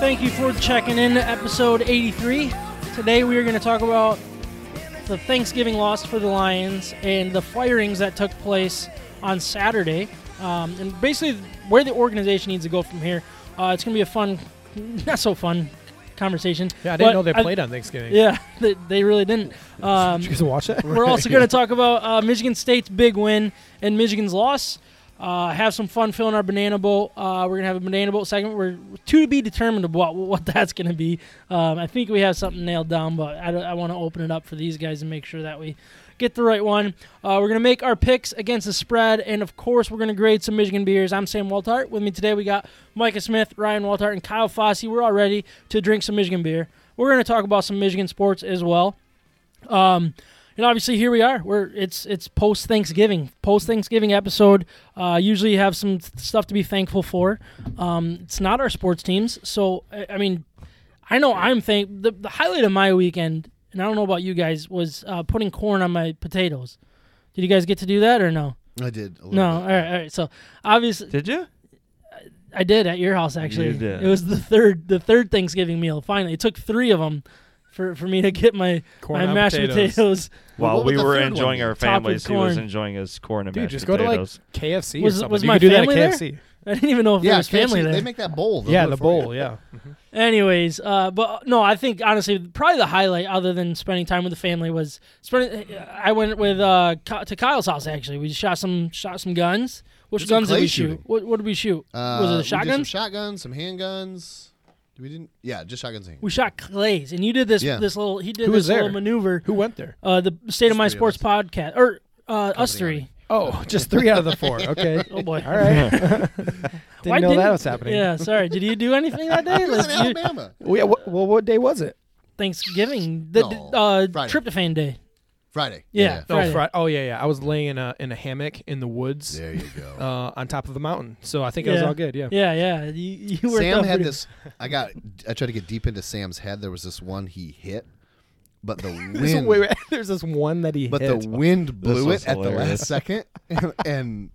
Thank you for checking in to episode 83. Today we are going to talk about the Thanksgiving loss for the Lions and the firings that took place on Saturday, um, and basically where the organization needs to go from here. Uh, it's going to be a fun, not so fun conversation. Yeah, I didn't but know they I- played on Thanksgiving. Yeah, they, they really didn't. Um, Did you guys watch that? we're also going to talk about uh, Michigan State's big win and Michigan's loss. Uh, have some fun filling our banana boat. Uh, we're gonna have a banana boat segment. We're to be determined of what what that's gonna be. Um, I think we have something nailed down, but I, want to open it up for these guys and make sure that we get the right one. Uh, we're gonna make our picks against the spread, and of course, we're gonna grade some Michigan beers. I'm Sam Waltart. With me today, we got Micah Smith, Ryan Waltart, and Kyle Fossey. We're all ready to drink some Michigan beer. We're gonna talk about some Michigan sports as well. Um, and obviously, here we are. We're it's it's post Thanksgiving, post Thanksgiving episode. Uh, usually, you have some th- stuff to be thankful for. Um, it's not our sports teams, so I, I mean, I know I'm thank the, the highlight of my weekend, and I don't know about you guys, was uh, putting corn on my potatoes. Did you guys get to do that or no? I did. A little No. All bit. right. All right. So obviously, Did you? I did at your house actually. You did. It was the third the third Thanksgiving meal. Finally, it took three of them for for me to get my Corn my on mashed potatoes. potatoes. Well, While what would we the were third one enjoying be? our Topped families, with he was corn. enjoying his corn and Dude, mashed just go to like potatoes. KFC Was- or something. was you my could do that at family there? KFC. I didn't even know if Yeah, there was family KFC, there. They make that bowl. They'll Yeah, do it the for you. bowl. Yeah. Anyways, uh, but no, I think honestly, probably the highlight other than spending time with the family was spending. I went with uh, Ky- to Kyle's house actually. We shot some shot some guns. Which Did some guns did clay we shoot? shooting. What, what did we shoot? Uh, was it a we did some shotgun? shotguns, some handguns. We didn't. Yeah, just shotguns. And handguns. We shot clays, and you did this Yeah. this little. He did Who was this little there? maneuver. Who went there? Uh, the state of Just my three of sports podcast or uh, us Company three. Oh, just three out of the four. Okay. Oh boy. All right. didn't Why know that didn't- was happening. Yeah, sorry. Did you do anything that day? It was in Like, you- Alabama. Well, yeah, wh- well, what day was it? Thanksgiving, the No, uh, Friday. tryptophan day. Friday. Yeah. Oh, Friday. Fri- oh, yeah, yeah. I was laying in a, in a hammock in the woods There you go. uh, on top of a mountain. So I think it was Yeah. all good. Yeah. Yeah, yeah. You, you worked Sam out had pretty- this. I got. I tried to get deep into Sam's head. There was this one he hit, but the There's, wind. wait, wait, there's this one that he but hit. the wind blew was it at the last hilarious. second, and, and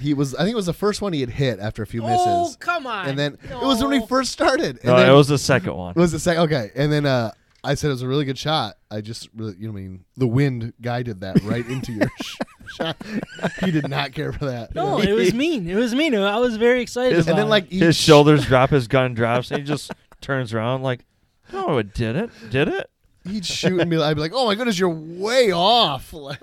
he was. I think it was the first one he had hit after a few Oh, misses, come on. and then it was when we No. first started. And No, then, it was the second one. was the second. Okay, and then uh, I said it was a really good shot. I just really, you know, what I mean, the wind guided that right into your sh- shot. He did not care for that. No, it was mean. It was mean. I was very excited. His- about and then it. like His each- shoulders drop, his gun drops, and he just turns around like, "No, it didn't. Did it? he'd shoot and be like, I'd be like, oh my goodness, you're way off. Like,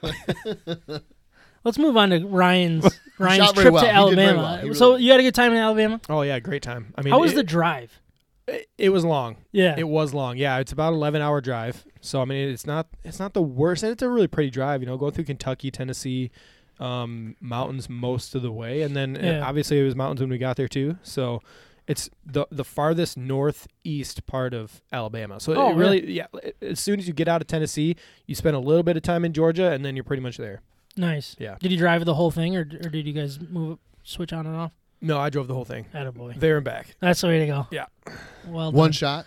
let's move on to Ryan's Ryan's shot very trip well. to He did very Alabama. well. He So really- you had a good time in Alabama. oh, yeah. Great time. I mean, How was it- the drive? it, it was long. Yeah, It was long. Yeah, it's about 11 hour drive. So I mean, it's not it's not the worst, and it's a really pretty drive. You know, going through Kentucky, Tennessee, um, mountains most of the way, and then uh, Yeah. obviously it was mountains when we got there too. So it's the the farthest northeast part of Alabama. So Oh, it really, yeah. a- As soon as you get out of Tennessee, you spend a little bit of time in Georgia, and then you're pretty much there. nice. Yeah. Did you drive the whole thing, or, or did you guys move switch on and off? No, I drove the whole thing Attaboy. there and back. That's the way to go. Yeah. Well done. one shot.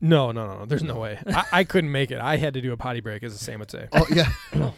No, no, no, no. There's no way. I, I couldn't make it. I had to do a potty break, as the Sam would say. Oh yeah,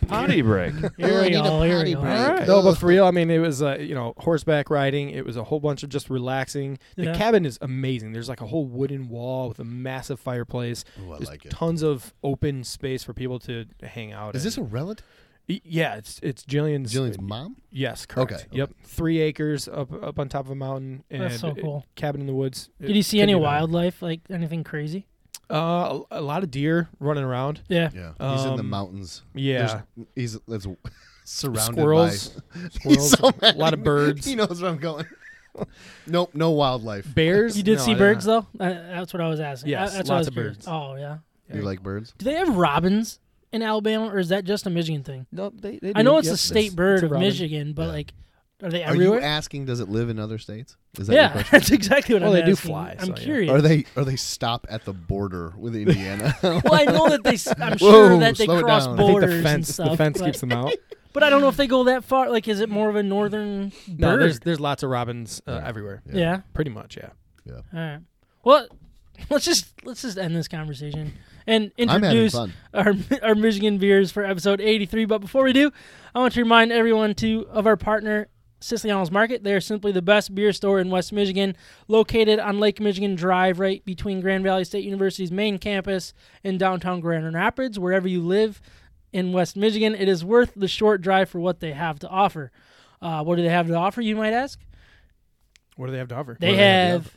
Potty break. Here I we need a go. Here we potty go. break. Alright. No, but for real, I mean, it was uh, you know horseback riding. It was a whole bunch of just relaxing. The Yeah. cabin is amazing. There's like a whole wooden wall with a massive fireplace. Ooh, I There's like it. tons of open space for people to hang out. Is this a in. relative? Y- Yeah, it's it's Jillian's. Uh, Jillian's mom? Yes, correct. Okay, Yep, three acres up up on top of a mountain. And That's so it- cool. cabin in the woods. Did It you see couldn't any be better. wildlife, like anything crazy? Uh, a, a lot of deer running around. Yeah. Yeah, he's in the Um, mountains. Yeah, There's- he's that's surrounded squirrels, by He's squirrels, so a mad lot at of me. birds, He knows where I'm going. nope, no wildlife. bears. You did No, I see did birds not. though. Uh, that's what I was asking. Yes, I, that's what I lots was of curious. birds. Oh yeah. Do you like birds? Do they have robins in Alabama, or is that just a Michigan thing? No, they, they I know do. it's Yep, the state it's- bird it's a of robin. Michigan, but Yeah. like, are they Are everywhere? you asking? Does it live in other states? Is that your yeah, question? that's exactly what Well, I'm they do asking. fly, I'm so, yeah. curious. Are they are they stop at the border with Indiana? well, I know that they. s- I'm Whoa, sure that they slow it cross down. I I think borders the and fence, stuff. the fence but, keeps them out. but I don't know if they go that far. Like, is it more of a northern bird? no, there's there's lots of robins uh, Yeah. everywhere. yeah. Pretty much, yeah. All right. Well, let's just let's just end this conversation and I'm having introduce fun. our our Michigan beers for episode 83. But before we do, I want to remind everyone to of our partner Siciliano's Market. They are simply the best beer store in West Michigan, located on Lake Michigan Drive, right between Grand Valley State University's main campus and downtown Grand Rapids. Wherever you live in West Michigan, it is worth the short drive for what they have to offer. Uh, what do they have to offer? You might ask. What do they have to offer? They have.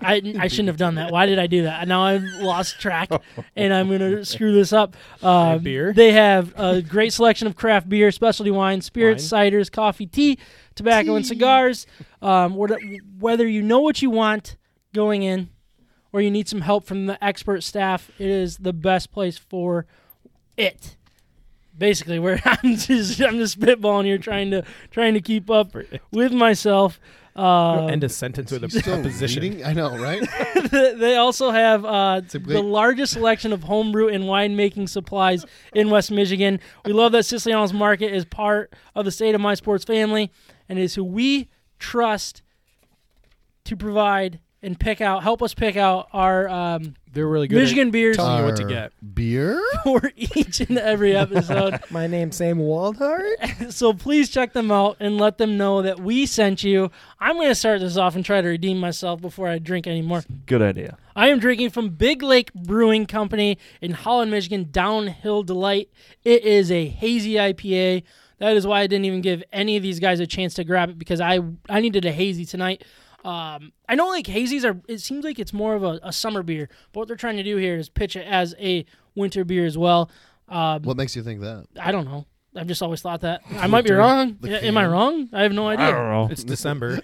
I, I shouldn't have done that. Why did I do that? Now I've lost track, and I'm gonna screw this up. Um, beer? They have a great selection of craft beer, specialty wines, spirits, ciders, coffee, tea, tobacco, and cigars. Um, what- whether you know what you want going in, or you need some help from the expert staff, it is the best place for it. Basically, where I'm just I'm just spitballing here, trying to trying to keep up with myself. Um, End a sentence with a You still preposition. reading? I know, right? they also have uh, a the great- largest selection of homebrew and winemaking supplies in West Michigan. We love that Siciliano's Market is part of the state of my sports family and is who we trust to provide and pick out, help us pick out our um, They're really good. at- Michigan beers Tell me what to Our get. Beer? for each and every episode. My name's Sam Waldhart. so please check them out and let them know that we sent you. I'm going to start this off and try to redeem myself before I drink anymore. Good idea. I am drinking from Big Lake Brewing Company in Holland, Michigan, Downhill Delight. It is a hazy IPA. That is why I didn't even give any of these guys a chance to grab it because I I needed a hazy tonight. Um, I know like hazies are. It seems like it's more of a, a summer beer, but what they're trying to do here is pitch it as a winter beer as well. Um, What makes you think that? I don't know. I've just always thought that. I might be wrong. the Yeah, am I can. wrong? I have no idea. I don't know. It's December.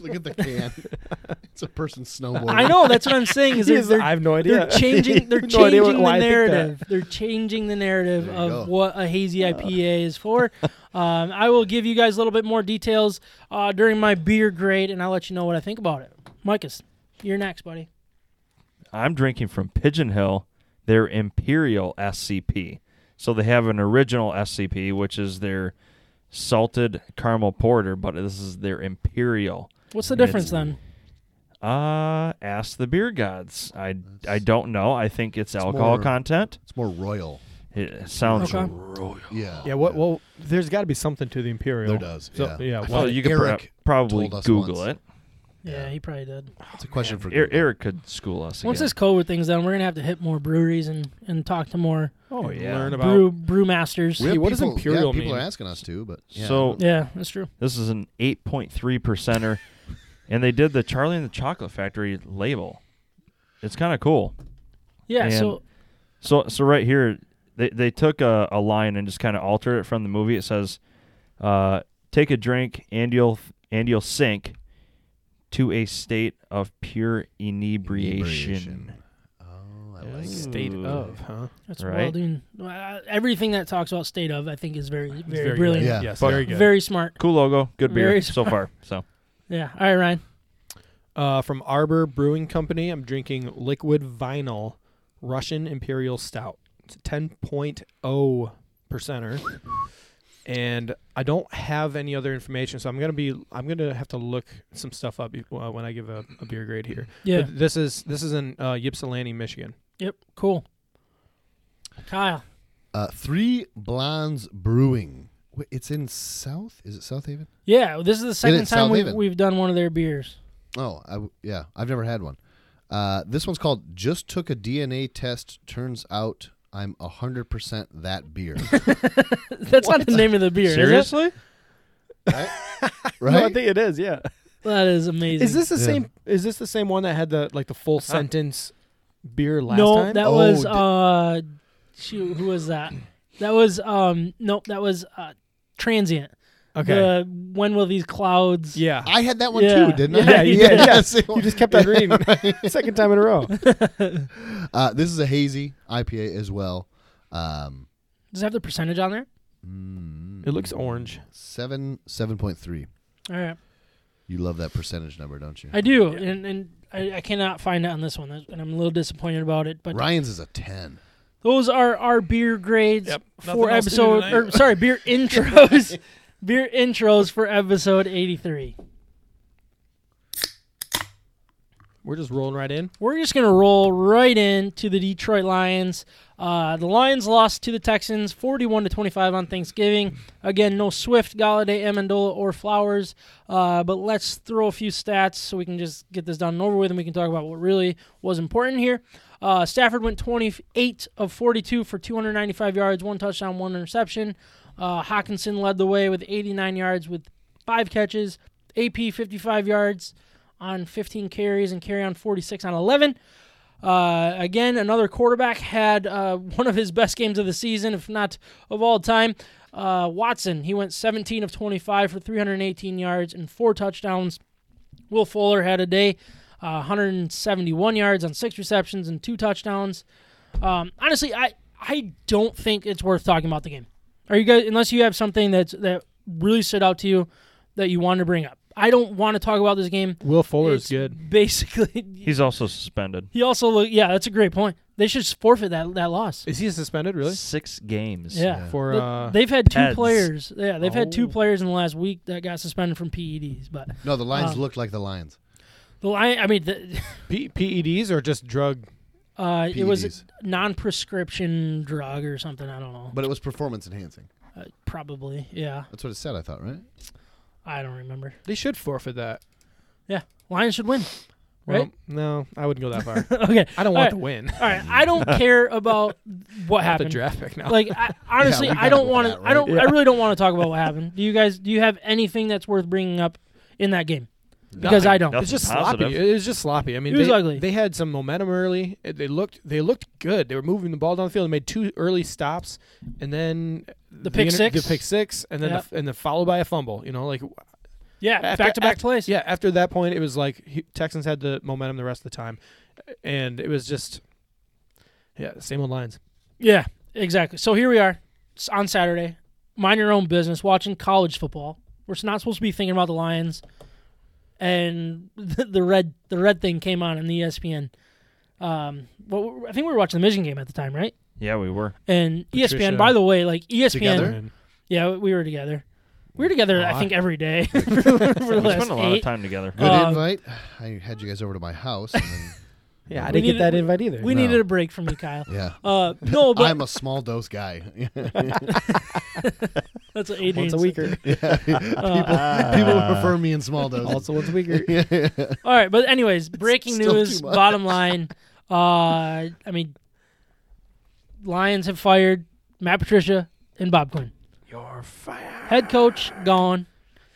Look at the can. it's a person snowboarding. I know that's what I'm saying. Is they're, Yes, they're I have no idea. they're changing they're No changing idea wh- the why I think that. Uh. narrative they're changing the narrative There you of go. what a hazy ipa is for um, i will give you guys a little bit more details uh, during my beer grade and i'll let you know what i think about it micus you're next buddy I'm drinking from Pigeon Hill, their Imperial SCP. So they have an original SCP, which is their salted caramel porter, but this is their Imperial. what's the It's- difference then Uh, ask the beer gods. I, I don't know. I think it's, alcohol more- content. It's more royal. It sounds Okay. royal. Yeah. yeah. What? Well, there's got to be something to the imperial. There does, yeah. So, yeah. I why- Well, Well, you could Eric pro- probably told us Google once. it. yeah he probably did It's a question for Er- Google. Eric could school us. once again. this covid thing's done we're gonna have to hit more breweries and, and talk to more oh yeah. learn about brew brewmasters We have what does people- imperial yeah, people mean? are asking us to, but yeah, So- yeah that's true This is an 8.3 percenter, and they did the Charlie and the Chocolate Factory label. It's kind of cool. yeah And- so So, so right here, they they took a, a line and just kind of altered it from the movie. It says, uh, "Take a drink and you'll and you'll sink to a state of pure inebriation." Inebriation. Oh, I like it. State Ooh. of, huh? that's right. well dude uh, everything that talks about state of i think is very very, It's good. brilliant Yeah. Yes. But- Very good. very smart Cool logo, good beer Very so far. So Yeah. All right, Ryan. Uh, from Arbor Brewing Company, I'm drinking liquid vinyl Russian Imperial Stout. It's a 10.0 percenter. And I don't have any other information, so I'm gonna be I'm gonna have to look some stuff up bef- uh, when I give a, a beer grade here. Yeah. But this is this is in uh, Ypsilanti, Michigan. Yep. Cool. Kyle. Uh, Three Blondes Brewing. Wait, It's in South. Is it South Haven? Yeah, this is the second it's time South we've, Haven. we've done one of their beers. Oh, I w yeah. I've never had one. Uh, this one's called "Just Took a DNA Test." Turns out I'm hundred percent that beer. That's not the name of the beer. is it? seriously, Right? it is. Yeah. That is amazing. Is this the Yeah. same? Is this the same one that had the like the full sentence beer last no, time? that Oh, was di- uh, shoot, who was that? That was um, nope, that was uh, transient. okay. The, when will these clouds? yeah. I had that one Yeah. too, didn't I? Yeah, you did. yes, it You was. just kept that reading second time in a row. Uh, this is a hazy IPA as well. Um, Does it have the percentage on there? It looks orange. seven seven point three. All right, You love that percentage number, don't you? I do, and and I, I cannot find it on this one, and I'm a little disappointed about it. But Ryan's is a ten. Those are our beer grades Yep. for Nothing else to do episode. tonight. Or, sorry, beer intros. beer intros for episode eighty-three. We're just rolling right in. We're just gonna roll right into the Detroit Lions. Uh, the Lions lost to the Texans, forty-one to twenty-five on Thanksgiving. Again, no Swift, Galladay, Amendola, or Flowers. Uh, but let's throw a few stats so we can just get this done and over with, and we can talk about what really was important here. Uh, Stafford went twenty-eight of forty-two for two hundred ninety-five yards, one touchdown, one interception. Uh, Hawkinson led the way with eighty-nine yards with five catches. AP fifty-five yards on 15 carries and carry on 46 on 11. Uh, again, another quarterback had uh, one of his best games of the season, if not of all time. Uh, Watson, he went 17 of 25 for 318 yards and four touchdowns. Will Fuller had a day, uh, 171 yards on six receptions and two touchdowns. Um, honestly, I I don't think it's worth talking about the game. Are you guys? Unless you have something that's that really stood out to you that you wanted to bring up. I don't want to talk about this game. Will Fuller is It's good. Basically, He's also suspended. he also look. Yeah, that's a great point. They should forfeit that that loss. Is he suspended really? Six games. Yeah. For They- uh They've had two Peds. players. Yeah, they've had two Oh. players in the last week that got suspended from PEDs. But No, the Lions Um, looked like the Lions. the Lion, I mean, the, P- E PEDs or just drug uh, it E was PEDs. a non-prescription drug or something. I don't know. But it was performance enhancing. Uh, probably. Yeah, That's what it said, I thought, right? I don't remember. they should forfeit that. Lions should win. Right? Well, no, I wouldn't go that far. okay. I don't All want right. to win. All right. I don't care about what Not the happened. draft pick now. Like I, honestly, we I gotta don't go want with to. that, I don't. right? I really don't want to talk about what happened. Do you guys? Do you have anything that's worth bringing up in that game? Because I don't. Nothing it's just positive. sloppy. It was just sloppy. I mean, It was they, ugly. they had some momentum early. It- They looked they looked good. They were moving the ball down the field. They made two early stops, and then the pick six. the pick six, and then Yep. the, and the followed by a fumble. You know, like Yeah, After- back to back after- plays. yeah. After that point, it was like he, Texans had the momentum the rest of the time, and it was just yeah, same old lines. Yeah, exactly. So here we are s- on Saturday. Mind your own business, watching college football. We're not supposed to be thinking about the Lions, and the, the red the red thing came on in the E ESPN. Um, well, I think we were watching the Michigan game at the time, right? Yeah, we were. And E ESPN, Patricia. by the way, like E ESPN, Together? And yeah, we were together. We were together, I Aw. think, every day for, for the we last spent a lot eight. of time together. Good Um, Uh, invite. I had you guys over to my house. And then, yeah, I We didn't get needed- that invite either. We No. needed a break from you, Kyle. yeah. Uh, no, but I'm a small dose guy. people that's what Adrian once a said. weeker, people prefer me in small doses. Uh, also once a weeker. All right, but anyways, breaking still news. too much. Bottom line, uh, I mean, Lions have fired Matt Patricia and Bob Quinn. You're fired. Head coach gone,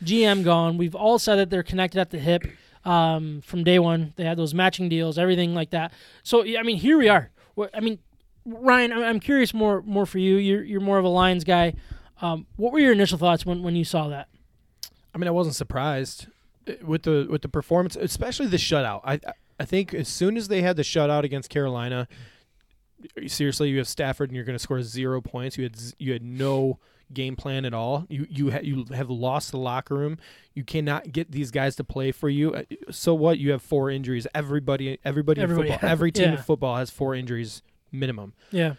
GM gone. We've all said that they're connected at the hip um, from day one. They had those matching deals, everything like that. So yeah, I mean, here we are. What- I mean, Ryan, I- I'm curious more more for you. You're you're more of a Lions guy. Um, what were your initial thoughts when, when you saw that? I mean, I wasn't surprised uh, with the with the performance, especially the shutout. I I- I think as soon as they had the shutout against Carolina, seriously, you have Stafford and you're going to score zero points. You had z- you had no game plan at all. You you ha- you have lost the locker room. You cannot get these guys to play for you. Uh, So what? You have four injuries. Everybody Everybody everybody, in football, has- every team yeah. in football has four injuries minimum. Yeah,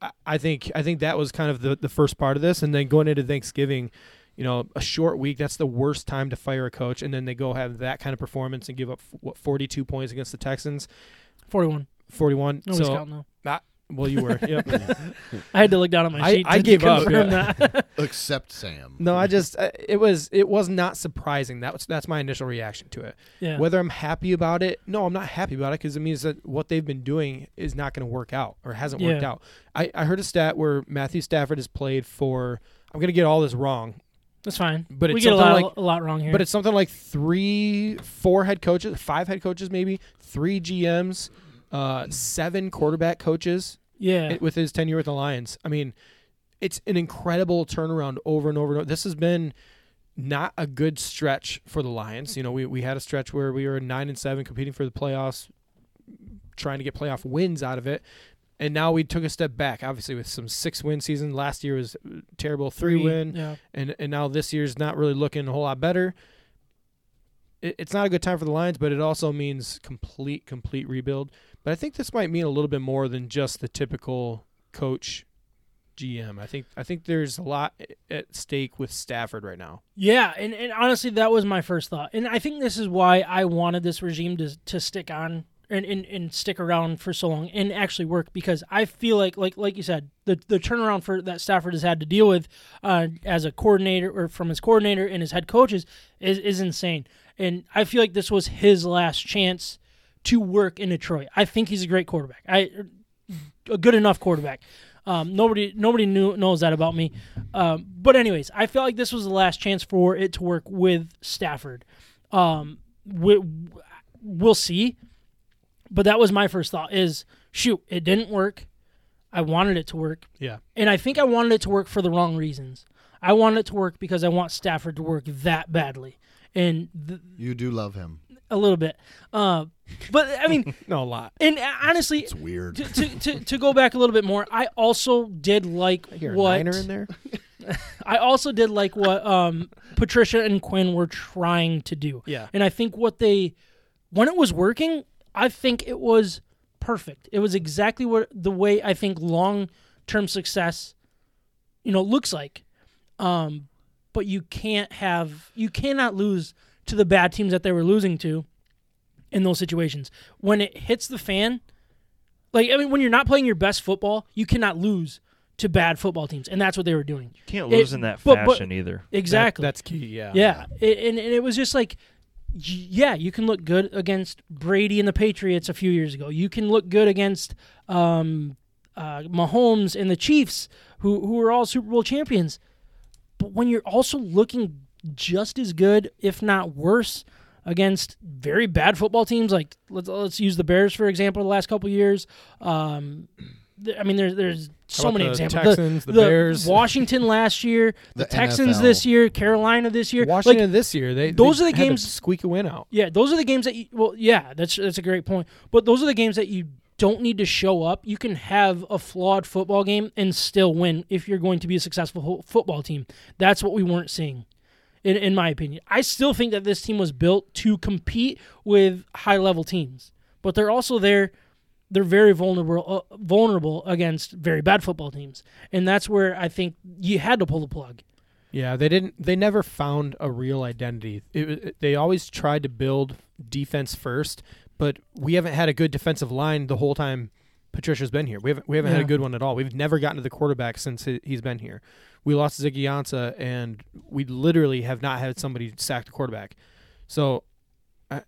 I- I think I think that was kind of the, the first part of this, and then going into Thanksgiving, you know, a short week. That's the worst time to fire a coach, and then they go have that kind of performance and give up what forty two points against the Texans, 41. forty one. Nobody's so counting now. well, you were. Yep. I had to look down at my I- sheet. I to gave up, confirm yeah. that. Except Sam. No, I just I- it was it was not surprising. That was that's my initial reaction to it. yeah. Whether I'm happy about it, no, I'm not happy about it because it means that what they've been doing is not going to work out or hasn't worked Yeah. out. I, I heard a stat where Matthew Stafford has played for. I'm going to get all this wrong, That's fine. But we it's get a something lot, like- a lot wrong here. But it's something like three, four head coaches, five head coaches, maybe three GMs, uh, seven quarterback coaches Yeah. it- with his tenure with the Lions. I mean, it's an incredible turnaround over and over and over. This has been not a good stretch for the Lions. You know, we, we had a stretch where we were nine and seven competing for the playoffs, trying to get playoff wins out of it. And now we took a step back, obviously, with some six win season. Last year was terrible three win Yeah. and and now this year's not really looking a whole lot better. It, it's not a good time for the Lions, but it also means complete complete rebuild. But I think this might mean a little bit more than just the typical coach GM. I think I think there's a lot at stake with Stafford right now. Yeah, and, and honestly, that was my first thought, and I think this is why I wanted this regime to to stick on and, and, and stick around for so long and actually work because I feel like like like you said the the turnaround for that Stafford has had to deal with uh, as a coordinator or from his coordinator and his head coaches is is insane, and I feel like this was his last chance to work in Detroit. I think he's a great quarterback. I a good enough quarterback. Um, nobody nobody knew, knows that about me. Um, but anyways, I felt like this was the last chance for it to work with Stafford. Um, we, we'll see. But that was my first thought is shoot, it didn't work. I wanted it to work. Yeah. And I think I wanted it to work for the wrong reasons. I wanted it to work because I want Stafford to work that badly. And th- You do love him. a little bit. Uh, but I mean, No, a lot. and uh, honestly, It's weird. to, to, to, to go back a little bit more, I also did like I hear what a niner in there. I also did like what um, Patricia and Quinn were trying to do. Yeah. And I think what they, when it was working, I think it was perfect. It was exactly what the way I think long term success, you know, looks like. Um, but you can't have, you cannot lose to the bad teams that they were losing to in those situations. When it hits the fan, like, I mean, when you're not playing your best football, you cannot lose to bad football teams. And that's what they were doing. Can't It- lose in that but- fashion but- either. Exactly. That- that's key. Yeah. yeah. It, and, and it was just like, y- yeah, you can look good against Brady and the Patriots a few years ago. You can look good against um, uh, Mahomes and the Chiefs, who who are all Super Bowl champions. But when you're also looking just as good, if not worse, against very bad football teams, like let's let's use the Bears for example, the last couple years. Um, th- I mean, there's there's so about many the examples. Texans, the Bears? Washington last year, the, The Texans NFL. this year, Carolina this year. Like, Washington this year, they those they are the had to games- squeak a win out. yeah, those are the games that you, well, yeah, that's that's a great point. But those are the games that you don't need to show up. You can have a flawed football game and still win if you're going to be a successful ho- football team. That's what we weren't seeing. In, in my opinion, I still think that this team was built to compete with high level teams, but they're also there. They're very vulnerable, uh, vulnerable against very bad football teams, and that's where I think you had to pull the plug. Yeah, they didn't. They never found a real identity. It, it- they always tried to build defense first, but we haven't had a good defensive line the whole time Patricia's been here. We haven't. We haven't had Yeah. a good one at all. We've never gotten to the quarterback since he, he's been here. We lost Ziggy Ansah, and we literally have not had somebody sack the quarterback. So, I,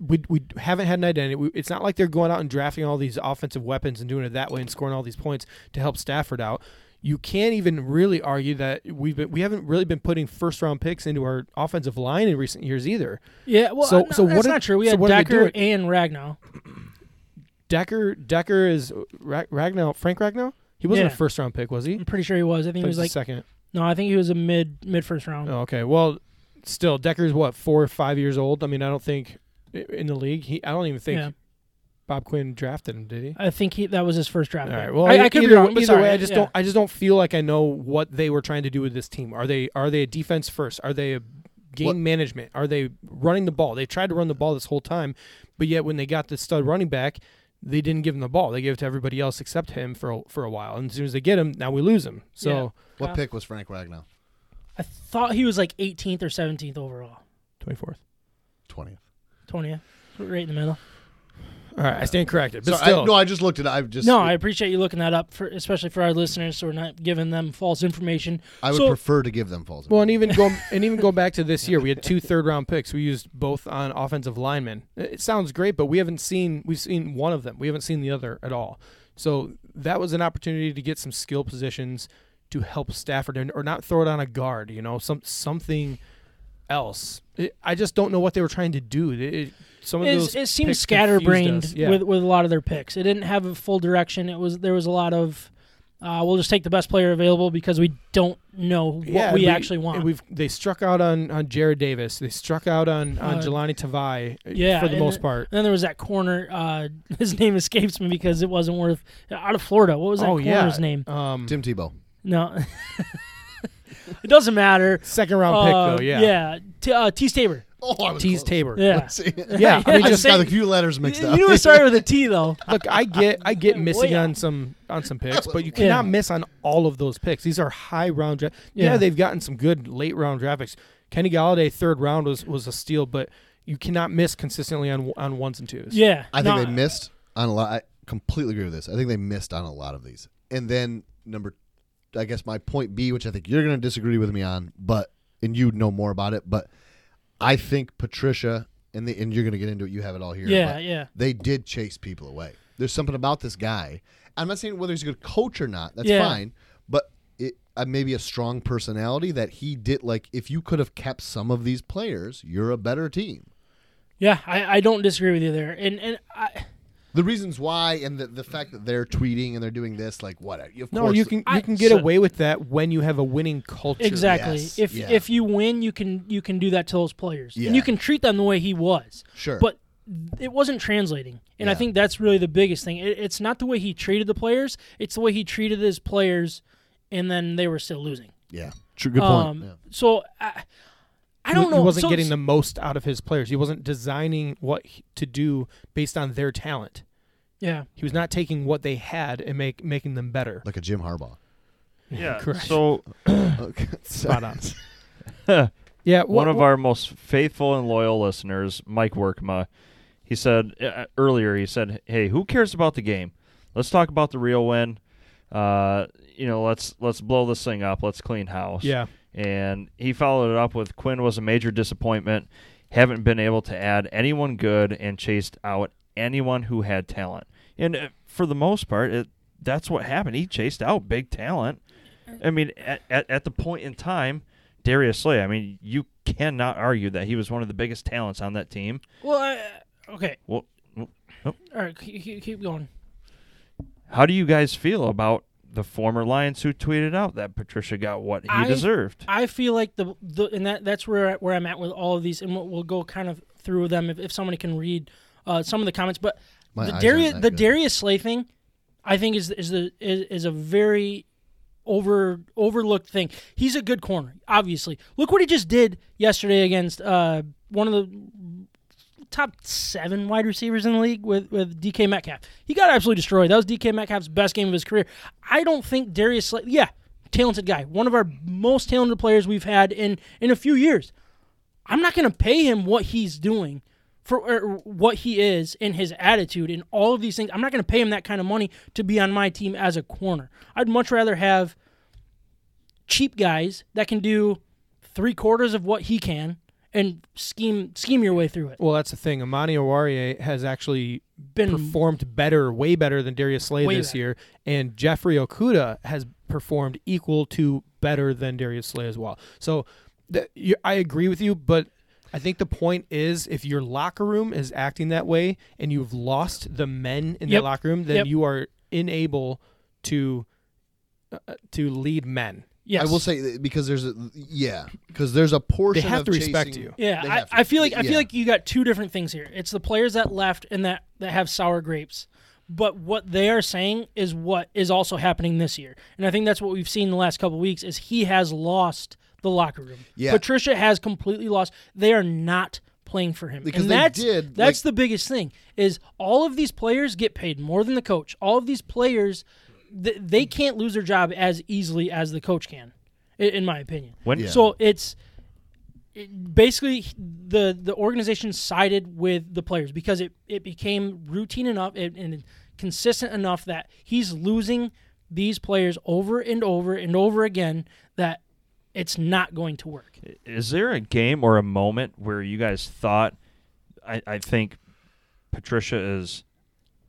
we we haven't had an identity. We, it's not like they're going out and drafting all these offensive weapons and doing it that way and scoring all these points to help Stafford out. You can't even really argue that we've been, we haven't really been putting first round picks into our offensive line in recent years either. Yeah, well, uh, So- no, so what that's did- not true. We so had what did they Decker do it- and Ragnow. Decker Decker is uh, Ra- Ragnow Frank Ragnow. He wasn't Yeah. a first round pick, was he? I'm pretty sure he was. I think He he was was like a second. No, I think he was a mid mid first round. Oh, okay. Well, still Decker's what four or five years old. I mean, I don't think i- in the league. He I don't even think Yeah. Bob Quinn drafted him, did he? I think he that was his first draft. All pick. right. Well, I, e- I could either, be wrong. but either sorry, way, I just yeah. don't. I just don't feel like I know what they were trying to do with this team. Are they are they a defense first? Are they a game What- management? Are they running the ball? They tried to run the ball this whole time, but yet when they got the stud running back, they didn't give him the ball. They gave it to everybody else except him for a, for a while. And as soon as they get him, now we lose him. So Yeah. What pick was Frank Ragnow? I thought he was like 18th or 17th overall. 24th. 20th. 20th, right in the middle. All right, I stand corrected. But So still, I, no, I just looked at it. I just No, I appreciate you looking that up, for, especially for our listeners, so we're not giving them false information. I would so- prefer to give them false. Well, and even go and even go back to this year, we had two third round picks. We used both on offensive linemen. It it sounds great, but we haven't seen we've seen one of them. We haven't seen the other at all. So that was an opportunity to get some skill positions to help Stafford, and, or not throw it on a guard. You know, some something else. It, I just don't know what they were trying to do. It, it some of It's, those. it picks seems confused scatterbrained us. Yeah. with with a lot of their picks. It didn't have a full direction. It was there was a lot of uh, we'll just take the best player available because we don't know what Yeah, we, and actually and want. We've they struck out on on Jared Davis. They struck out on on Uh, Jelani Tavai. uh, yeah, for the and- most part. And then there was that corner. Uh, his name escapes me because it wasn't worth. Out of Florida, what was that oh yeah, corner's name? Um, Tim Tebow. No, it doesn't matter. second round Uh, pick though. Yeah, yeah. T- uh, T. Staber. Oh, I was Tease close. Tabor. Yeah, Yeah, I mean, I just got a Same- few letters mixed you up. knew it started with a T though. Look, I get I get Way missing out. on some on some picks, but you Yeah. cannot miss on all of those picks. These are high round draft. Yeah. Yeah. they've gotten some good late round draft picks. Kenny Galladay third round was was a steal, but you cannot miss consistently on on ones and twos. Yeah, I think no, they missed on a lot. I completely agree with this. I think they missed on a lot of these. And then number, I guess my point B, which I think you're going to disagree with me on, but and you know more about it, but I think Patricia and the and you're going to get into it. You have it all here. Yeah, but yeah. They did chase people away. There's something about this guy. I'm not saying whether he's a good coach or not. That's Yeah. fine, but. It, uh, maybe a strong personality that he did like if you could have kept some of these players you're a better team Yeah, I, I don't disagree with you there. And and I, the reasons why and the, the fact that they're tweeting and they're doing this like what of No, course- you can I- you can get so- away with that when you have a winning culture. exactly. Yes, If yeah. if you win, you can you can do that to those players, Yeah. and you can treat them the way he was. sure But it wasn't translating, and I Yeah. think that's really the biggest thing. It, it's not the way he treated the players; it's the way he treated his players, and then they were still losing. yeah true good point Um, yeah. So I, I He- don't know. He wasn't so- getting the most out of his players. He wasn't designing what he- to do based on their talent. Yeah, He was not taking what they had and make making them better. like a Jim Harbaugh Yeah. Correct. So okay. Spot on. yeah, one of our most faithful and loyal listeners, Mike Workma, he said uh, earlier, he said, "Hey, who cares about the game? Let's talk about the real win. Uh, you know, let's let's blow this thing up. Let's clean house." yeah. and he followed it up with Quinn was a major disappointment. Haven't been able to add anyone good and chased out anyone who had talent. And uh, for the most part, it, that's what happened. He chased out big talent. I mean, at, at, at the point in time, Darius Slay, I mean, you cannot argue that he was one of the biggest talents on that team. Well, I, okay. Well, All right, keep, keep going. how do you guys feel about the former Lions who tweeted out that Patricia got what he I- deserved? I feel like the, the and that that's where where I'm at with all of these, and we'll, we'll go kind of through them if, if somebody can read uh, some of the comments. But My the eyes Darius aren't that the good. Darius Slay thing, I think is is the is, is a very over overlooked thing. He's a good corner, obviously. Look what he just did yesterday against uh, one of the top seven wide receivers in the league with, with DK Metcalf. He got absolutely destroyed. That was DK Metcalf's best game of his career. I don't think Darius Slay, yeah, talented guy, one of our most talented players we've had in in a few years. I'm not going to pay him what he's doing for or what he is in his attitude and all of these things. I'm not going to pay him that kind of money to be on my team as a corner. I'd much rather have cheap guys that can do three quarters of what he can and scheme scheme your way through it. Well, that's the thing. Amani Owarie has actually Been performed better, way better than Darius Slay Way this better. year, and Jeffrey Okuda has performed equal to better than Darius Slay as well. So, th- you, I agree with you, but I think the point is if your locker room is acting that way and you've lost the men in Yep. the locker room, then Yep. you are unable to uh, uh, to lead men. yes. I will say that because there's a yeah because there's a portion have of to respect chasing- you. Yeah, they I, have to. I feel like I Yeah. feel like you got two different things here. It's the players that left and that that have sour grapes, but what they are saying is what is also happening this year, and I think that's what we've seen the last couple weeks is he has lost the locker room. Yeah. Patricia has completely lost. They are not playing for him Because and they that's, did, That's like- the biggest thing is all of these players get paid more than the coach. All of these players, th- they can't lose their job as easily as the coach can, i- in my opinion. When- Yeah. So it's basically the the organization sided with the players because it it became routine enough and, and consistent enough that he's losing these players over and over and over again that it's not going to work. Is there a game or a moment where you guys thought, I, I think Patricia is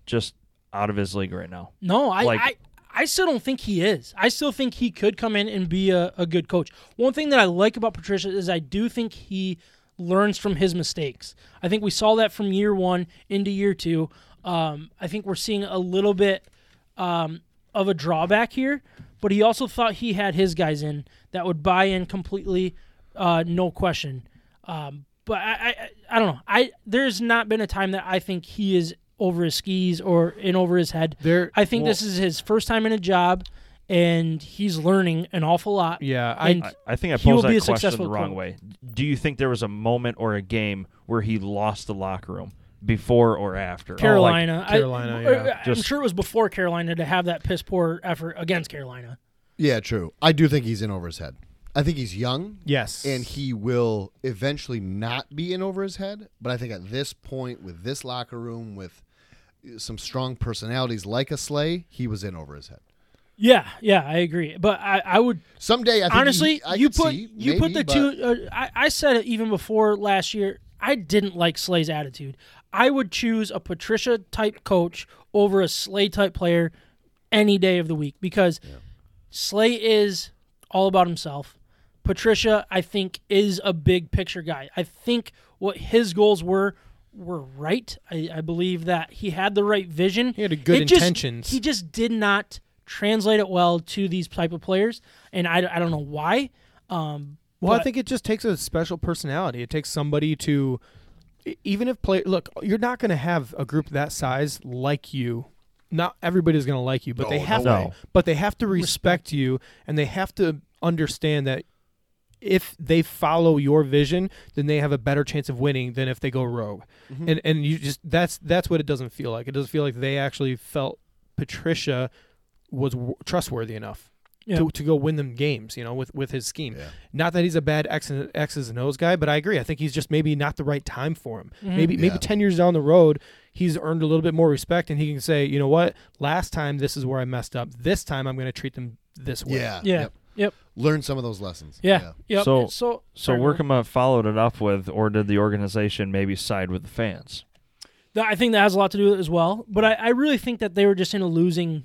just out of his league right now? No, I, Like- I I still don't think he is. I still think he could come in and be a, a good coach. One thing that I like about Patricia is I do think he learns from his mistakes. I think we saw that from year one into year two. Um, I think we're seeing a little bit um, of a drawback here, but he also thought he had his guys in that would buy in completely, uh, no question. Um, but I, I, I- I don't know. I there's not been a time that I think he is over his skis or in over his head. There- I think well- this is his first time in a job, and he's learning an awful lot. Yeah, I And- I, I think I He will posed be a that question successful the wrong coach. way. Do you think there was a moment or a game where he lost the locker room before or after? Oh, like- Carolina. I- Carolina, I, yeah. am Just- sure it was before Carolina to have that piss poor effort against Carolina. Yeah, true. I do think he's in over his head. I think he's young. yes, And he will eventually not be in over his head. But I think at this point, with this locker room, with some strong personalities like a Slay, he was in over his head. Yeah, yeah, I agree. But I, I would Someday, I think honestly, he- I you could put see, you put maybe, the but- two. Uh, I, I said it even before last year. I didn't like Slay's attitude. I would choose a Patricia type coach over a Slay type player any day of the week because Slay is all about himself. Patricia, I think, is a big picture guy. I think what his goals were were right. I, I believe that he had the right vision. He had a good It just- intentions. he just did not translate it well to these type of players, and I, I don't know why. Um, Well, I but- think it just takes a special personality. It takes somebody to, e- even if play. Look, you're not going to have a group that size like you. Not everybody's going to like you, but they No, have no to. way. But they have to respect you, and they have to understand that if they follow your vision, then they have a better chance of winning than if they go rogue. And and you just that's that's what it doesn't feel like. It doesn't feel like they actually felt Patricia was w- trustworthy enough Yeah. to, to go win them games, you know, with, with his scheme. Yeah. Not that he's a bad X and, X's and O's guy, but I agree. I think he's just maybe not the right time for him. Maybe Yeah. maybe 10 years down the road, he's earned a little bit more respect and he can say, you know what, last time this is where I messed up. This time I'm going to treat them this way. Yeah. yeah, Yep. yep, Learn some of those lessons. yeah, yep. So- It's so So sorry, Will. Workema followed it up with, or did the organization maybe side with the fans? That- I think that has a lot to do with it as well. But I, I really think that they were just in a losing,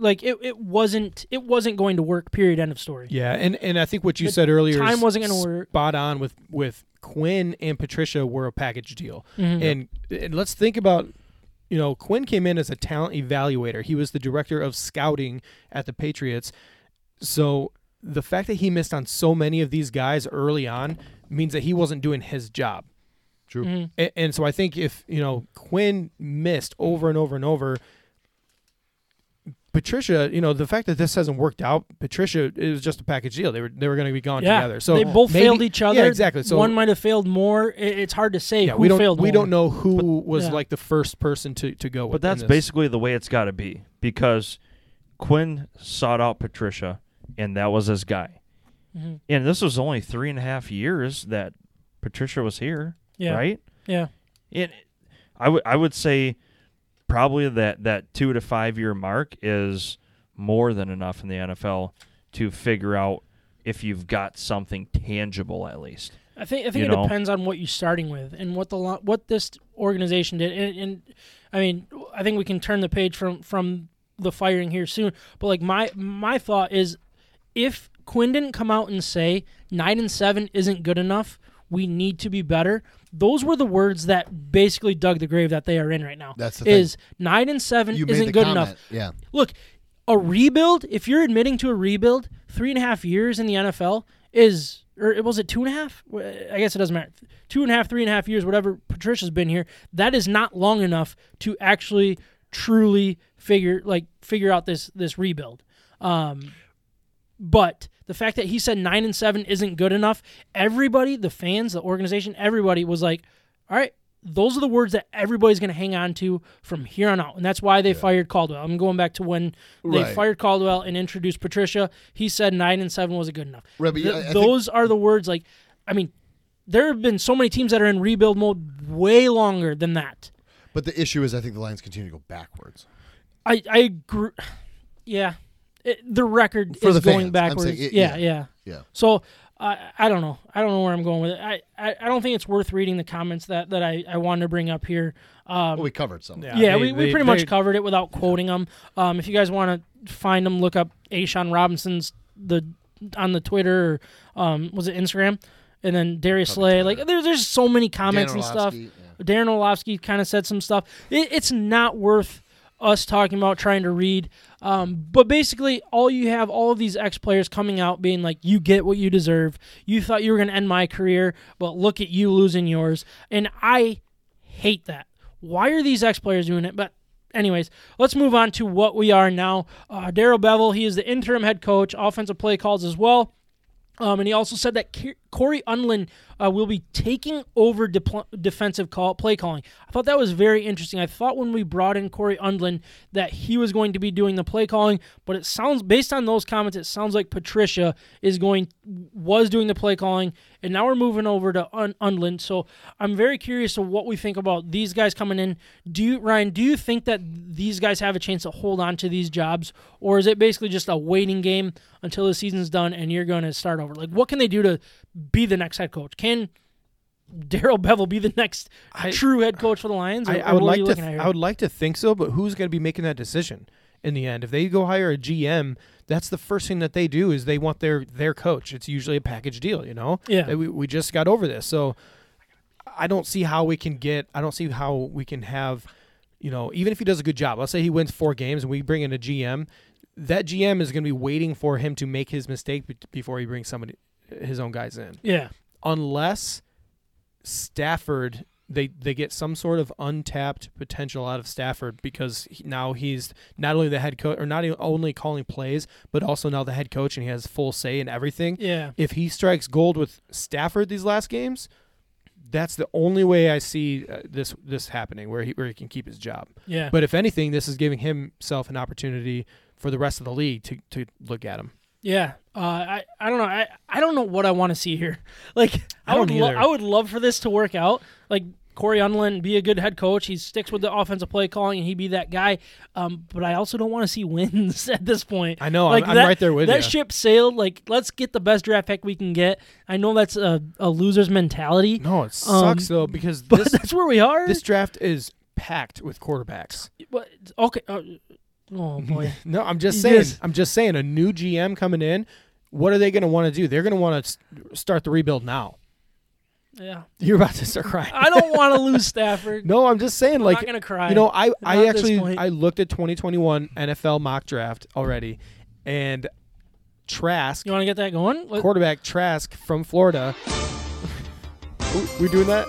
like it, it wasn't it wasn't going to work. Period. End of story. Yeah, and and I think what you The said earlier time is wasn't gonna work. Spot on with with Quinn and Patricia were a package deal, Mhm. and and let's think about. You know, Quinn came in as a talent evaluator. He was the director of scouting at the Patriots. So the fact that he missed on so many of these guys early on means that he wasn't doing his job. True. Mhm. A- And, so I think if, you know, Quinn missed over and over and over, Patricia, you know, the fact that this hasn't worked out, Patricia it was just a package deal. They were they were going to be gone Yeah, together. So they both maybe- failed each other. Yeah, exactly. So one might have failed more. It, it's hard to say yeah, who we don't failed. we more. don't know who was yeah. like the first person to to go. But that's basically the way it's got to be because Quinn sought out Patricia, and that was his guy. Mhm. And this was only three and a half years that Patricia was here, Yeah. right? Yeah, And I would I would say probably that that two to five year mark is more than enough in the NFL to figure out if you've got something tangible at least. I think I think You it know? depends on what you're starting with and what the lo- what this organization did. And, and I mean, I think we can turn the page from from the firing here soon. But like my my thought is, if Quinn didn't come out and say nine and seven isn't good enough, we need to be better. Those were the words that basically dug the grave that they are in right now. That's the thing. is nine and seven You made isn't the good comment. enough. Yeah. Look, a rebuild. If you're admitting to a rebuild, three and a half years in the NFL is, or was it two and a half? Wh- I guess it doesn't matter. Two and a half, three and a half years, whatever Patricia's been here, that is not long enough to actually truly figure like figure out this this rebuild. Um, but the fact that he said nine and seven isn't good enough, everybody, the fans, the organization, everybody was like, all right, those are the words that everybody's going to hang on to from here on out. And that's why they fired Caldwell. I'm going back to when they Right. fired Caldwell and introduced Patricia. He said nine and seven wasn't good enough. Right, but Th- I- I think- those are the words, like, I mean, there have been so many teams that are in rebuild mode way longer than that. But the issue is, I think the Lions continue to go backwards. I, I agree. Yeah. It, the record For is the going fans, I'm backwards. saying it- yeah, yeah. yeah. Yeah. So I I don't know. I don't know where I'm going with it. I, I, I don't think it's worth reading the comments that, that I, I wanted to bring up here. Um, Well, we covered some. Yeah. yeah, they- we, we they- pretty they- much covered it without quoting them. Um, if you guys want to find them, look up Ashawn Robinson's the on the Twitter or um, was it Instagram, and then Darius Probably Slay. Tyler. Like there, there's so many comments Dan and stuff. Orlovsky, yeah. Darren Orlovsky kind of said some stuff. It, it's not worth us talking about trying to read. Um, but basically, all you have all of these ex players coming out being like, "You get what you deserve. You thought you were going to end my career, but look at you losing yours." And I hate that. Why are these ex players doing it? But anyways, let's move on to what we are now. Uh, Daryl Bevel, he is the interim head coach, offensive play calls as well. Um, and he also said that Ke- Corey Unlin uh, will be taking over depl- defensive call play calling. I thought that was very interesting. I thought when we brought in Corey Unlin that he was going to be doing the play calling, but it sounds based on those comments, it sounds like Patricia is going was doing the play calling, and now we're moving over to Un- Unlin. So I'm very curious to what we think about these guys coming in. Do you, Ryan? Do you think that these guys have a chance to hold on to these jobs, or is it basically just a waiting game until the season's done and you're going to start over? Like, what can they do to be the next head coach? Can Daryl Bevel be the next I- true head coach for the Lions? Or- I, I or would what are like you to. looking at Th- here? I would like to think so, but who's going to be making that decision in the end? If they go hire a GM, that's the first thing that they do is they want their their coach. It's usually a package deal, you know. Yeah. They- We we just got over this, so I don't see how we can get. I don't see how we can have, you know, even if he does a good job. Let's say he wins four games and we bring in a GM. That GM is going to be waiting for him to make his mistake be- before he brings somebody, his own guys in yeah, unless Stafford they they get some sort of untapped potential out of Stafford because he, now he's not only the head coach or not e- only calling plays but also now the head coach and he has full say in everything. yeah. If he strikes gold with Stafford these last games, that's the only way I see uh, this this happening where he where he can keep his job. Yeah. But if anything, this is giving himself an opportunity for the rest of the league to to look at him. Yeah. Uh, I, I don't know. I, I don't know what I want to see here. Like I, I don't would lo- either. I would love for this to work out. Like Corey Unlin be a good head coach. He sticks with the offensive play calling and he be that guy. Um, but I also don't want to see wins at this point. I know, I'm- Like I'm that- right there with that you. ship sailed. Like let's get the best draft pick we can get. I know that's a, a loser's mentality, No, it sucks Um, though because but this that's where we are. This draft is packed with quarterbacks. But- okay. uh, oh boy. No, I'm just It saying. is. I'm just saying. A new GM coming in. What are they going to want to do? They're going to want to start the rebuild now. yeah. You're about to start crying. I don't want to lose Stafford. no, I'm just saying. I'm like not gonna cry. you know, I at I this actually point. I looked at 2021 NFL mock draft already, and Trask you want to get that going? Let- quarterback Trask from Florida. Ooh, we doing that?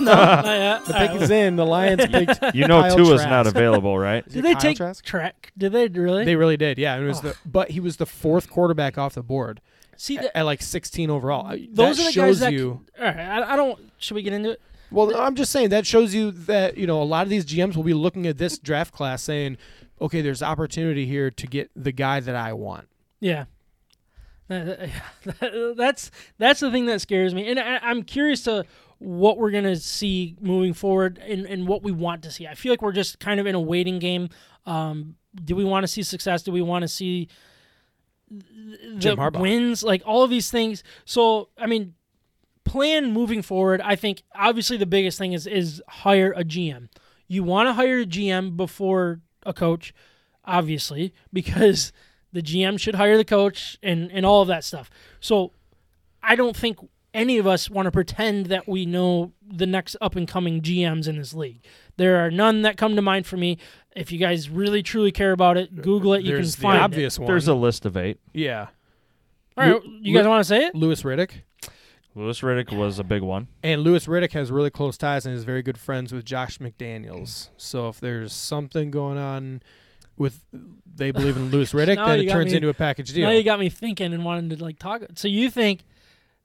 no, not yet. The All right, pick is in. The Lions picked. You know Kyle Tua's Trask. not available, right? Is Did it they Kyle take Trask? track? Did they Oh. really? They really did. Yeah, it was the but he was the fourth quarterback off the board. See, at, that, at, like 16 overall. I- those that are the guys shows that. you. All right, I, I don't. Should we get into it? well, I'm just saying that shows you that you know a lot of these GMs will be looking at this draft class saying, "Okay, there's opportunity here to get the guy that I want." Yeah. That- that- That's that's the thing that scares me, and I, I'm curious to what we're gonna see moving forward, and, and what we want to see. I feel like we're just kind of in a waiting game. Um, do we want to see success? Do we want to see th- Jim the Harbaugh. wins? Like all of these things. So I mean, plan moving forward, I think obviously the biggest thing is is hire a GM. You want to hire a GM before a coach, obviously, because the GM should hire the coach and and all of that stuff. So I don't think any of us want to pretend that we know the next up and coming GMs in this league. There are none that come to mind for me. If you guys really truly care about it, Google it. You there's can the find it. obvious one. There's a list of eight. yeah, All right, you guys want to say it? Lewis Riddick, Lewis Riddick was a big one. and Lewis Riddick has really close ties and is very good friends with Josh McDaniels. So if there's something going on with they believe in Lewis Riddick, Now then you it got turns me- into a package deal. Now you got me thinking and wanting to like talk. So you think,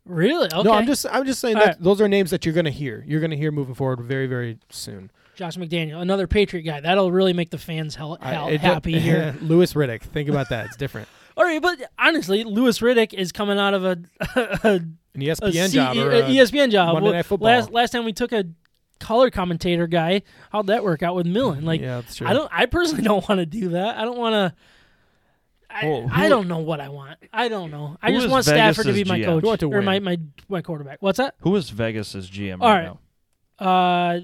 really? Okay. No, I'm just I'm just saying All that right. those are names that you're going to hear. You're going to hear moving forward very very soon. Josh McDaniel, another Patriot guy. That'll really make the fans hell, I- hell it- happy here. Lewis Riddick. Think about that. It's different. All right, but honestly, Lewis Riddick is coming out of a, a, An E a ESPN C- E job or a a- ESPN job. Monday Well, Night Football. Last last time we took a color commentator guy. How'd that work out with Millen? Like, uh, yeah, that's true. I don't. I personally don't want to do that. I don't want to. I, Well, I who- don't know what I want. I don't know. I Who just is want Stafford to be Vegas's my GM? coach You want to or my, win. my my quarterback. What's that? Who is Vegas's GM All right, right. now? Uh,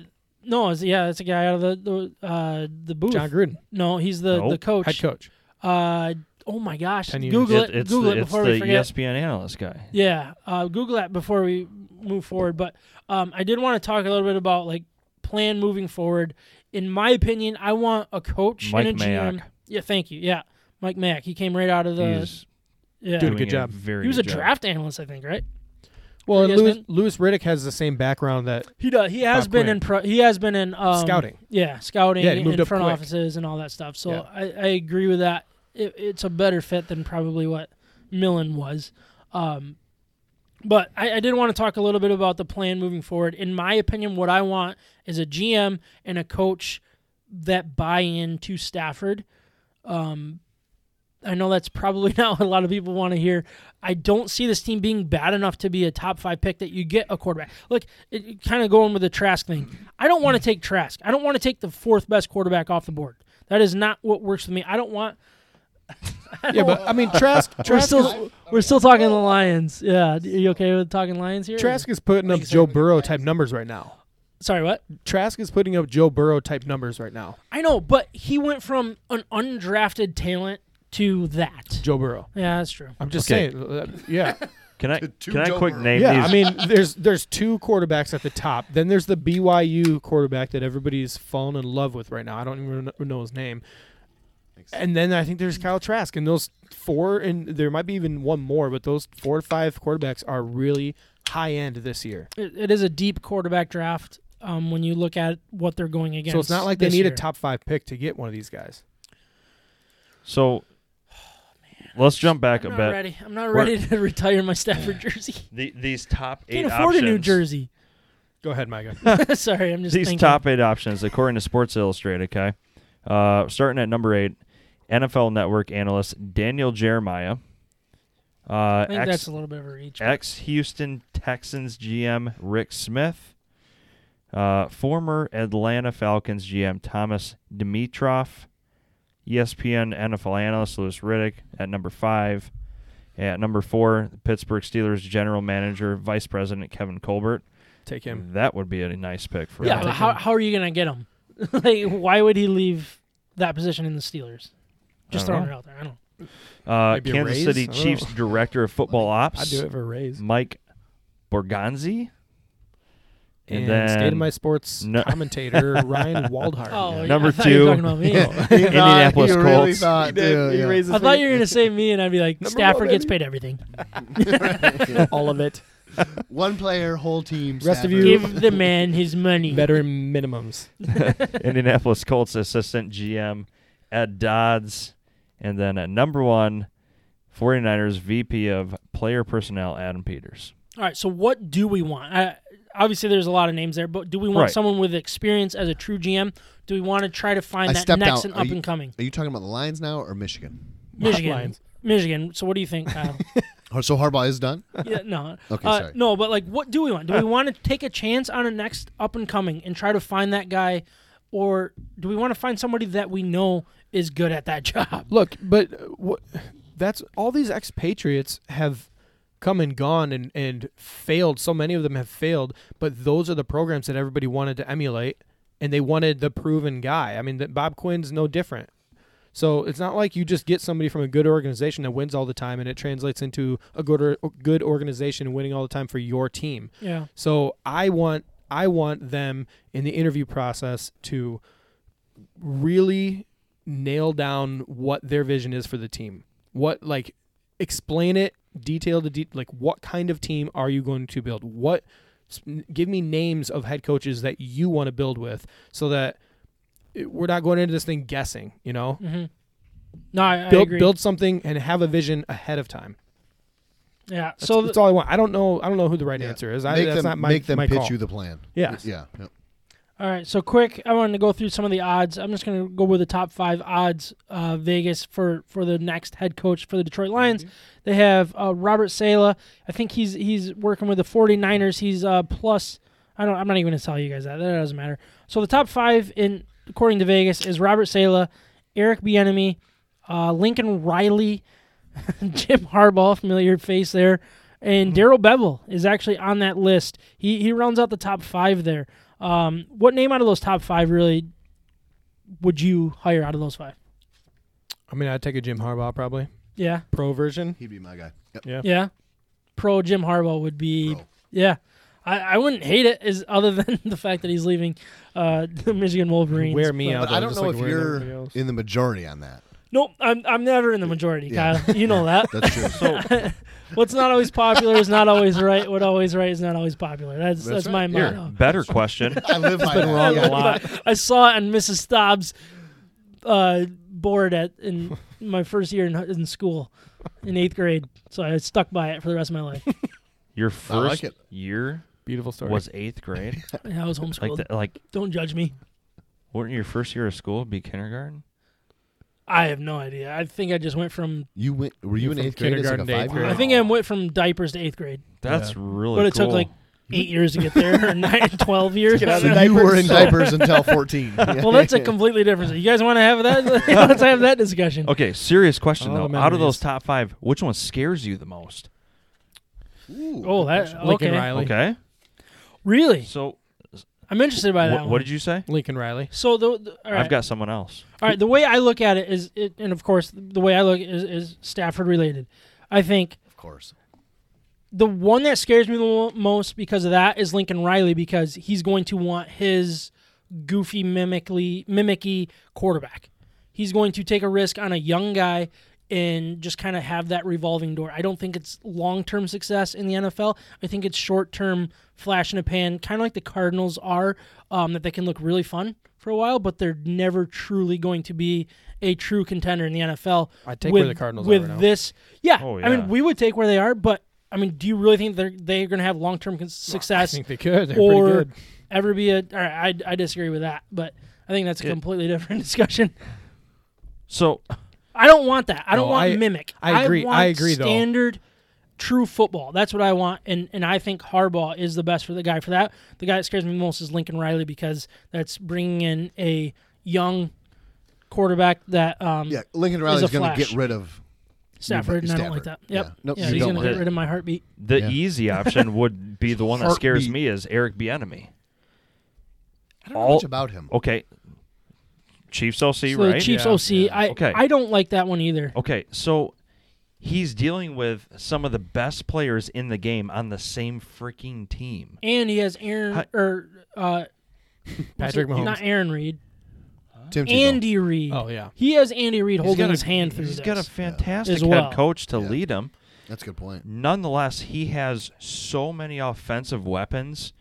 no, it's, yeah, it's a guy out of the the uh, the booth. John Gruden, no, he's the Nope. the coach. head coach. Uh, oh my gosh, 10 years. Google It- it. it's Google the, it it's before we the E forget. ESPN analyst guy. Yeah, uh, Google that before we move forward. But um, I did want to talk a little bit about like plan moving forward. In my opinion, I want a coach Mike and a GM. Mayock. Yeah, thank you. Yeah, Mike Mack. He came right out of the. He's yeah, Doing a doing good job. Very he was a good job. draft analyst, I think. Right? Well, Have and you guys Lewis, Lewis Riddick has the same background that He does. He has Bob been Quinn. in. Pro, he has been in um, Scouting. Yeah, scouting. Yeah, he moved in up front quick. offices and all that stuff. So Yeah. I, I agree with that. It, it's a better fit than probably what Millen was. Um, but I, I did want to talk a little bit about the plan moving forward. In my opinion, what I want is a GM and a coach that buy into Stafford. Um, I know that's probably not what a lot of people want to hear. I don't see this team being bad enough to be a top five pick that you get a quarterback. Look, it, kind of going with the Trask thing. I don't want to take Trask. I don't want to take the fourth best quarterback off the board. That is not what works for me. I don't want. yeah, but I mean Trask. We're Trask, is, still we're still talking the Lions. Yeah, are you okay with talking Lions here? Trask is putting up Joe Burrow type numbers right now. Sorry, what? Trask is putting up Joe Burrow type numbers right now. I know, but he went from an undrafted talent to that. Joe Burrow. Yeah, that's true. I'm just Okay. saying. uh, yeah, Can I Two can I Joe quick Burrow. name yeah. these? I mean, there's there's two quarterbacks at the top. Then there's the BYU quarterback that everybody's fallen in love with right now. I don't even kn- know his name. And then I think there's Kyle Trask, and those four, and there might be even one more, but those four or five quarterbacks are really high end this year. It, it is a deep quarterback draft. Um, when you look at what they're going against, so it's not like they this need a year. top five pick to get one of these guys. so let's jump back I'm a Oh, not bit. ready. I'm not We're- ready to retire my Stafford jersey. The, these top eight Can't afford options. a new jersey. Go ahead, Micah. Sorry, I'm just These thinking. top eight options, according to Sports Illustrated, okay? Uh, starting at number eight, NFL Network analyst Daniel Jeremiah. Uh, I think ex, that's a little bit of a reach. ex Houston Texans GM Rick Smith. Uh, former Atlanta Falcons GM Thomas Dimitrov. E ESPN NFL analyst Lewis Riddick at number five. At number four, Pittsburgh Steelers general manager, vice president Kevin Colbert. Take him. That would be a nice pick for yeah, us. but how, how are you gonna get him? like, why would he leave that position in the Steelers? Just I throwing don't know. it out there. I don't. Uh, Maybe a Kansas raise? I City don't know. Chiefs Director of Football Ops, I'd do it for a raise. Mike Borgonzi. And, And then state of my sports No. commentator Ryan Waldhart. Oh, yeah, Number I thought you two. were talking about me. I Indianapolis he really Colts. thought, dude, yeah. Oh. thought you were gonna say me, and I'd be like, Number Stafford one, gets baby. paid everything. all of it. One player, whole team. Rest of Stafford. you- Give the man his money. Veteran minimums. Indianapolis Colts assistant GM Ed Dodds. And then at number one, 49ers VP of player personnel Adam Peters. All right. So what do we want? I, obviously, there's a lot of names there, but do we want Right. someone with experience as a true GM? Do we want to try to find I that stepped next out. and Are up you- and coming? Are you talking about the Lions now or Michigan? Michigan. Lions. Michigan. So what do you think, Kyle? Oh, So Harbaugh is done. yeah, no. Okay, Uh, sorry. No, but like, what do we want? Do we want to take a chance on a next up and coming and try to find that guy, or do we want to find somebody that we know is good at that job? Look, but uh, what? That's all these expatriates have come and gone and and failed. So many of them have failed, but those are the programs that everybody wanted to emulate, and they wanted the proven guy. I mean, that Bob Quinn's no different. So it's not like you just get somebody from a good organization that wins all the time, and it translates into a good or, good organization winning all the time for your team. Yeah. So I want I want them in the interview process to really nail down what their vision is for the team. What like explain it detail to de- like what kind of team are you going to build? What s- give me names of head coaches that you want to build with so that it- we're not going into this thing guessing, you know? No, I, I Build agree. build something and have a vision ahead of time. yeah. That's, so that's all I want. I don't know I don't know who the right Yeah. answer is. I, make that's them, not my make them my pitch call. you the plan. Yeah. Yeah. Yep. All right, so quick, I wanted to go through some of the odds. I'm just going to go with the top five odds. Uh, Vegas for for the next head coach for the Detroit Lions. They have uh, Robert Sala. I think he's he's working with the 49ers. He's uh, plus. I don't. I'm not even going to tell you guys that. That doesn't matter. So the top five in according to Vegas is Robert Sala, Eric Bieniemy, uh, Lincoln Riley, Jim Harbaugh, familiar face there, and Daryl Bevell is actually on that list. He he rounds out the top five there. Um, what name out of those top five really would you hire out of those five? I mean, I'd take a Jim Harbaugh probably Yeah. pro version. He'd be my guy. Yep. Yeah. Pro Jim Harbaugh would be. Pro. Yeah. I, I wouldn't hate it, is other than the fact that he's leaving uh, the Michigan Wolverines. Wear me but- out. But though, I don't just know like if wearing you're everybody else. in the majority on that. Nope, I'm, I'm never in the majority, Yeah. Kyle. You know that. That's true. So What's not always popular is not always right. What always right is not always popular. That's that's, That's my right. here, motto. better question. I live by been that. wrong a Yeah. lot. I saw it on Mrs. Staub's uh, board at in my first year in, in school in eighth grade. So I stuck by it for the rest of my life. Your I like first it. year Beautiful story. was eighth grade. I was homeschooled. like that, like Don't judge me. wouldn't your first year of school be kindergarten? I have no idea. I think I just went from You went? Were You're you in from eighth grade? It's like a kindergarten to eighth five year. grade. I think I went from diapers to eighth grade, That's Yeah. really. but it took cool. like eight years to get there, or nine, twelve years. Get out of So you were in diapers until fourteen. well, that's a completely different. You guys want to have that? Let's have that discussion. Okay, serious question All though. the Out of memories. those top five, which one scares you the most? Ooh, Oh, that Lincoln okay. Riley. Okay, Really, so I'm interested by wh- that. what one. did you say? Lincoln Riley. So the, the all right. I've got someone else. all right. The way I look at it is, it, and of course, the way I look is, is Stafford related. I think of course. the one that scares me the mo- most because of that is Lincoln Riley because he's going to want his goofy, mimically, mimicky quarterback. He's going to take a risk on a young guy and just kind of have that revolving door. I don't think it's long term success in the NFL. I think it's short term flash in a pan, kind of like the Cardinals are, um, that they can look really fun for a while, but they're never truly going to be a true contender in the NFL. I take with, where the Cardinals are with right now. this. Yeah, Oh, I mean, yeah. we would take where they are, but I mean, do you really think they're they're going to have long term I success think they could. They're or pretty good. ever be a? All right, I I disagree with that, but I think that's a It- completely different discussion. So I don't want that. I don't No, want I- mimic. I agree- want I agree, though. Standard, true football. That's what I want, and and I think Harbaugh is the best for the guy for that. The guy that scares me the most is Lincoln Riley because that's bringing in a young quarterback that um Yeah, Lincoln Riley's going to flash. get rid of. Stafford, and I don't like that. Stafford. Yep. Yeah. Nope, yeah you he's don't gonna want get it. rid of my heartbeat. the Yeah. easy option would be the one that scares Heartbeat. me is Eric Bieniemy. I don't know All- much about him. Okay, Chiefs OC, So the right? Chiefs Yeah. OC, I Okay. I don't like that one either. Okay, so he's dealing with some of the best players in the game on the same freaking team. And he has Aaron Hi- or uh, what's Patrick it- Mahomes. not Aaron Reed, Tim Tebow. Andy Reed. oh yeah. He has Andy Reed holding got a- his hand through He's this. got a fantastic As well. head coach to Yeah. lead him. That's a good Mm-hmm. point. Nonetheless, he has so many offensive weapons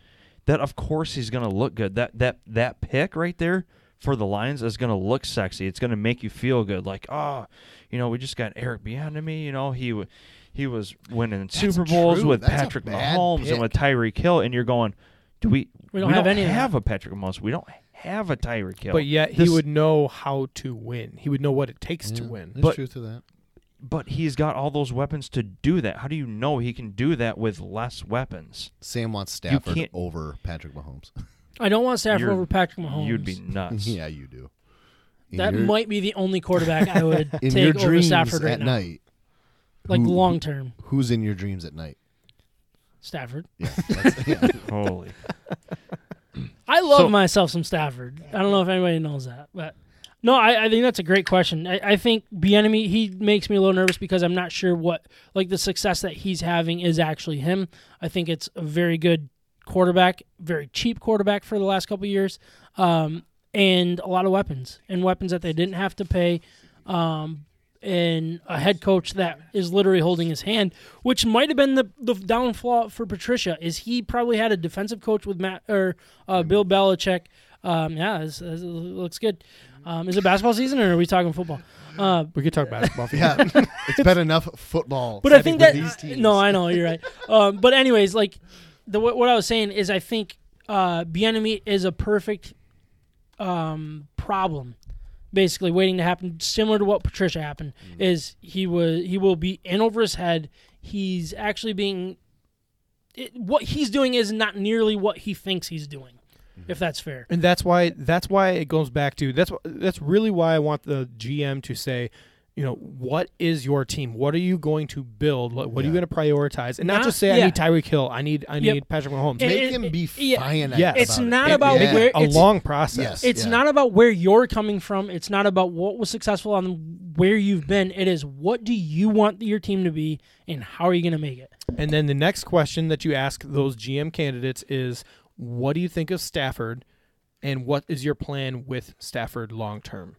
that of course he's going to look good. That that that pick right there for the Lions is going to look sexy. It's going to make you feel good like, "Oh, you know, we just got Eric Bieniemy, you know, he w- he was winning Super Bowls true. with That's a Patrick bad Mahomes and pick. with Tyreek Hill and you're going, "Do we We don't have any of that. have a Patrick Mahomes. We don't have a Tyreek Hill." But yet he This- would know how to win. He would know what it takes to win. There's But- truth to that. but he's got all those weapons to do that. How do you know he can do that with less weapons? Sam wants Stafford can't- over Patrick Mahomes. I don't want Stafford You're- over Patrick Mahomes. You'd be nuts. yeah, you do. In that your- might be the only quarterback I would in take your over dreams Stafford right at now, night. like who- long term. Who's in your dreams at night? Stafford. Yeah, that's, yeah. Holy. I love So- myself some Stafford. I don't know if anybody knows that, but no, I, I think that's a great question. I, I think Bienemy he makes me a little nervous because I'm not sure what like the success that he's having is actually him. I think it's a very good quarterback, very cheap quarterback for the last couple of years, um, and a lot of weapons and weapons that they didn't have to pay. Um, and a head coach that is literally holding his hand, which might have been the, the downfall for Patricia. Is he probably had a defensive coach with Matt or uh, Bill Belichick? Um, yeah, this, this looks good. Um, is it basketball season or are we talking football? Uh, We could talk basketball. for yeah. It's been enough football. but I think that with these teams. no, I know you're right. um, but anyways, like the what, what I was saying is I think uh, Bienemy is a perfect um, problem, basically waiting to happen, similar to what Patricia happened. Mm-hmm. Is he was he will be in over his head. He's actually being it, what he's doing is not nearly what he thinks he's doing, Mm-hmm. if that's fair. And that's why that's why it goes back to that's wh- that's really why I want the GM to say, you know, what is your team? What are you going to build? What, what are you Yeah. going to prioritize? And not, Not- just say yeah. I need Tyreek Hill, I need I Yep. need Patrick And- Mahomes. Make Make it- him be it- yeah. finite. Yes. It's about it. not It- about yeah. where a it's- long process. Yes. It's Yeah. not about where you're coming from. It's not about what was successful on where you've been. It is what do you want your team to be, and how are you going to make it? And then the next question that you ask those GM candidates is what do you think of Stafford and what is your plan with Stafford long term?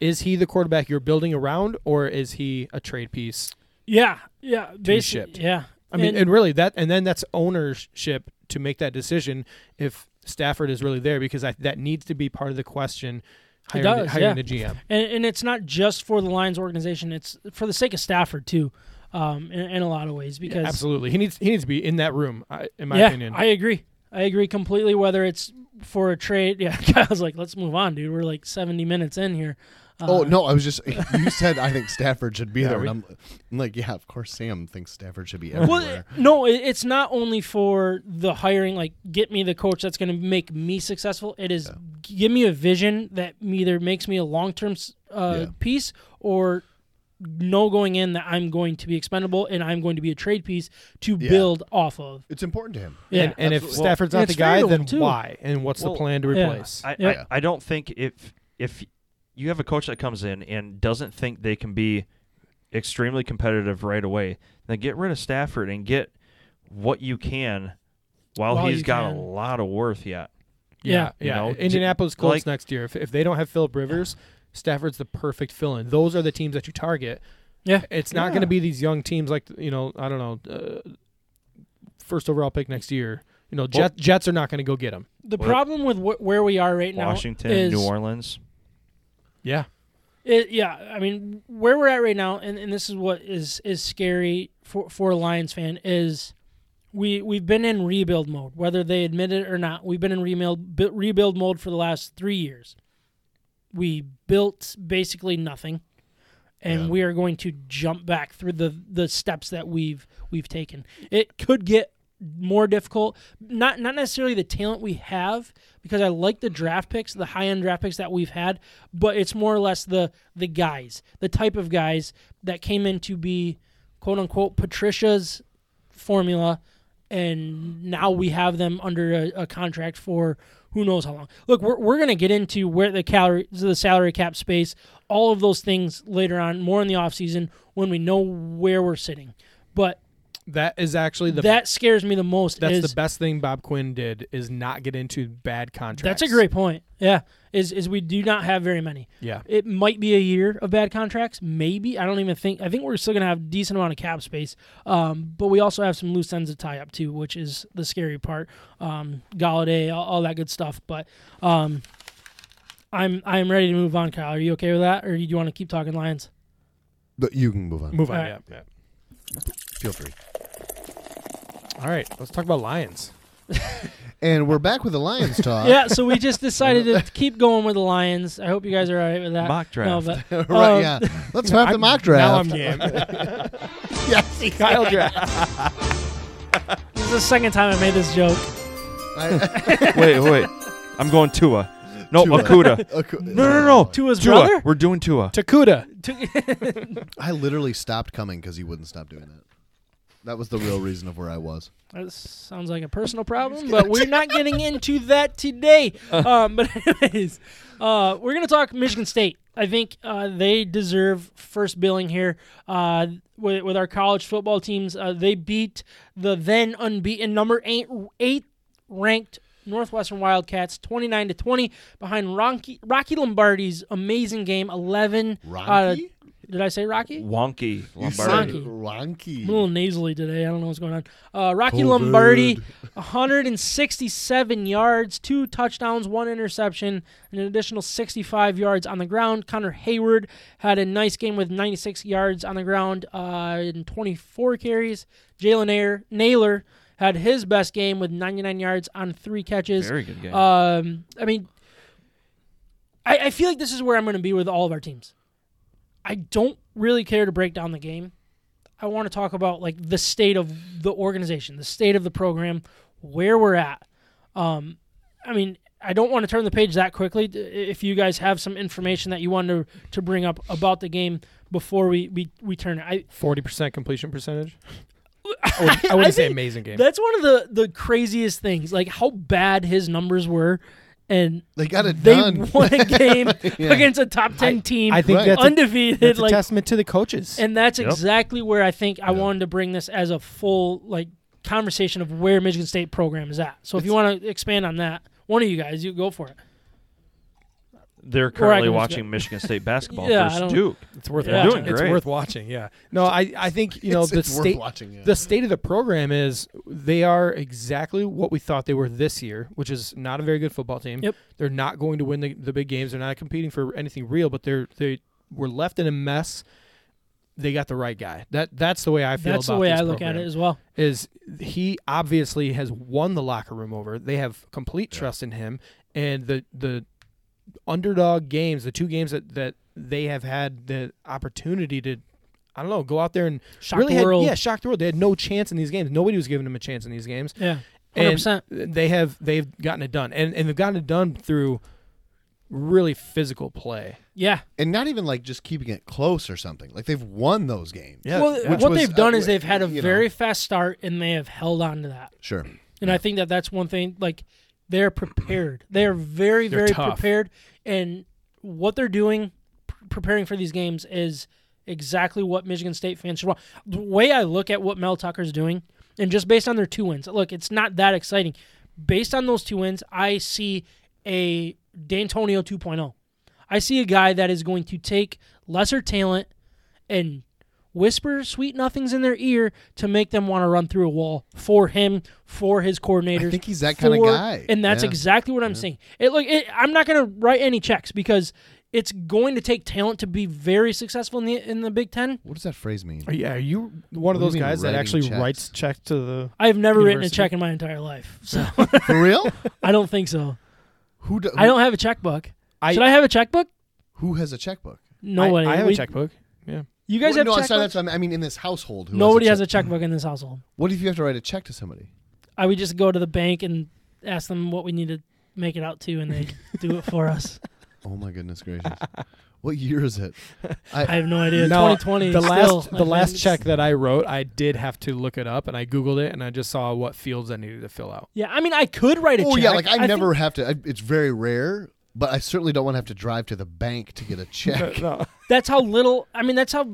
Is he the quarterback you're building around or is he a trade piece? Yeah, yeah, shipped. basically, yeah. I mean, And- and, really that and then that's ownership to make that decision if Stafford is really there because I, that needs to be part of the question hiring, does, hiring yeah. a GM. and, and it's not just for the Lions organization; it's for the sake of Stafford too, um, in, in a lot of ways. Because Absolutely. He needs he needs to be in that room I- in my yeah, opinion. I agree. I agree completely. Whether it's for a trade, yeah, I was like, let's move on, dude. We're like seventy minutes in here. Uh, oh no, I was just you said I think Stafford should be Yeah, there, we- and I'm, I'm like, yeah, of course Sam thinks Stafford should be Well, everywhere. it- no, it, it's not only for the hiring. Like, get me the coach that's going to make me successful. It is give me a vision that either makes me a long term uh, Yeah. piece or know going in that I'm going to be expendable and I'm going to be a trade piece to Yeah. build off of. it's important to him. Yeah, and, and if absolutely. Well, Stafford's and not the it's fair guy, to him, then too. why? And what's Well, the plan to yeah. replace? I, Yeah. I, I don't think if if you have a coach that comes in and doesn't think they can be extremely competitive right away, then get rid of Stafford and get what you can while, While he's you got can. a lot of worth yet. Yeah. yeah. You know, Indianapolis j- Colts like- next year. If, if they don't have Philip Rivers, Stafford's the perfect fill-in. Those are the teams that you target. Yeah. It's not going to be these young teams like you know I don't know, uh, first overall pick next year. You know, Jet, Jets are not going to go get him. The Well- problem with wh- where we are right now, Washington, is, New Orleans. Yeah, It, yeah, I mean, where we're at right now, and, and this is what is is scary for for a Lions fan is we we've been in rebuild mode, whether they admit it or not. We've been in rebuild bu- rebuild mode for the last three years. We built basically nothing, and Yeah. we are going to jump back through the the steps that we've we've taken. It could get more difficult. Not not necessarily the talent we have, because I like the draft picks, the high end draft picks that we've had, but it's more or less the the guys, the type of guys that came in to be quote unquote Patricia's formula, and now we have them under a, a contract for who knows how long. Look, we're, we're going to get into where the calories, the salary cap space, all of those things later on, more in the offseason when we know where we're sitting. But that is actually the that scares me the most. that's is, the best thing Bob Quinn did is not get into bad contracts. That's a great point. Yeah, is is we do not have very many. yeah. It might be a year of bad contracts, maybe. I don't even think. I think we're still going to have a decent amount of cap space, um, but we also have some loose ends to tie up too, which is the scary part. Um, Galladay, all, all that good stuff. But um, I'm I'm ready to move on, Kyle. Are you okay with that, or do you want to keep talking Lions? But you can move on. Move on. All Yeah, right. yeah. Feel free. All right, let's talk about Lions. And we're back with the Lions talk. yeah. So we just decided to keep going with the Lions. I hope you guys are all right with that. Mock draft. No, but right. Um, yeah. Let's wrap the I'm- mock draft. Now I'm game. yes. Kyle draft. this is the second time I made this joke. I- wait, wait. I'm going Tua. No, Tua. Akuda. Okay. No, no, no. Tua's Tua. brother? We're doing Tua. Takuda. I literally stopped coming because he wouldn't stop doing that. That was the real reason of where I was. That sounds like a personal problem, but we're not getting into that today. Um, but anyways, uh, we're gonna talk Michigan State. I think uh, they deserve first billing here uh, with, with our college football teams. Uh, they beat the then unbeaten number eight, eight ranked Northwestern Wildcats, twenty nine to twenty, behind Rocky, Rocky Lombardi's amazing game, eleven. out of- Ronky? did I say Rocky? Wonky. You said Lombardi. Ronky. I'm a little nasally today. I don't know what's going on. Uh, Rocky Cold Lombardi, bird. 167 yards, two touchdowns, one interception, and an additional 65 yards on the ground. Connor Hayward had a nice game with 96 yards on the ground uh, and 24 carries. Jalen Ayer, Naylor had his best game with 99 yards on three catches. Very good game. Um, I mean, I, I feel like this is where I'm going to be with all of our teams. I don't really care to break down the game. I want to talk about like the state of the organization, the state of the program, where we're at. Um, I mean, I don't want to turn the page that quickly. D- If you guys have some information that you want to, to bring up about the game before we, we, we turn it, I, Forty percent completion percentage. I, would, I wouldn't I say think amazing game. That's one of the the craziest things, like how bad his numbers were, and They got it they done. won a game Yeah. against a top ten team, I think Right. that's, a, undefeated. that's a like, testament to the coaches. and that's Yep. exactly where I think I Yeah. wanted to bring this as a full like conversation of where Michigan State program is at. So if you want to expand on that, one of you guys, you go for it. Or They're I currently can just watching go- Michigan State basketball Yeah, I versus don't- Duke. it's worth Yeah. watching. Doing It's great. worth watching. Yeah. No, I, I think you know It's- the it's worth state watching, yeah. the state of the program is they are exactly what we thought they were this year, which is not a very good football team. Yep. They're not going to win the, the big games. They're not competing for anything real, but they're they were left in a mess. They got the right guy. That that's the way I feel. That's the about way this I look program at it as well. is he obviously has won the locker room over. They have complete trust in him, and the the underdog games, the two games that that they have had the opportunity to, I don't know, go out there and Shock really the had- world. yeah, shock the world. They had no chance in these games. Nobody was giving them a chance in these games. Yeah, hundred And percent. They have they've gotten it done, and and they've gotten it done through really physical play. Yeah. and not even like just keeping it close or something. Like they've won those games. Well, Which what was- they've done uh, is they've had a you know. very fast start and they have held on to that. Sure. And I think that that's one thing. Like they're prepared. They are very, They're very tough. prepared, and what they're doing, pr- preparing for these games, is exactly what Michigan State fans should want. The way I look at what Mel Tucker's doing, and just based on their two wins, look, it's not that exciting. Based on those two wins, I see a D'Antonio 2.0. I see a guy that is going to take lesser talent and whisper sweet nothings in their ear to make them want to run through a wall for him, for his coordinators. I think he's that kinda for- guy. and that's Yeah. exactly what I'm saying. It look, it, I'm not going to write any checks because it's going to take talent to be very successful in the in the Big Ten. What does that phrase mean? Yeah, are you one of What do those you mean guys that writing actually checks? writes check to the? I have never written a University. check in my entire life, so For real? I don't think so. Who, do, who I don't have a checkbook. I- Should I have a checkbook? Who has a checkbook? Nobody. I, I have We- a checkbook. Yeah. You guys Well, have no, I'm checkbooks. sorry, that's what I mean. I mean, in this household, who Nobody has has a, a checkbook in this household. What if you have to write a check to somebody? I would just go to the bank and ask them what we need to make it out to, and they do it for us. Oh my goodness gracious! what year is it? I have no idea. No, 2020. The still, last I the think last it's- check that I wrote, I did have to look it up, and I googled it, and I just saw what fields I needed to fill out. Yeah, I mean, I could write a Oh check. yeah, like I, think- never have to. I, it's very rare, but I certainly don't want to have to drive to the bank to get a check. that's how little. I mean, that's how.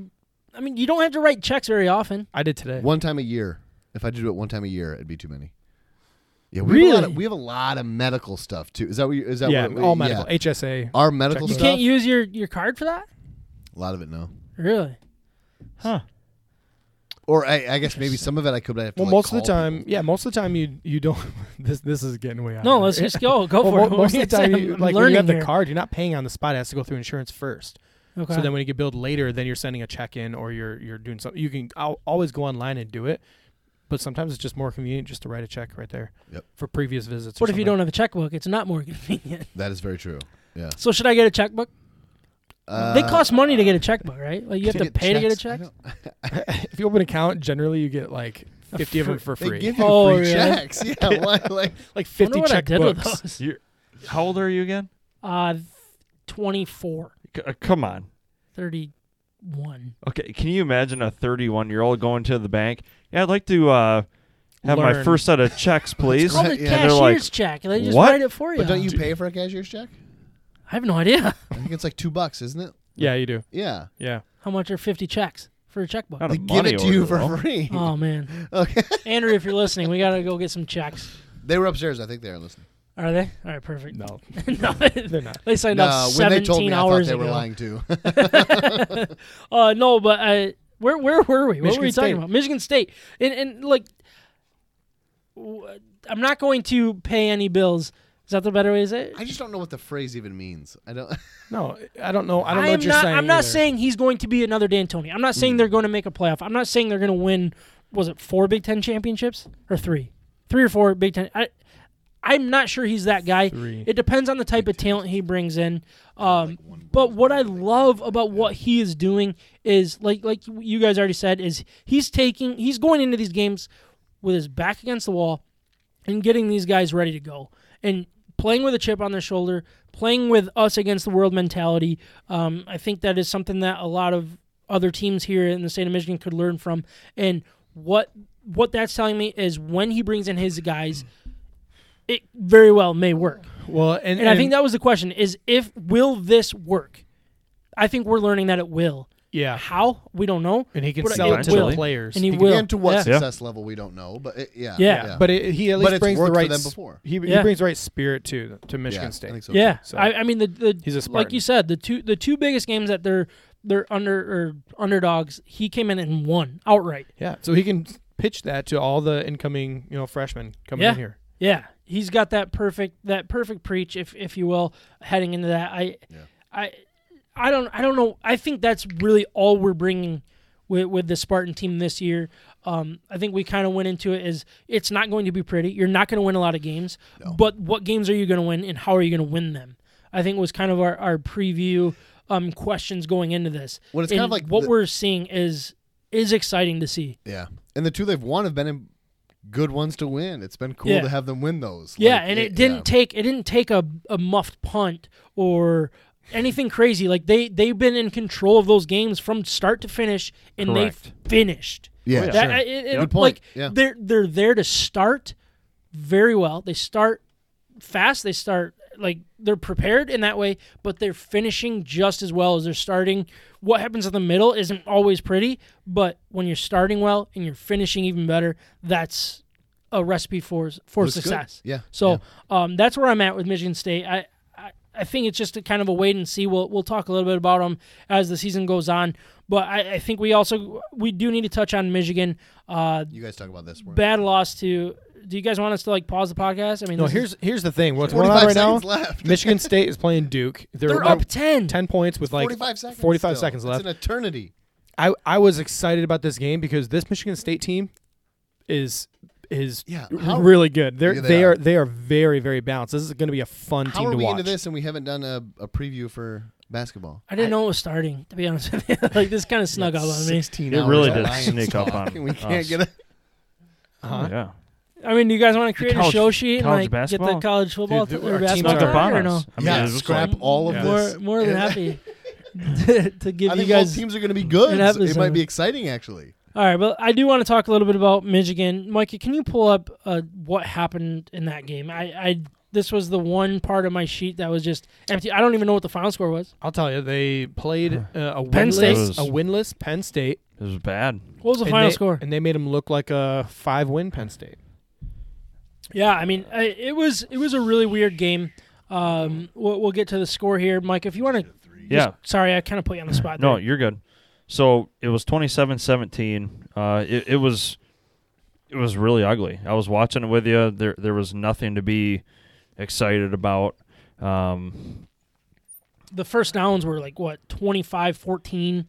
I mean, you don't have to write checks very often. I did today. one time a year. If I did it one time a year, it'd be too many. Yeah, we have a lot Really? of, we have a lot of medical stuff too. Is that what? You, is that yeah, what, all yeah. medical HSA. Our medical You stuff. can't use your your card for that. a lot of it no. Really? Huh. Or I, I guess maybe some of it I could. But I have to, Well, like, most of the call time, people. yeah, most of the time you you don't. This this is getting way out. No, of let's here. just go. Go Uh, Well, for mo- it. most of the time, I'm you, like when learning you have the here. card, you're not paying on the spot. It has to go through insurance first. Okay. So then, when you get billed later, then you're sending a check in or you're you're doing something. You can al- always go online and do it, but sometimes it's just more convenient just to write a check right there Yep. for previous visits. or what if you something. don't have a checkbook? It's not more convenient. that is very true. Yeah, So should I get a checkbook? uh, they cost money to get a checkbook, right? Like you have to get pay to get a checks? I check. don't- if you open an account, generally you get like fifty of them for They free. give you Oh, free really? checks. Yeah, why, like like I wonder fifty what I did with checkbooks. those. How old are you again? Uh, 24, C- uh, come on. 31. Okay, can you imagine a 31 year old going to the bank? Yeah, I'd like to uh, have my Learn. first set of checks, please. Call it Yeah, cashier's they're like, check. They just "What?" write it for you. But don't you pay for a cashier's check? I have no idea I think it's like two bucks, isn't it? Yeah, you do. Yeah. Yeah, how much are 50 checks for a checkbook. Not a They give money it to you order, for though. free. Oh man, Okay. Andrew, if you're listening, we gotta go get some checks. They were upstairs. I think they are listening. Are they? All right, perfect. no, No, they're not. they signed Nah, up 17 Uh, when they told me, I thought hours they were ago. lying too. Uh, no, but uh, where where were we? What were Michigan we talking State. about? Michigan State. And and like, w- I'm not going to pay any bills. Is that the better way to say it? I just don't know what the phrase even means. I don't. No, I don't know. I don't am know what you're not, saying. I'm not either. Hmm. saying he's going to be another D'Antoni. I'm not saying they're going to make a playoff. I'm not saying they're going to win. Was it four Big Ten championships or three, three or four Big Ten? I, I'm not sure he's that guy. Three. It depends on the type of talent he brings in. Um, but what I love about what he is doing is like like you guys already said is he's taking he's going into these games with his back against the wall and getting these guys ready to go and playing with a chip on their shoulder, playing with us against the world mentality. Um, I think that is something that a lot of other teams here in the state of Michigan could learn from. And what what that's telling me is when he brings in his guys, it very well may work. Well, and, And, I think that was the question: is if will this work? I think we're learning that it will. yeah, How we don't know. and he can But sell it it to the will. players. And he He will. and to what Yeah. success level we don't know, but it, yeah, Yeah. but it, he at But least it's brings the worked for right them s- before. He, he Yeah. brings the right spirit to to Michigan Yeah, State. I think so. Yeah, So- I, I mean the the He's a like you said the two the two biggest games that they're they're under or underdogs. He came in and won outright. Yeah, so he can pitch that to all the incoming you know freshmen coming Yeah. in here. Yeah, he's got that perfect that perfect preach, if if you will, heading into that. I, Yeah. I, I don't I don't know. I think that's really all we're bringing with with the Spartan team this year. Um, I think we kind of went into it as it's not going to be pretty. You're not going to win a lot of games, but what games are you going to win, and how are you going to win them? I think was kind of our our preview um, questions going into this. Well, it's kind And of like what the- we're seeing is is exciting to see. Yeah. And the two they've won have been in good ones to win. It's been cool Yeah. to have them win those. Yeah, Like, and it, didn't yeah. take it didn't take a, a muffed punt or anything crazy. Like they they've been in control of those games from start to finish, and Correct. they finished. yeah, Oh, yeah. That- sure. I- it- it- Good point. Like Yeah. they're they're there to start very well. They start fast. They start like they're prepared in that way, but they're finishing just as well as they're starting. What happens in the middle isn't always pretty, but when you're starting well and you're finishing even better, that's a recipe for for Looks good. success. Yeah, So Um, that's where I'm at with Michigan State. I, I I think it's just a kind of a wait and see. We'll we'll talk a little bit about them as the season goes on. But I, I think we also we do need to touch on Michigan. Uh, You guys talk about this one. bad loss to. Do you guys want us to like pause the podcast? I mean, No, this is- here's here's the thing. What's going 45 on right now? seconds left. Michigan State is playing Duke. They're, they're up ten. ten points with like 45 seconds. 45 still. seconds left. It's an eternity. I I was excited about this game because this Michigan State team is is Yeah, r- how- really good. They're Yeah, they, they are. are. they are very very balanced. This is going to be a fun How team are to we watch. into this and we haven't done a, a preview for basketball? I didn't know it was starting. To be honest with you, like this kind of snuck up on me. 16 It hours really of did Lions sneak up talk, on and We can't us. get a, Uh-huh. Yeah. I mean, do you guys want to create college- a show sheet and college like get the basketball? college football Dude, th- or our teams basketball are- Snuck up talent or on no? us. I mean, Yeah, it was scrap like- all of yeah. this. More, more than And- happy to, to give I you think guys both teams are going to be good. It happens It might in- be exciting, actually. All right, but I do want to talk a little bit about Michigan. Micah, can you pull up uh, what happened in that game? I, I this was the one part of my sheet that was just empty. I don't even know what the final score was. I'll tell you, they played uh, a Penn State. winless a winless Penn State. It was bad. What was the and final they- score? and they made them look like a five win Penn State. Yeah, I mean, I, it was it was a really weird game. Um, we'll, we'll get to the score here, Mike. If you want to, Yeah. sorry, I kind of put you on the spot. No, there. you're good. So it was 27-17. Uh, it, it was it was really ugly. I was watching it with you. There there was nothing to be excited about. Um, the first downs were like what 25, 14,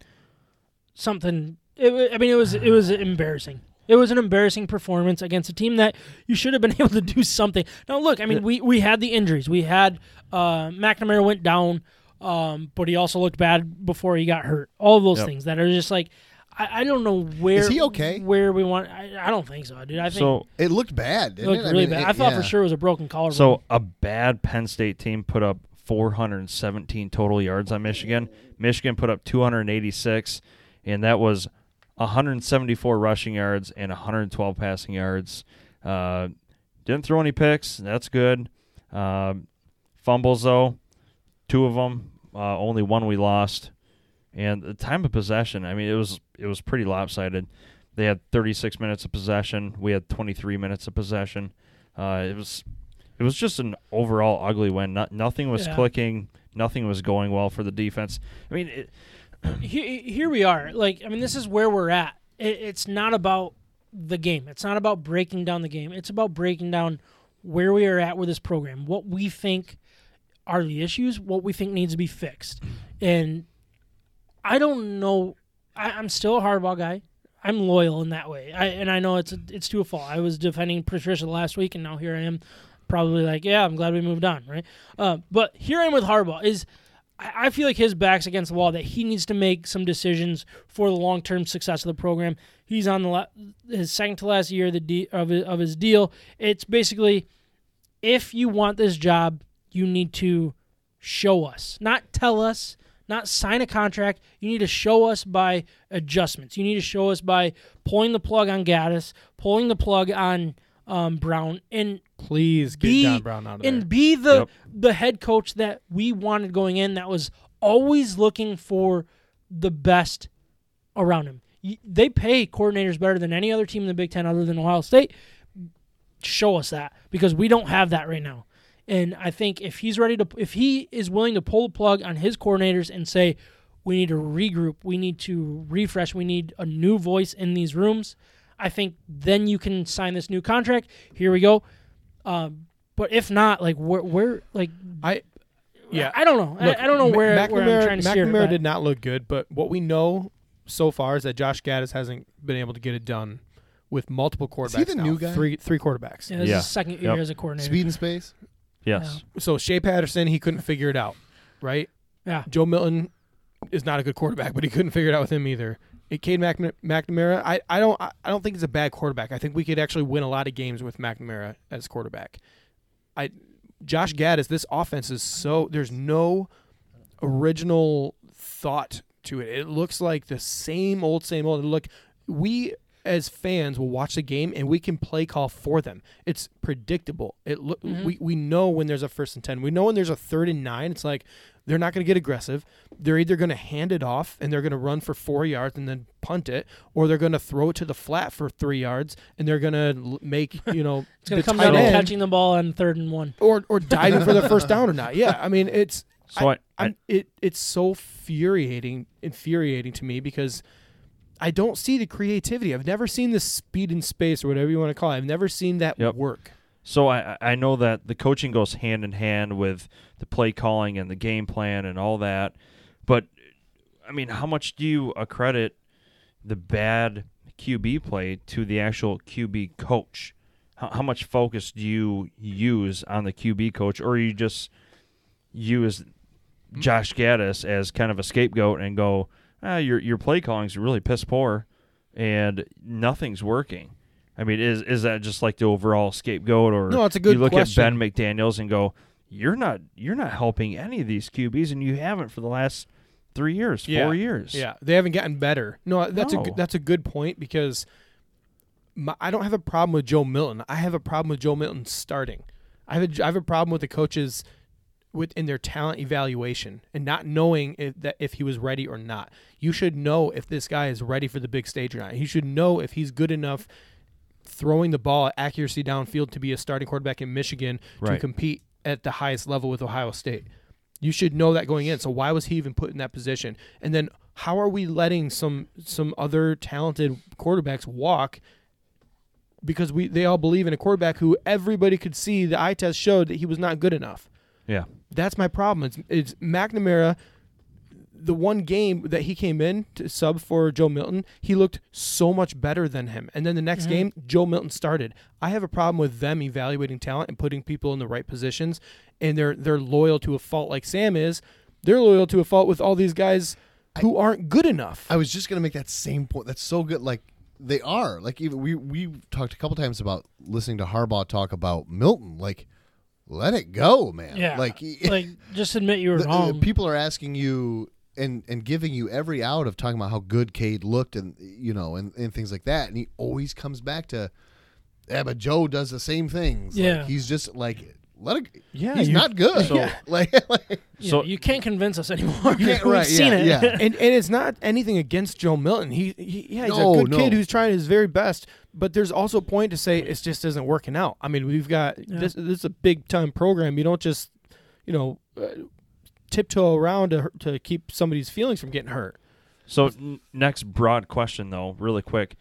something. It, wa- I mean, it was it was embarrassing. It was an embarrassing performance against a team that you should have been able to do something. Now, look, I mean, we, we had the injuries. We had uh, McNamara went down, um, but he also looked bad before he got hurt. All of those Yep. things that are just like, I, I don't know where Is he okay? Where we want? I, I don't think so, dude. I think so It looked bad, it didn't looked it? really I mean, bad. it- I thought yeah. for sure it was a broken collarbone. so a bad Penn State team put up 417 total yards on Michigan. Michigan put up 286, and that was 174 rushing yards and 112 passing yards. Uh, didn't throw any picks. That's good. Uh, fumbles though, two of them. Uh, only one we lost, and the time of possession. I mean, it was it was pretty lopsided. They had 36 minutes of possession. We had 23 minutes of possession. Uh, it was it was just an overall ugly win. Not, nothing was Yeah. clicking. Nothing was going well for the defense. I mean, it, he- here we are. Like, I mean, this is where we're at. It, it's not about the game. It's not about breaking down the game. It's about breaking down where we are at with this program, what we think are the issues, what we think needs to be fixed. And I don't know. I, I'm still a hardball guy. I'm loyal in that way. I, and I know it's it's to a fault. I was defending Patricia last week, and now here I am, probably like, yeah, I'm glad we moved on, right? Uh, but here I am with Harbaugh. Is I I feel like his back's against the wall that he needs to make some decisions for the long term success of the program. He's on the la- his second to last year of the de- of his, of his deal. It's basically if you want this job, you need to show us, not tell us, not sign a contract. You need to show us by adjustments. You need to show us by pulling the plug on Gaddis, pulling the plug on um, Brown and Please get Be- Don Brown out of and be the Yep. the head coach that we wanted going in that was always looking for the best around him. Y- They pay coordinators better than any other team in the Big 10 other than Ohio State. Show us that because we don't have that right now. And I think if he's ready to if he is willing to pull the plug on his coordinators and say we need to regroup, we need to refresh, we need a new voice in these rooms, I think then you can sign this new contract. Here we go. Um, but if not, like where, where like there. I yeah. I don't know. Look, I, I don't know Ma- where, McNamara, where I'm trying to steer. it McNamara back. did not look good, but what we know so far is that Josh Gaddis hasn't been able to get it done with multiple quarterbacks. Is he the now, new guy? Three three quarterbacks. Yeah, this Yeah. is his second year Yep. as a coordinator. Speed and space. Yes. So Shea Patterson, he couldn't figure it out, right? Yeah. Joe Milton is not a good quarterback, but he couldn't figure it out with him either. It, Cade McNam- McNamara, I, I don't I I don't think he's a bad quarterback. I think we could actually win a lot of games with McNamara as quarterback. I Josh Gaddis, this offense is so there's no original thought to it. It looks like the same old, same old. Look, we as fans will watch the game and we can play call for them. It's predictable. It look Mm-hmm. we, we know when there's a first and ten. We know when there's a third and nine. It's like they're not going to get aggressive. They're either going to hand it off and they're going to run for four yards and then punt it, or they're going to throw it to the flat for three yards and they're going to make you know It's going the to come tight down to end catching the ball on third and one. or or diving for the first down or not. Yeah, I mean it's So I, I, I'm, it it's so infuriating, infuriating to me because I don't see the creativity. I've never seen the speed in space or whatever you want to call it. I've never seen that Yep. work. so I I know that the coaching goes hand in hand with the play calling and the game plan and all that, but I mean, how much do you accredit the bad QB play to the actual QB coach? How, how much focus do you use on the QB coach, or you just use Josh Gaddis as kind of a scapegoat and go, ah, your your play calling's really piss poor, and nothing's working. I mean, is is that just like the overall scapegoat, or No, it's a good You look question. at Ben McDaniel's and go, you're not you're not helping any of these QBs, and you haven't for the last three years, Yeah. four years. Yeah, they haven't gotten better. No, uh, that's a No. good, that's a good point because my, I don't have a problem with Joe Milton. I have a problem with Joe Milton starting. I have a, I have a problem with the coaches with in their talent evaluation and not knowing if, that if he was ready or not. You should know if this guy is ready for the big stage or not. He should know if he's good enough throwing the ball at accuracy downfield to be a starting quarterback in Michigan to Right. compete at the highest level with Ohio State. You should know that going in. So why was he even put in that position? And then how are we letting some some other talented quarterbacks walk because we they all believe in a quarterback who everybody could see the eye test showed that he was not good enough. yeah. That's my problem. It's, it's McNamara. The one game that he came in to sub for Joe Milton, he looked so much better than him. And then the next game, Joe Milton started. I have a problem with them evaluating talent and putting people in the right positions. And they're they're loyal to a fault like Sam is. They're loyal to a fault with all these guys who aren't good enough. I was just gonna make that same point. That's so good. Like they are. Like even we we talked a couple times about listening to Harbaugh talk about Milton. Like let it go, man. Yeah, Like, like, he- just admit you were the- wrong. uh, people are asking you and and giving you every out of talking about how good Cade looked and you know and, and things like that. And he always comes back to, yeah, but Joe does the same things. Like, Yeah. he's just like let it. Yeah, he's you- not good. So- like, like Yeah, so- you can't convince us anymore. can't- We've right, seen yeah, it. yeah. and and it's not anything against Joe Milton. He, he yeah, he's No, a good no. kid who's trying his very best. But there's also a point to say it just isn't working out. I mean, we've got this. This is a big time program. You don't just, you know, uh, tiptoe around to to keep somebody's feelings from getting hurt. So n- next broad question though, really quick,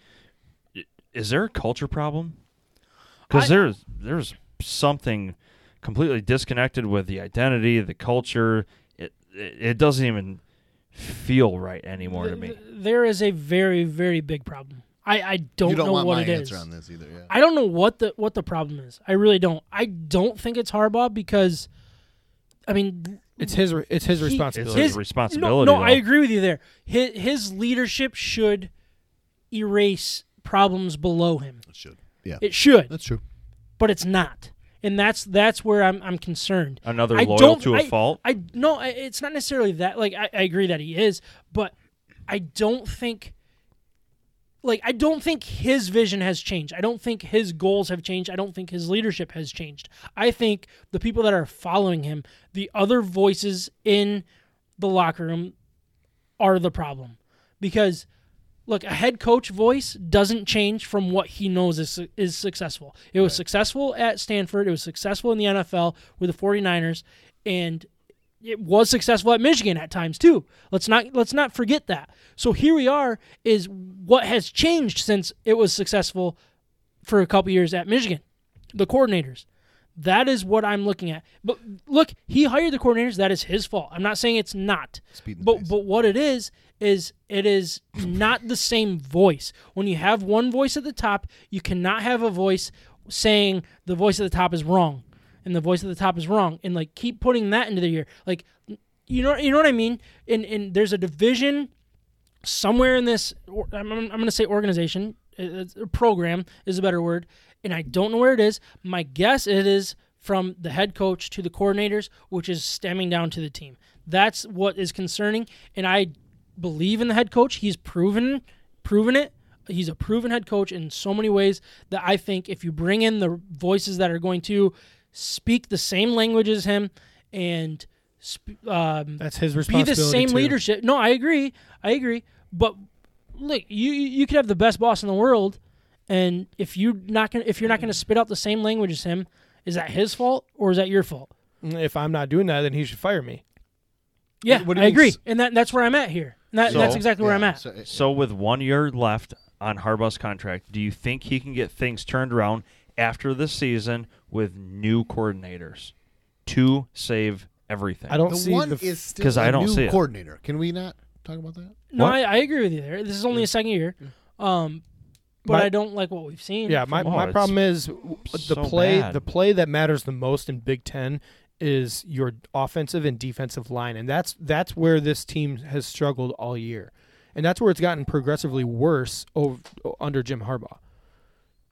I- is there a culture problem? I- Because there's there's something completely disconnected with the identity, the culture. It it, it doesn't even feel right anymore to me. Th- There is a very very big problem. I I don't, you don't know want what my it is. answer on this either. Yeah. I don't know what the what the problem is. I really don't. I don't think it's Harbaugh because, I mean, It's his re- it's his He- It's responsibility. his His- responsibility. No, no I though. agree with you there. His, his leadership should erase problems below him. It should. Yeah. It should, that's true. but it's not, and that's that's where I'm I'm concerned. Another I loyal don't- to a I- fault. I no, I- it's not necessarily that. Like I, I agree that he is, but I don't think like I don't think his vision has changed. I don't think his goals have changed. I don't think his leadership has changed. I think the people that are following him, the other voices in the locker room are the problem. Because look, a head coach voice doesn't change from what he knows is is successful. It was successful at Stanford, it was successful in the NFL with the 49ers and it was successful at Michigan at times too. Let's not let's not forget that. So here we are is what has changed since it was successful for a couple years at Michigan. The coordinators. That is what I'm looking at. But look, he hired the coordinators. That is his fault. I'm not saying it's not. Speed in the but face. but what it is is it is not the same voice. When you have one voice at the top, you cannot have a voice saying the voice at the top is wrong and the voice at the top is wrong and like keep putting that into the ear. Like you know you know what I mean? And and there's a division somewhere in this or- I'm, I'm going to say organization uh, uh, program is a better word and i don't know where it is my guess it is from the head coach to the coordinators which is stemming down to the team that's what is concerning and i believe in the head coach he's proven proven it he's a proven head coach in so many ways that i think if you bring in the voices that are going to speak the same language as him and sp- um, That's his be responsibility. the same too. leadership. No, I agree. I agree. But look, you you you could have the best boss in the world, and if you not gonna if you're not gonna spit out the same language as him, is that his fault or is that your fault? If I'm not doing that, then he should fire me. Yeah, What do I you mean agree, s- and that that's where I'm at here. And that, So- that's exactly where I'm Yeah, at. so it- So with one year left on Harbaugh's contract, do you think he can get things turned around after this season with new coordinators to save everything? I don't the see one the. f- is still 'cause a I don't new see it. coordinator. Can we not talk about that? no, What? I, I agree with you there. This is only a second year, um, but My- I don't like what we've seen. yeah, my, Oh, my it's problem is w- the so play. bad. The play that matters the most in Big Ten is your offensive and defensive line, and that's that's where this team has struggled all year, and that's where it's gotten progressively worse over, under Jim Harbaugh.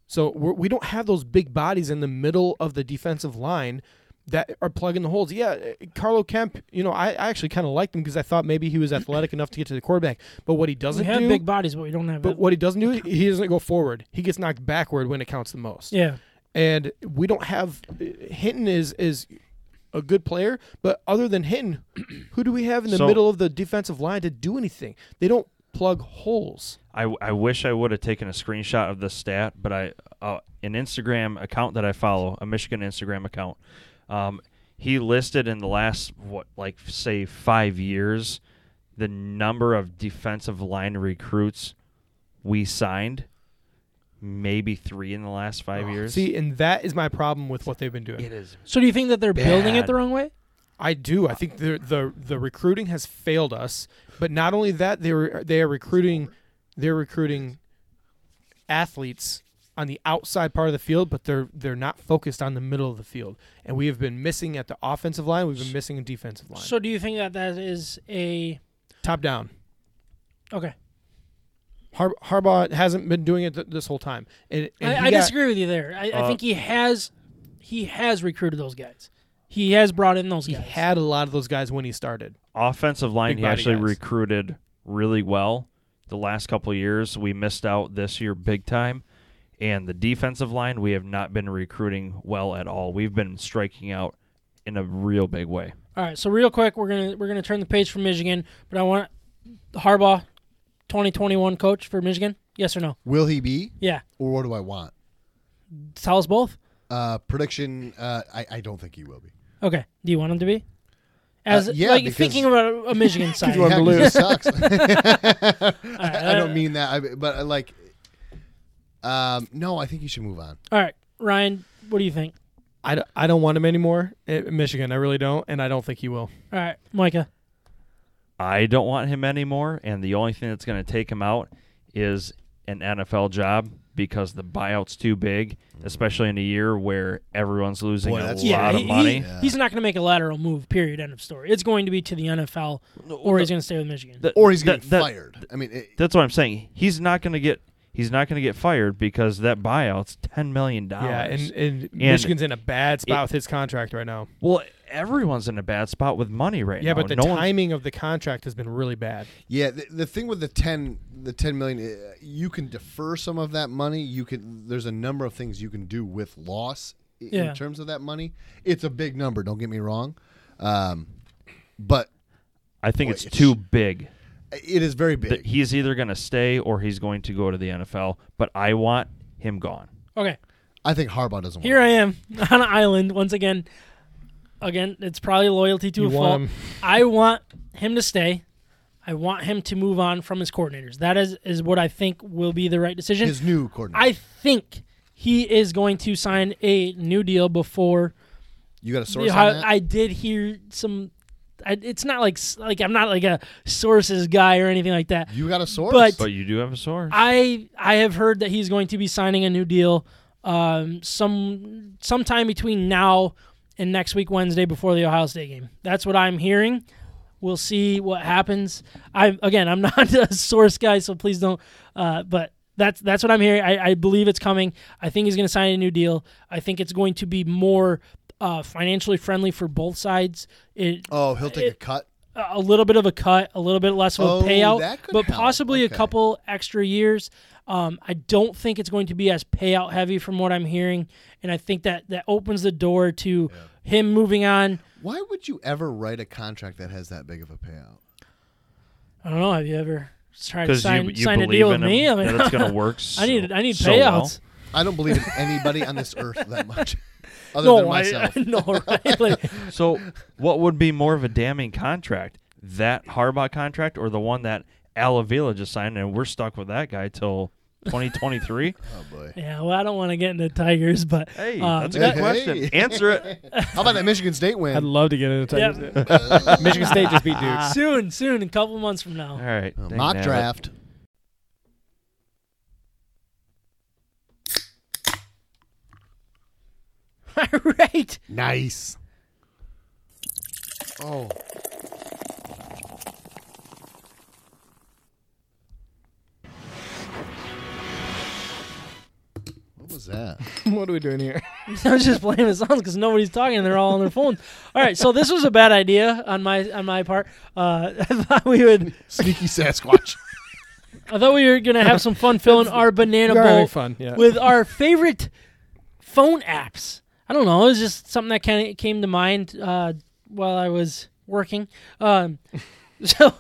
So we're, we don't have those big bodies in the middle of the defensive line that are plugging the holes. Yeah, eh, Carlo Kemp. You know, I, I actually kind of liked him because I thought maybe he was athletic enough to get to the quarterback. But what he we doesn't have do, big bodies, but we don't have. But it. what he doesn't do, he doesn't go forward. He gets knocked backward when it counts the most. yeah, And we don't have Hinton is is a good player, but other than Hinton, who do we have in the So- middle of the defensive line to do anything? They don't plug holes. I, I wish I would have taken a screenshot of this stat, but I uh, an Instagram account that I follow, a Michigan Instagram account, um, he listed in the last what like say five years the number of defensive line recruits we signed, maybe three in the last five years. Oh, See, and that is my problem with what they've been doing. it is so do you think that they're building it Bad. the wrong way? I do. I think the the the recruiting has failed us. But not only that, they were they are recruiting they're recruiting athletes on the outside part of the field, but they're they're not focused on the middle of the field. And we have been missing at the offensive line. We've been missing in defensive line. So do you think that that is a Top down. okay? Har- Harbaugh hasn't been doing it th- this whole time. And, and he I, I got- disagree with you there. I, I Uh, think he has he has recruited those guys. He has brought in those He guys. had a lot of those guys when he started. offensive line Big he body actually guys. recruited really well the last couple of years we missed out this year big time and the defensive line we have not been recruiting well at all we've been striking out in a real big way All right, so real quick, we're gonna we're gonna turn the page from Michigan, but I want Harbaugh, twenty twenty one coach for Michigan. Yes or no? Will he be, Yeah, or what do I want? tell us both. Uh, prediction. Uh, I, I don't think he will be. Okay, do you want him to be? As Uh, yeah, like because- thinking about a- a Michigan side. want him to Yeah, lose. 'cause He sucks. I, uh, don't mean that, I, but I like. Um, no, I think you should move on. All right, Ryan, what do you think? I, d- I don't want him anymore at Michigan. I really don't. And I don't think he All will. right, Micah. i don't want him anymore and the only thing that's going to take him out is an nfl job because the buyout's too big especially in a year where everyone's losing Boy, a lot that's- Yeah, of he- money he- he's not going to make a lateral move. Period. End of story. It's going to be to the NFL, or he's going to stay with Michigan. Th- Or he's that- getting that- fired. I mean, it, That's what I'm saying. He's not going to get he's not going to get fired because that Oh, buyout's ten million dollars. Yeah. And, and Michigan's in a bad spot with his contract right now. well, everyone's in a bad spot with money right Yeah, now. but the no one's- timing of the contract has been really bad. Yeah, the, the thing with the ten, the ten million, uh, you can defer some of that money. You can. There's a number of things you can do with loss i- Yeah. in terms of that money. It's a big number. Don't get me wrong, um, but I think Boy, it's it's- too big. it is very That big. He's either going to stay or he's going to go to the NFL. But I want him gone. Okay, I think Harbaugh doesn't. here want I am on an island once again. Again, it's probably loyalty to You a fault. want him- I want him to stay. I want him to move on from his coordinators. That is is what I think will be the right decision. his new coordinator. I think he is going to sign a new deal before you got a source Yeah, I, on that? I did hear some. I, it's not like s- like I'm not like a sources guy or anything like that. you got a source, But- But you do have a source. I I have heard that he's going to be signing a new deal, um, some sometime between now and next week Wednesday before the Ohio State game. That's what I'm hearing. We'll see what happens. I again, I'm not a source guy, so please don't. Uh, but that's that's what I'm hearing. I, I believe it's coming. I think he's going to sign a new deal. I think it's going to be more uh, financially friendly for both sides. It, oh, he'll take a it- cut. a a little bit of a cut, a little bit less of a Oh, payout, that could but help. possibly Okay. a couple extra years. Um, I don't think it's going to be as payout heavy from what I'm hearing, and I think that that opens the door to him moving on. Why would you ever write a contract that has that big of a payout? I don't know. Have you ever tried to Because sign, you, you sign a believe deal with in me? I him mean, that it's going to work. I need so- I need so well. payouts. I don't believe in anybody on this earth that much, other than no, I, myself. no, right? Like, So, what would be more of a damning contract? That Harbaugh contract or the one that Alavila just signed, and we're stuck with that guy till 2023? oh boy. yeah, well, I don't want to get into Tigers, but hey, um, that's a that- good question. Hey. Answer it. How about that Michigan State I'd win? love to get into Yeah. Tigers. Michigan State just beat Duke. soon, soon, a couple months from now. All right. Uh, dang mock nabbit. draft. All right. Nice. Oh. What was that? what are we doing here? I was just playing the songs because nobody's talking. They're all on their phones. All right, so this was a bad idea on my on my part. Uh, I thought we would. Sneaky Sasquatch. I thought we were gonna have some fun filling our banana We're having bowl fun. Yeah. with our favorite phone apps. I don't know. It was just something that kind of came to mind uh, while I was working. Um, so,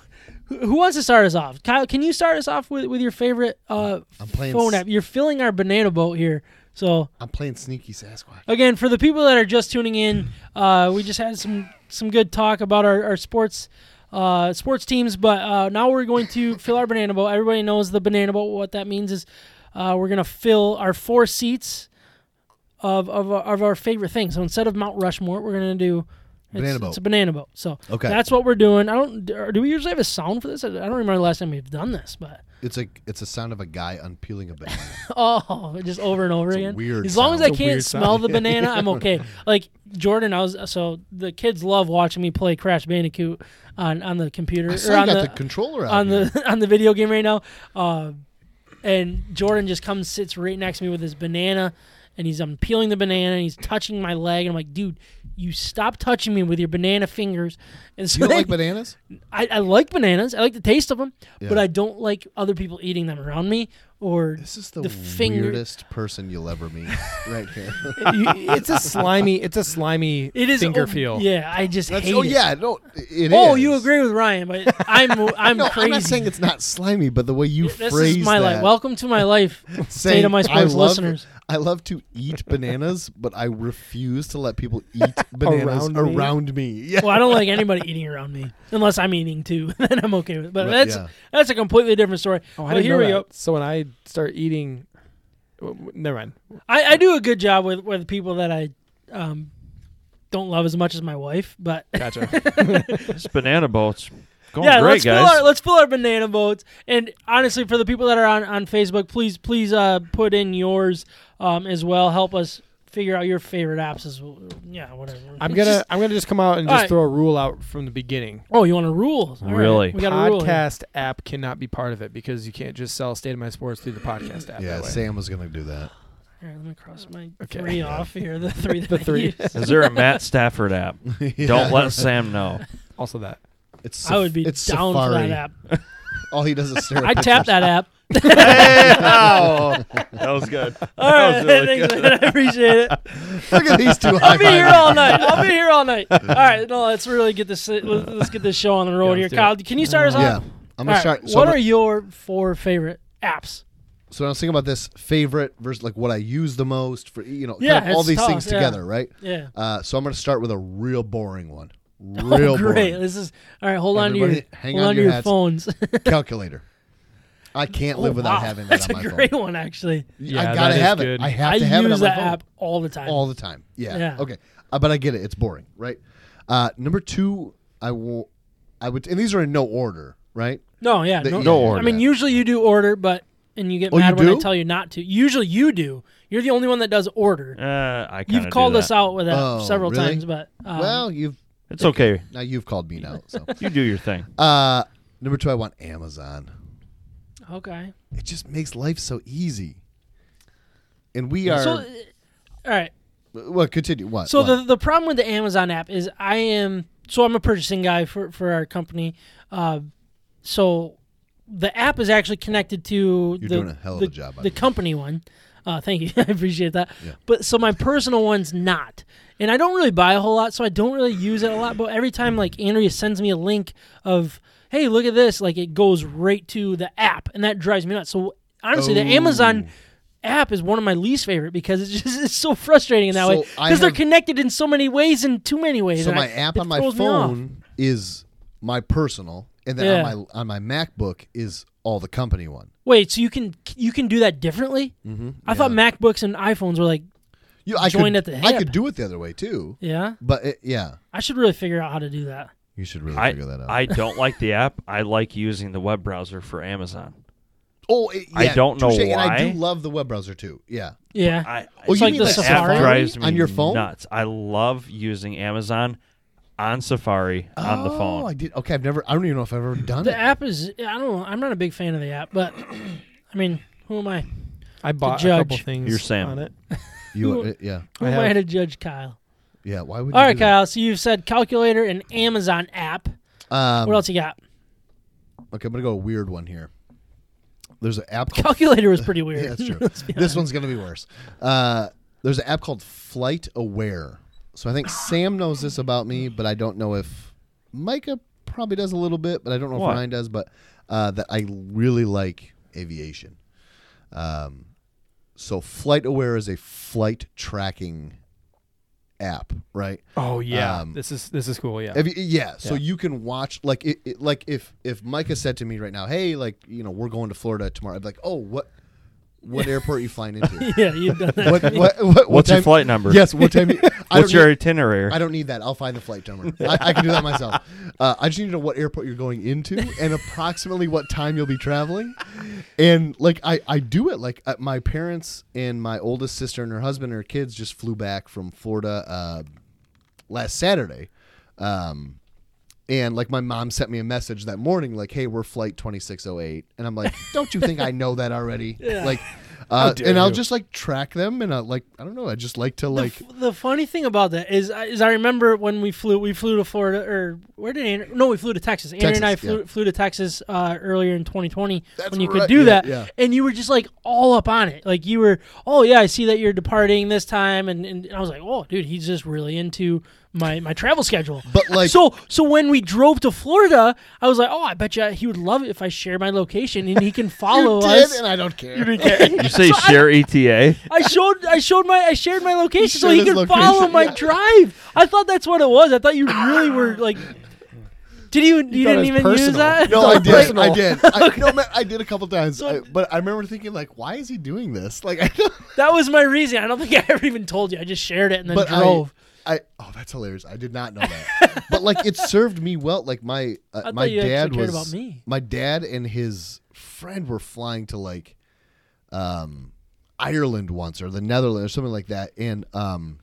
who who wants to start us off? Kyle, can you start us off with, with your favorite uh, I'm playing. phone s- app? You're filling our banana boat here, so I'm playing Sneaky Sasquatch. again for the people that are just tuning in uh, we just had some some good talk about our, our sports uh, sports teams but uh, now we're going to fill our banana boat everybody knows the banana boat what that means is uh, we're going to fill our four seats of, of, our- of our favorite thing so instead of mount rushmore we're going to do it's, Banana boat. it's a banana boat so Okay. that's what we're doing i don't or do we usually have a sound for this i I don't remember the last time we've done this but It's a it's a sound of a guy unpeeling a banana. Oh, just over and over It's a again. weird as long as sound. I It's a can't weird sound. smell the banana, I'm okay. Like Jordan, I was so the kids love watching me play Crash Bandicoot on, on the computer I or saw you on got the, oh, the, controller out. on here. the on the video game right now. Um, and Jordan just comes sits right next to me with his banana, and he's unpeeling the banana and he's touching my leg, and I'm like, dude, you stop touching me with your banana fingers. And so you don't like then- bananas? I, I like bananas. I like the taste of them, but Yeah. I don't like other people eating them around me or This is the, The finger- weirdest person you'll ever meet, right here. it's a slimy. It's a slimy It is finger oh, feel. Yeah, I just That's, hate oh it. yeah, no, it Oh, is. you agree with Ryan, but I'm I'm no, crazy. I'm not saying it's not slimy, but the way you this phrase is my that, life. Welcome to my life. Say to saying, my I sports love, listeners. I love to eat bananas, but I refuse to let people eat bananas Around around, me? me. Yeah. Well, I don't like anybody eating around me unless I'm eating too. then I'm okay with it. But Right, that's yeah. that's a completely different story. Oh, I but didn't here know we that. go. So when I start eating, w- w- never mind. I, I do a good job with with people that I um, don't love as much as my wife, but Gotcha. This banana boat's Oh, going yeah, great, let's guys. fill our let's fill our banana boats. And honestly, for the people that are on, on Facebook, please please uh, put in yours um, as well. Help us figure out your favorite apps as well. Yeah, whatever. I'm It's gonna just- I'm gonna just come out and just Alright. throw a rule out from the beginning. oh, you want to rule? All right, Really? we got a rule. here. podcast app cannot be part of it because you can't just sell State of My Sports through the podcast app. Yeah, that way. Sam was gonna do that. Here, let me cross my Okay. three off here. The three. That The I three. used. Is there a Matt Stafford app? Don't let Sam know. Also that. It's I would be it's down for Safari. that app. All he does is stare. I tap that app. Hey, ow. That was good. All right, thanks, man. I appreciate it. Look at these two. I'll be here all night. I'll be here all night. All right, no, let's really get this. Let's, let's get this show on the road Yeah, let's here, do Kyle. Can you start us off? Yeah, I'm gonna Uh, All start. right, So what I'm are your four favorite apps? so when I was thinking about this favorite versus like what I use the most for you know Yeah, kind of all it's these tough, things yeah. together, right? Yeah. Uh, so I'm gonna start with a real boring one. Oh, Real great. boring This is all right. Hold on to your Everybody, hang hold on on to to your your, hats. phones. calculator. I can't live Oh, without wow. having that That's on my a great phone. one, actually. Yeah, I that gotta is have good. it. I have I to have it use on my that phone. app all the time. all the time. Yeah. Yeah. Okay. Uh, but I get it. It's boring, right? Uh, number two, I will. I would, and these are in no order, right? no, yeah, The- no, yeah, I mean, yeah. usually you do order, but and you get Oh, you mad when do? I tell you not to. Usually you do. You're the only one that does order. Uh, I You've called us out. out with that Oh, several really? times, but um, well, you've It's okay. now you've called me now. So, You do your thing. uh, number two, I want Amazon. okay. It just makes life so easy. And we are. So, uh, all right. well, continue. What? So what? the the problem with the Amazon app is I am so I'm a purchasing guy for for our company. Uh, so the app is actually connected to You're the, doing a hell of the, a job, by the the way. company one. Uh, thank you, I appreciate that. Yeah. But so my personal one's not, and I don't really buy a whole lot, so I don't really use it a lot. But every time like Andrea sends me a link of hey look at this, like it goes right to the app, and that drives me nuts. So honestly, the Oh. Amazon app is one of my least favorite because it's just it's so frustrating in that So way I because they're have- connected in so many ways and too many ways. So and I- my app it on my throws me off. phone is my personal, and then Yeah. on my on my MacBook is all the company one. Wait, so you can you can do that differently? Mm-hmm, I thought MacBooks and iPhones were like, You, I Joined could, at the I hip. could do it the other way too, yeah, but it, yeah, I should really figure out how to do that. you should really I, figure that out. I don't like the app. I like using the web browser for Amazon. Oh, it, I yeah, don't know touche, And I why. do love the web browser too. Yeah, Yeah, I, Oh, It's you like mean the the Safari? app drives me on your phone? nuts. I love using Amazon on Safari on the Oh, phone. I did. Okay, I've never. I don't even know if I've ever done the it. app is I don't know. I'm not a big fan of the app, but I mean, who am I? I bought a judge. couple things You're Sam. on it. You, uh, yeah, Who I am I have- to judge Kyle? yeah. Why would? All you right, do that? Kyle. So you've said calculator and Amazon app. Um, What else you got? Okay, I'm gonna go a weird one here. There's an app. Called, Calculator was pretty weird. yeah, that's true. this one's gonna be worse. Uh, there's an app called Flight Aware. So I think Sam knows this about me, but I don't know if Micah probably does a little bit, but I don't know What? if Ryan does. But uh, that I really like aviation. Um, so Flight Aware is a flight tracking app, right? Oh yeah, Um, this is this is cool. Yeah, If you- yeah, so Yeah. you can watch like it, it, like if if Micah said to me right now, "Hey, like you know, we're going to Florida tomorrow," I'd be like, "Oh, what what airport are you flying into? yeah, you've done that. what, what, what, what What's your time- flight number? Yes, what time? you- I What's don't your Need, itinerary? I don't need that. I'll find the flight number. I, I can do that myself. Uh, I just need to know what airport you're going into and approximately what time you'll be traveling. And like I, I do it. Like uh, my parents and my oldest sister and her husband and her kids just flew back from Florida uh, last Saturday. Um, and like my mom sent me a message that morning, like, "Hey, we're flight 2608," and I'm like, "Don't you think I know that already?" Like, uh, dare and I'll you. just like track them, and I like, I don't know, I just like to like. the, f- the funny thing about that is is I remember when we flew we flew to Florida or where did Andrew, no we flew to Texas. Andrew and I Texas, flew, yeah. flew to Texas uh, earlier in 2020 That's when you right, could do yeah, that yeah. and you were just like all up on it like you were oh yeah I see that you're departing this time and, and I was like oh dude he's just really into my my travel schedule But, like- so so when we drove to Florida I was like oh I bet you he would love it if I share my location and he can follow you us did, and I don't care. You say share E ETA? I showed I showed my I shared my location so shared he his could location, follow my yeah. drive. I thought that's what it was. I thought you really were like. Did you? You, thought it didn't was even use personal. that? No, I did. personal. I did. I, no, man, I did a couple times, I- but I remember thinking like, why is he doing this? Like, I don't, That was my reason. I don't think I ever even told you. I just shared it and then but drove. I, I, oh, that's hilarious. I did not know that. but like, it served me well. Like my uh, thought my you actually dad cared was about me. my dad and his friend were flying to like, um, Ireland once or the Netherlands or something like that, and um,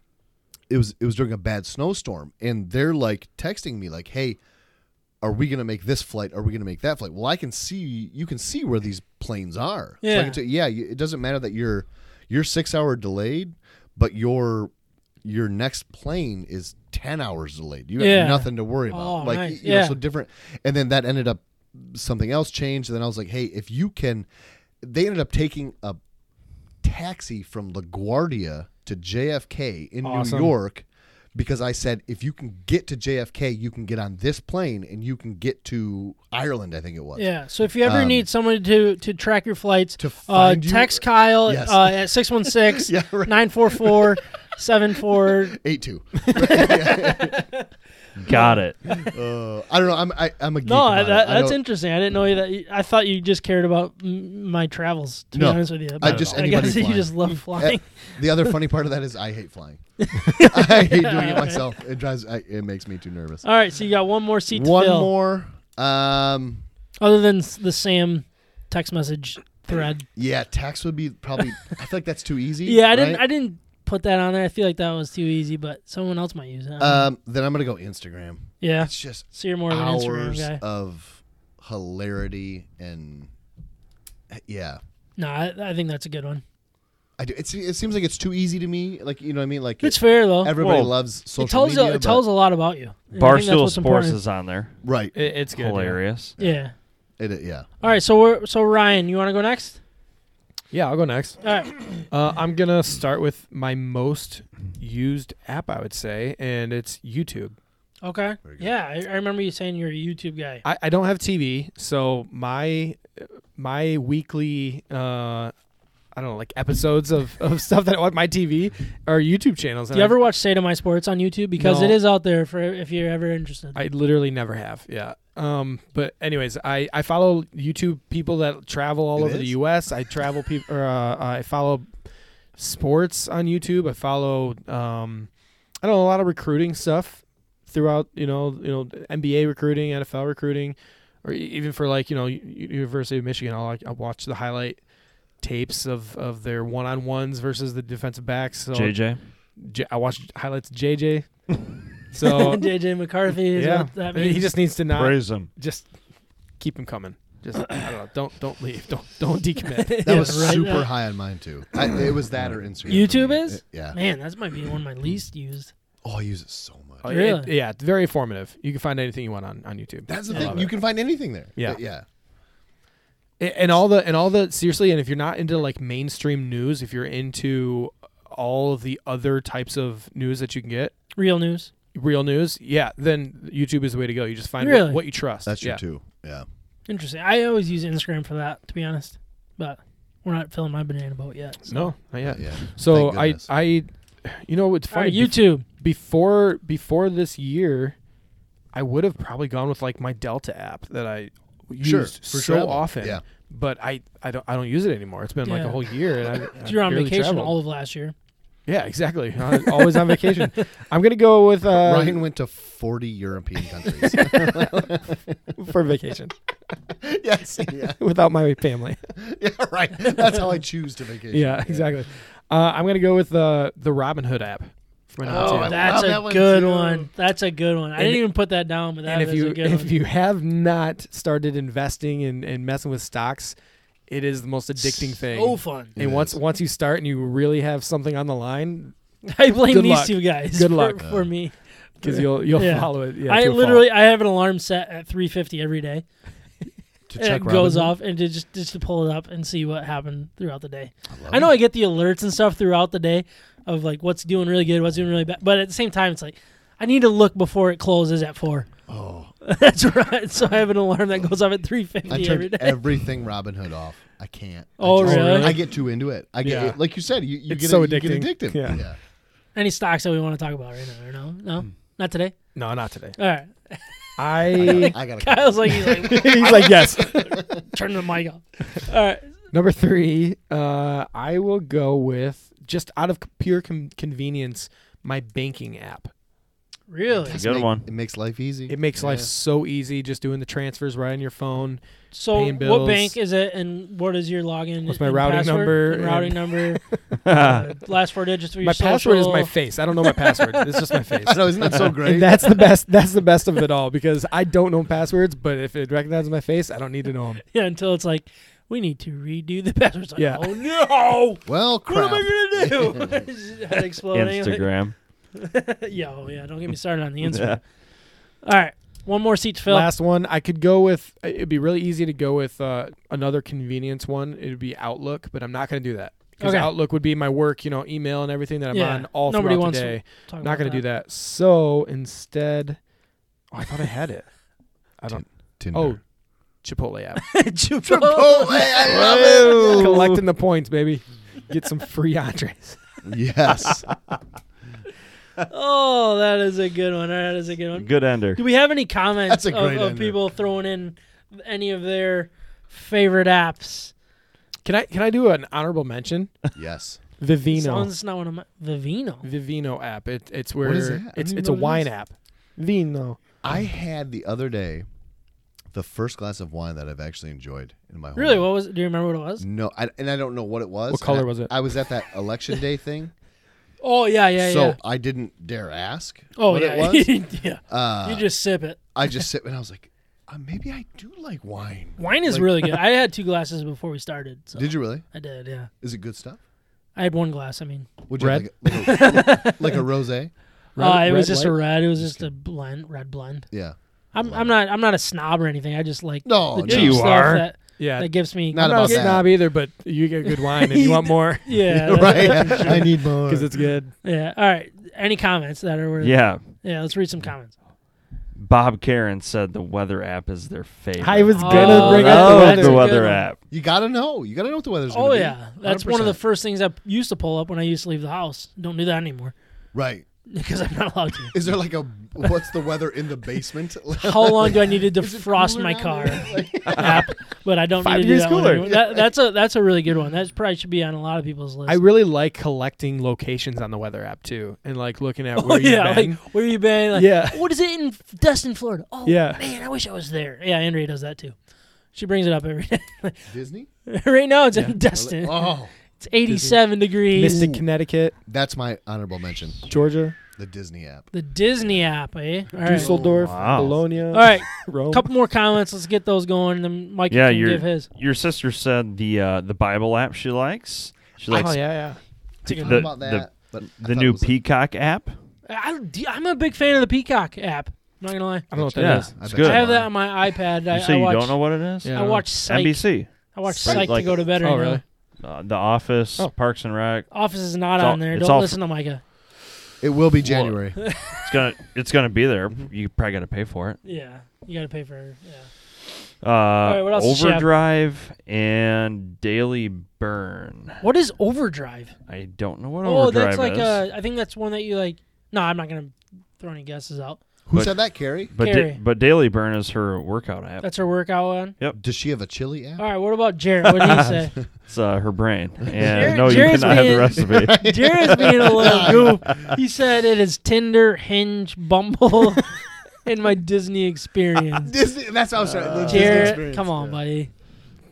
it was it was during a bad snowstorm, and they're like texting me like, hey. are we going to make this flight? Are we going to make that flight? Well, I can see you can see where these planes are. So I Yeah. can tell- yeah. you- It doesn't matter that you're you're six hour delayed, but your your next plane is ten hours delayed. You have Yeah. nothing to worry about. Oh, like nice. you know, Yeah. so different. And then that ended up something else changed. And then I was like, hey, if you can, they ended up taking a taxi from LaGuardia to JFK in Awesome. New York because I said if you can get to JFK, you can get on this plane and you can get to Ireland. I think it was. Yeah. So if you ever Um, need somebody to to track your flights, To uh, find you- text Kyle Yes. uh, at 616 Yeah, right. 944 74 Eight two. Got it. Uh, I don't know. I'm I, I'm a geek No, about I- it. that, I that's don't- interesting. I didn't know that. I thought you just cared about m- my travels. To No, be honest with you, I But just I anybody guess you flying. just love flying. Eh, The other funny part of that is I hate flying. I hate doing it myself. It drives. I, it makes me too nervous. All right, so you got one more seat to One fill, more. Um. other than s- the Sam text message thread. Yeah, tax would be probably. I feel like that's too easy. Yeah, I didn't. right? I didn't put that on there. I feel like that was too easy, but someone else might use it. I don't know. um. Then I'm gonna go Instagram. yeah. It's just So you're more of an Instagram hours guy. of hilarity and yeah. no, I, I think that's a good one. I do. It's, it seems like it's too easy to me. Like you know what I mean. Like It's fair though. everybody Well, loves social it tells media. a, it but- tells a lot about you. And I think that's Barstool what's Sports important. is on there. right. It, it's good. yeah. Hilarious. Yeah. It, yeah. All right. So we're so Ryan, you want to go next? Yeah, I'll go next. All right. Uh, I'm gonna start with my most used app, I would say, and it's YouTube. Okay. Very good. Yeah, I, I remember you saying you're a YouTube guy. I, I don't have TV, so my my weekly uh, I don't know like episodes of, of stuff that I want my TV are YouTube channels. Do and you I- ever watch Say to My Sports on YouTube? Because it No. is out there for if you're ever interested. I literally never have. Yeah. Um, but anyways, I, I follow YouTube people that travel all It over the is? U.S. I travel people. Or, uh, I follow sports on YouTube. I follow um, I don't know a lot of recruiting stuff throughout. You know, you know NBA recruiting, NFL recruiting, or e- even for like you know U- U- University of Michigan. I'll like I watch the highlight tapes of of their one on ones versus the defensive backs. So JJ. J- I watched highlights of JJ. So JJ McCarthy is yeah, what that means. he just needs to not him. just keep him coming. Just I don't know. Don't don't leave. Don't don't decommit. That Yeah, was right. super high on mine too. I, it was that or Instagram. for YouTube me. is? It- yeah. Man, that might be one of my least used. Oh, I use it so much. Uh, it- Really? yeah, it's very informative. You can find anything you want on on YouTube. That's the I thing. love You it. can find anything there. Yeah. Uh, yeah. A- and all the and all the seriously. And if you're not into like mainstream news, if you're into all of the other types of news that you can get, Real news. real news, yeah, then YouTube is the way to go. You just find what- Really? what, you trust. That's yeah. you too. Yeah. Interesting. I always use Instagram for that, to be honest. But we're not filling my banana boat yet. so. No, not yet. Yeah. So Thank I uh, goodness. I, you know, it's All funny. right, YouTube. before before this year, I would have probably gone with like my Delta app that I used Sure, for so travel, often. yeah. But I, I don't I don't use it anymore. It's been like a Yeah. whole year. And I, I You're on barely vacation traveled. all of last year. yeah, exactly. I'm always on vacation. I'm gonna go with uh, Ryan went to 40 European countries. for vacation yes. Yeah. without my family. yeah. Right. That's how I choose to vacation. yeah, exactly. Uh, I'm gonna go with uh, the Robinhood app. From an Oh, app, I too. That's love a that one good too. one. That's a good one. I And- didn't even put that down, but that and if is you a good if one. you have not started investing and, and messing with stocks, it is the most addicting thing. So fun. It And once is. once you start and you really have something on the line, I blame Good these luck. two guys Good for, luck. for me. because you'll you'll Yeah. follow it. Yeah, I to a fault. literally I have an alarm set at 3:50 every day. To And check it goes Robinhood? off and to just just to pull it up and see what happened throughout the day. love I know I get the alerts and stuff throughout the day of like what's doing really good, what's doing really bad, but at the same time it's like I need to look before it closes at 4. Oh. That's right. So I have an alarm that goes off at 3:50 I every turned day. everything Robin Hood off. I can't. I Oh, just- really? I get too into it. I get Yeah. it. like you said, you, you It's get so you get addicting. addictive. Yeah. yeah. Any stocks that we want to talk about right now or no? No. Hmm. Not today. no, not today. All right. I I got Kyle's like he's like he's like yes. turn the mic off. All right. Number three, uh, I will go with just out of pure com- convenience, my banking app. Really? Good one. It makes life easy. It makes life Yeah. so easy, just doing the transfers right on your phone. So Paying what bills. bank is it, and what is your login? What's my and routing password? number And routing and- number. uh, last four digits of your my password is social. my face. I don't know my password. It's just my face. I know, isn't that so great? And that's the best. That's the best of it all because I don't know passwords, but if it recognizes my face, I don't need to know them. yeah, until it's like we need to redo the password. It's Like, Yeah. Oh no! Well, What crap. am I gonna do? It's just Head exploding. Instagram. yeah, oh, yeah. Don't get me started on the Instagram. All right, one more seat to fill. Last one, I could go with. It'd be really easy to go with uh, another convenience one. It'd be Outlook, but I'm not going to do that because Okay. Outlook would be my work, you know, email and everything that I'm Yeah, on all nobody throughout wants the to day. Talk Not about going to do that. So instead, oh, I thought I had it. I don't. Tinder. Oh, Chipotle app. Chipotle. Chipotle, I love it. Collecting the points, baby. Get some free entrees. Yes. Oh, that is a good one. That is a good one. Good ender. Do we have any comments That's a of, great of ender. people throwing in any of their favorite apps? Can I can I do an honorable mention? yes. Vivino. Sounds not one of my Vivino. Vivino app. It, it's where What is that? I it's don't it's a know what it wine is. app. Vino. I had the other day the first glass of wine that I've actually enjoyed in my whole Really? life. What was? Do you remember what it was? No, I, and I don't know what it was. What color And I- was it? I was at that election day thing, Oh yeah, yeah, so yeah. I didn't dare ask Oh what yeah, it was. yeah. Uh, you just sip it. I just sit and I was like, uh, maybe I do like wine. Wine is like- really good. I had two glasses before we started. So Did you really? I did. Yeah. Is it good stuff? I had one glass. I mean, Would you Red? Have like, a, like, a, like a rosé? Red- uh, it was red, just a white? red. It was just a blend, red blend. Yeah. I'm, I'm not I'm not a snob or anything. I just like No, the no. cheap You stuff are. That, Yeah. that gives me Not I'm not about a that. snob either, but you get good wine and you want more yeah right. I need more. because it's good. yeah. All right. Any comments that are worth? Yeah. yeah. Let's read some comments. Bob Karen said the weather app is their favorite. I was Oh, gonna bring up that's the Love a good weather. weather one. app. you gotta know. You gotta know what the weather's gonna Oh be. yeah, that's one of the 100%. first things I used to pull up when I used to leave the house. Don't do that anymore right. because I'm not allowed to. Is there like a what's the weather in the basement? How long do I need to Is it defrost cooler my down car? there? Like- app, but I don't Five need to do years that, one cooler. anymore. That- That's a that's a really good one. That probably should be on a lot of people's list. I really like collecting locations on the weather app too, and like looking at oh where you've yeah, been. like where you been? Like, Yeah. What is it in Destin, Florida? Oh Yeah. man, I wish I was there. Yeah, Andrea does that too. She brings it up every day. Disney? right now, it's Yeah. in Destin. Oh, It's 87 degrees. Mystic, Ooh. Connecticut, that's my honorable mention. Georgia, The Disney app. The Disney app, eh? All right. Dusseldorf, Wow. Bologna, All right, Rome. couple more comments. Let's get those going. Then Mike Yeah, can you're- give his. Your sister said the uh, the Bible app she likes. She oh likes yeah, yeah. Take a I The- look. don't know about that, but I the thought it new was a- Peacock app. I, am a big fan of the Peacock app. I'm not gonna lie. I don't know what that Yeah. is. I It's bet good. you I have that are. on my iPad. I, You say I you watch, don't know what it is? Yeah. I watch Psych. NBC, I watch Psych, Psych like- to go to bed right Oh now. really? uh, The Office, Oh. Parks and Rec. Office is not It's all- on there. it's Don't all listen to Micah. It will be January. It's gonna it's gonna be there. You probably got to pay for it. Yeah, you gotta pay for it. Yeah. Uh, right, what else does she have? Overdrive and Daily Burn. What is Overdrive? I don't know what oh, Overdrive that's like is. uh, I think that's one that you like. No, I'm not gonna throw any guesses out. Who But- said that, Carrie? but da- Carrie. but Daily Burn is her workout app. That's her workout one. Does she have a chili app? All right, what about Jared? What did he say? It's uh, her brain. And Jared- no, you Jared's cannot have the being- recipe. Jared's being a little goof. He said it is Tinder, Hinge, Bumble, and my Disney experience. Disney. That's how I was trying. the Disney Jared, experience. come on, Yeah. buddy.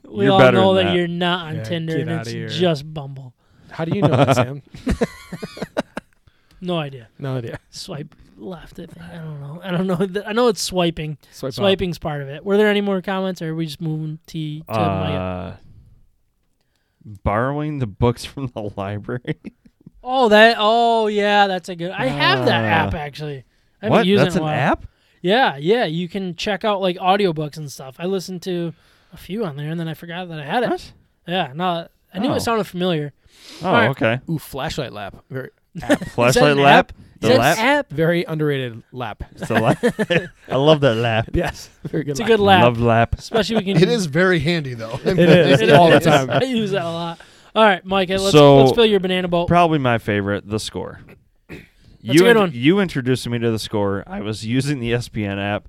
We You're all better know than that, that. you're not on Yeah, Tinder get and outta it's here. just Bumble. How do you know that, Sam? No idea. No idea. Swipe left. I think. I don't know. I don't know. I know it's swiping. Swipe up. Swiping's part of it. Were there any more comments, or are we just moving to, to my? Uh, borrowing the books from the library. Oh, that. Oh, yeah, that's a good. I have that Uh, app actually. I haven't what? used That's it in a an while. app? Yeah, yeah. You can check out like audiobooks and stuff. I listened to a few on there, and then I forgot that I had it. What? Yeah, no, I knew Oh. it sounded familiar. Oh, Alright. okay. Ooh, flashlight lap. Very, Flashlight an lap. Is The that an lap. app? very underrated lap. It's the lap. I love that lap. Yes, very good. It's a lap. good lap, Love lap. especially we can. It is very handy though. I mean, is. it all the is. time. I use that a lot. All right, Mike. Let's So- let's fill your banana boat. Probably my favorite, the score. That's a good one. you introduced me to the score. I was using the E ESPN app,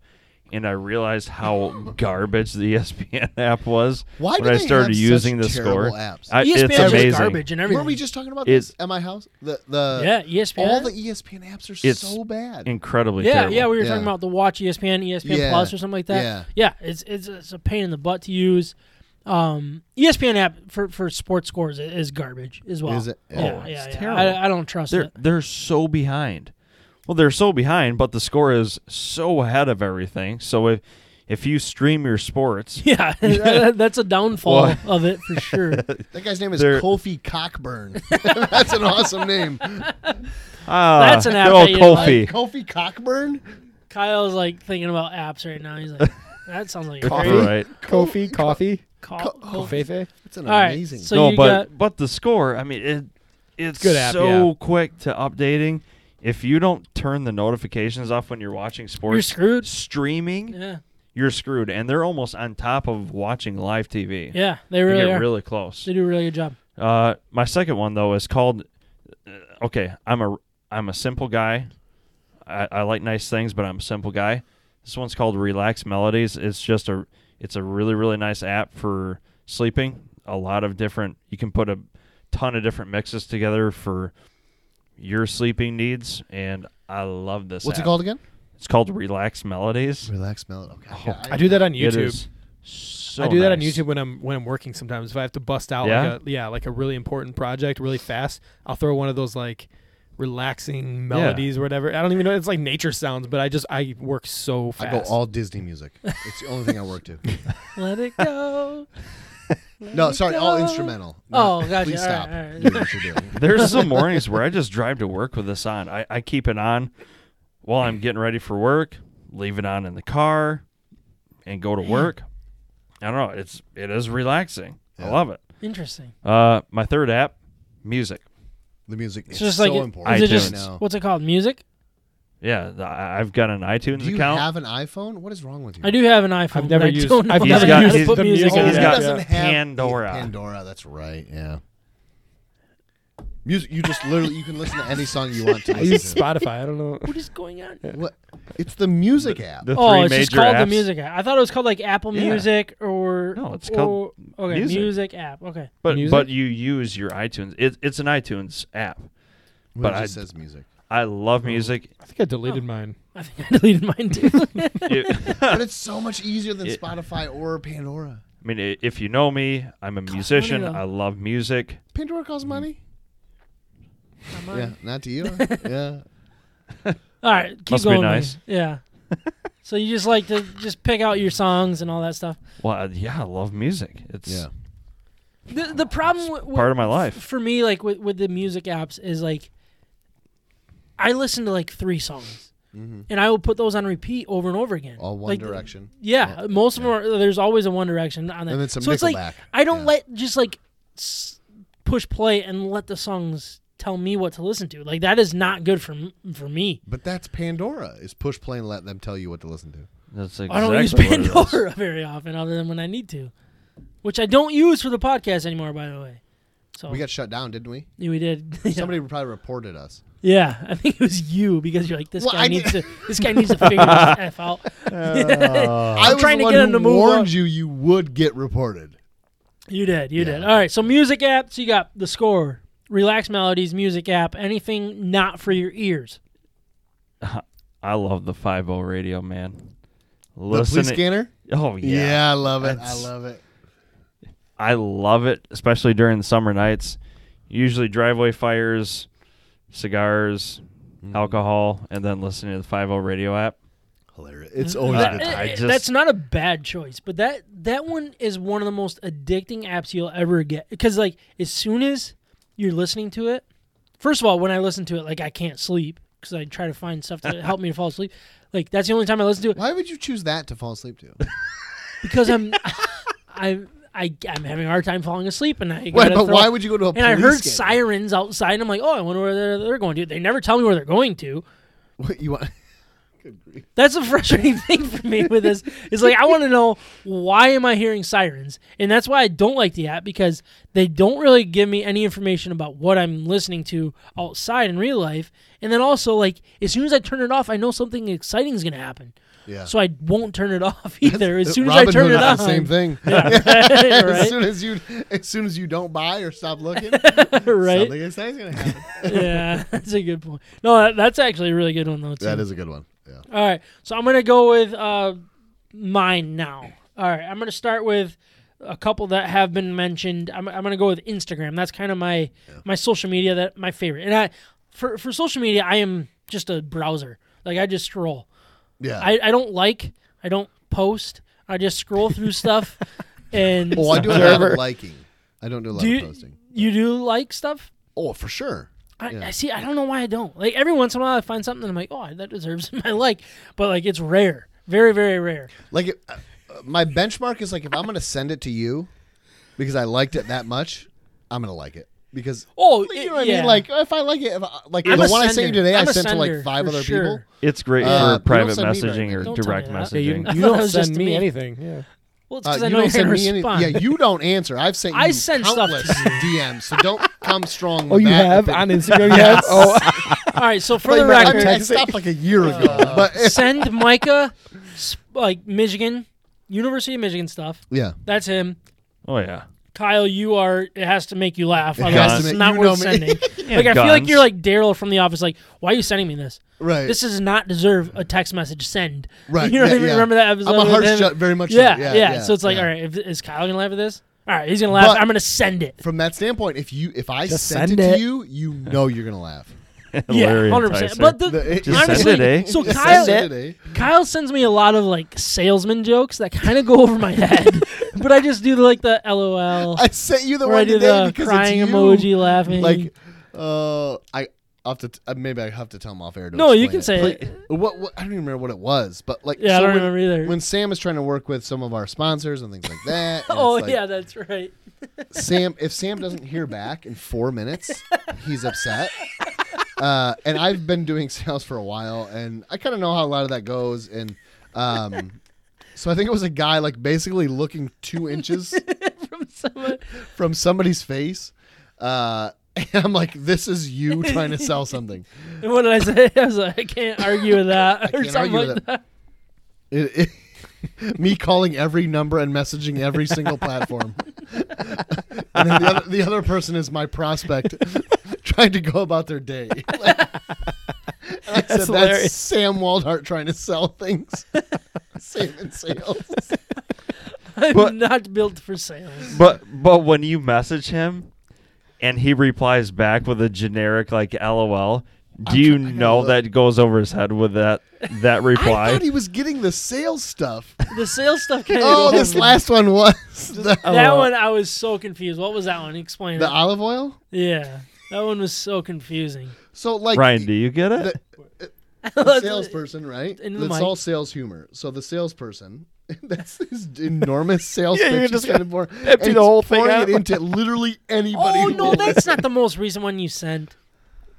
and I realized how garbage the E ESPN app was Why when do I they started have using such the score. terrible apps? I, ESPN it's is amazing. garbage and everything. Were we just talking about It's- this at my house? The the yeah, E ESPN. all the E ESPN apps are It's so bad. Incredibly yeah, terrible. yeah, we were Yeah. talking about the Watch E ESPN, ESPN Yeah. Plus, or something like that. Yeah. it's it's it's a pain in the butt to use. Um, ESPN app for for sports scores i- is garbage as well. Is it? Yeah, yeah, Oh, it's yeah. terrible. I, I don't trust they're it. they're so behind. Well, they're so behind, but the score is so ahead of everything. So if if you stream your sports, Yeah, that- that's a downfall Well- of it for sure. That guy's name is They're- Kofi Cockburn. That's an awesome name. ah, That's an app good old that you Kofi. Like, Kofi Cockburn? Kyle's like thinking about apps right now. He's like, that sounds like a All great right. Kofi, coffee, call. Co- Kofefe. That's an All right, amazing. so no, you but got- but the score. I mean, it it's Good app, so yeah. quick to updating. If you don't turn the notifications off when you're watching sports, You're screwed. Streaming, Yeah, you're screwed, and they're almost on top of watching live TV. yeah, they They really get are. really close. they do a really good job. Uh, my second one though is called. uh, Okay, I'm a I'm a simple guy. I, I like nice things, but I'm a simple guy. This one's called Relax Melodies. It's just a it's a really really nice app for sleeping. A lot of different you can put a ton of different mixes together for your sleeping needs, and I love this. What's it app. called again? It's called Relax Melodies. Relax Melon. Okay. Oh, I do that on It YouTube. is so I do that on nice. YouTube when I'm when I'm working sometimes. If I have to bust out Yeah? like a Oh, yeah, like a really important project really fast, I'll throw one of those like relaxing melodies or whatever. I don't even know it's like nature sounds, but I just I work so I fast. go all Disney music. It's the only thing I work to. Let it go. No, sorry, all instrumental. No, Oh, gotcha. Please All right, stop. all right. Dude, you should do it. There's some mornings where I just drive to work with this on. I, I keep it on while I'm getting ready for work, leave it on in the car, and go to work. I don't know. It's it is relaxing. I Yeah. love it. Interesting. Uh, my third app, music. The music is It's just so like important. Is it just iTunes. now. what's it called? Music. Yeah, th- I- I've got an iTunes Do you account. have an iPhone? What is wrong with you? I do have an iPhone. I've never but I used- don't know I've how never to used put the music. on music Oh, he's it. he got doesn't have Pandora. Pandora, that's right. Yeah. Music. You just literally you can listen to any song you want to. I listen use to. Spotify. I don't know. What is going on? What? It's the music app. The Oh, three it's just major called the apps. music app. I thought it was called like Apple Yeah. Music or No, it's or- called okay music. app. Okay, But Music? but you use your iTunes. It, it's an iTunes app. Well, but it I- just says music. I love music. I think I deleted mine. I think I deleted mine too. It- But it's so much easier than It- Spotify or Pandora. I mean, i- if you know me, I'm a musician. though. I love music. Pandora costs money. Not mine. Mm-hmm. Yeah, not to you. yeah. All right, keep Must be going. then. nice. Yeah. so you just like to just pick out your songs and all that stuff. Well, I- yeah, I love music. It's Yeah. The the problem wi- wi- part of my life. f- for me, like with with the music apps, is like I listen to like three songs, Mm-hmm. Mhm. and I will put those on repeat over and over again. All One Like, Direction. Yeah, Yeah. most of them are. There's always a One Direction on that. And then some so it's like Nickelback. I don't Yeah. let just like s- push play and let the songs tell me what to listen to. Like that is not good for m- for me. But that's Pandora. Is push play and let them tell you what to listen to. That's I don't use exactly what it is. Pandora very often, other than when I need to, which I don't use for the podcast anymore. By the way, so We got shut down, didn't we? yeah, we did. Oh. yeah. Somebody probably reported us. yeah, I think it was you because you're like this Well, guy I needs did- Uh, to. This guy needs to figure this f out. I was trying the to one get who him to move warned up. you you would get reported. You did, you Yeah. did. All right, so music app. So you got the score, relax melodies, music app, anything not for your ears. I love the five O radio, man. The Listen, police it- scanner? oh yeah. I love it. I That's- love it. I love it, especially during the summer nights. Usually driveway fires, cigars, Mm-hmm. alcohol, and then listening to the five O radio app. Hilarious. It's always Uh, a good I time. just- that's not a bad choice, but that that one is one of the most addicting apps you'll ever get because like as soon as you're listening to it, first of all, when I listen to it, like I can't sleep because I try to find stuff to help me to fall asleep. Like that's the only time I listen to it Why would you choose that to fall asleep to? because I'm I'm I, I'm having a hard time falling asleep and I Wait, gotta but throw- why would you go to a and police I heard scanner? sirens outside. And I'm like, oh, I wonder where they're, they're going to. They never tell me where they're going to. What, you want? Good grief. That's a frustrating thing for me with this. Is like I want to know why am I hearing sirens, and that's why I don't like the app because they don't really give me any information about what I'm listening to outside in real life. And then also like as soon as I turn it off, I know something exciting is going to happen, Yeah. so I won't turn it off either. As soon as Robin I turn Hood it had on, the same thing. Yeah, As right, soon as you, as soon as you don't buy or stop looking, right. something exciting's gonna happen. yeah, that's a good point. No, that, that's actually a really good one though. Too. that is a good one. Yeah. All right, so I'm gonna go with uh, mine now. All right, I'm gonna start with a couple that have been mentioned. I'm, I'm gonna go with Instagram. That's kind of my my social media that my favorite. And I for for social media, I am just a browser. Like I just scroll. Yeah. I, I don't like. I don't post. I just scroll through stuff, and Oh, I do a lot of liking. I don't do a lot Do of you- posting. you do like stuff. Oh, for sure. I, Yeah. I see. I don't know why I don't. Like every once in a while, I find something and I'm like, oh, that deserves my like, but like it's rare, very very rare. Like, it, uh, uh, my benchmark is like if I'm gonna send it to you because I liked it that much, I'm gonna like it because Oh, you it- know what I yeah. mean. Like if I like it, if I, like I'm the a one I sender. sent you today, I'm I a sent to like sender, five for other sure. people. It's great Uh, you for don't private send me messaging right or now. Don't tell direct me that. Yeah, you, messaging. you thought it don't was send just me, me. anything. Yeah. Well, it's Uh, because I you know don't you're send gonna me any, respond. Yeah, you don't answer. I've sent I you send stuff countless DMs, so don't come strong. Oh, with you that have if it- on Instagram. You have. Oh, All right. So for Like, the man, I, record, mean, I stopped like a year ago, but if, send Micah, sp- like Michigan, University of Michigan stuff. yeah, That's him. Oh yeah. Kyle, you are. It has to make you laugh. It Otherwise, has it's to make- not you worth know me. sending. Yeah, like I feel like guns. you're like Daryl from The Office. Like, why are you sending me this? right. This does not deserve a text message. Send. Right, You know what yeah, I mean? yeah. Remember that episode? I'm a with hard him? shut very much. Yeah, so, yeah, So it's like, all right, if, is Kyle gonna laugh at this? All right, he's gonna laugh. But- I'm gonna send it. From that standpoint, if you if I Just sent send it, it. to you, you know you're gonna laugh. yeah, Larry and hundred percent. Tyson. But the, The- it- Just send honestly, it, eh? so Just Kyle, send it, eh? Kyle sends me a lot of like salesman jokes that kind of go over my head, but I just do like the LOL I sent you the or one I do today the because crying it's you. emoji, laughing. Like, uh, I I'll have to t- uh, maybe I have to tell him off air. To no, you explain can say But it. What, what I don't even remember what it was, but like Yeah, I so don't when, remember either. When Sam is trying to work with some of our sponsors and things like that. and oh it's like, yeah, that's right. Sam, if Sam doesn't hear back in four minutes, he's upset. Uh, and I've been doing sales for a while, and I kind of know how a lot of that goes. And um, so I think it was a guy like basically looking two inches From someone, from somebody's face. Uh, and I'm like, this is you trying to sell something. and what did I say? I was like, I can't argue with that, or can't something argue like with that. It, it- me calling every number and messaging every single platform. and then the other, the other person is my prospect trying to go about their day. Like, I said, hilarious. that's Sam Waldhart trying to sell things. Sam in sales. I'm But- not built for sales. But but when you message him and he replies back with a generic like LOL, do you I gotta know look. that goes over his head with that that I reply? thought he was getting the sales stuff. The sales stuff kind of. Oh, this last one was the, That Oh, uh, one I was so confused. What was that one? Explain the it. olive oil. yeah, that one was so confusing. So like Ryan, do you get it? the- the Let's- salesperson, right? Into the It's mic. all sales humor. So the salesperson, that's this enormous sales Yeah, you're pitch. just he's trying to pour- and the he's whole thing pouring out. it into literally anybody. Oh who no, will that's listen. not the most recent one you sent.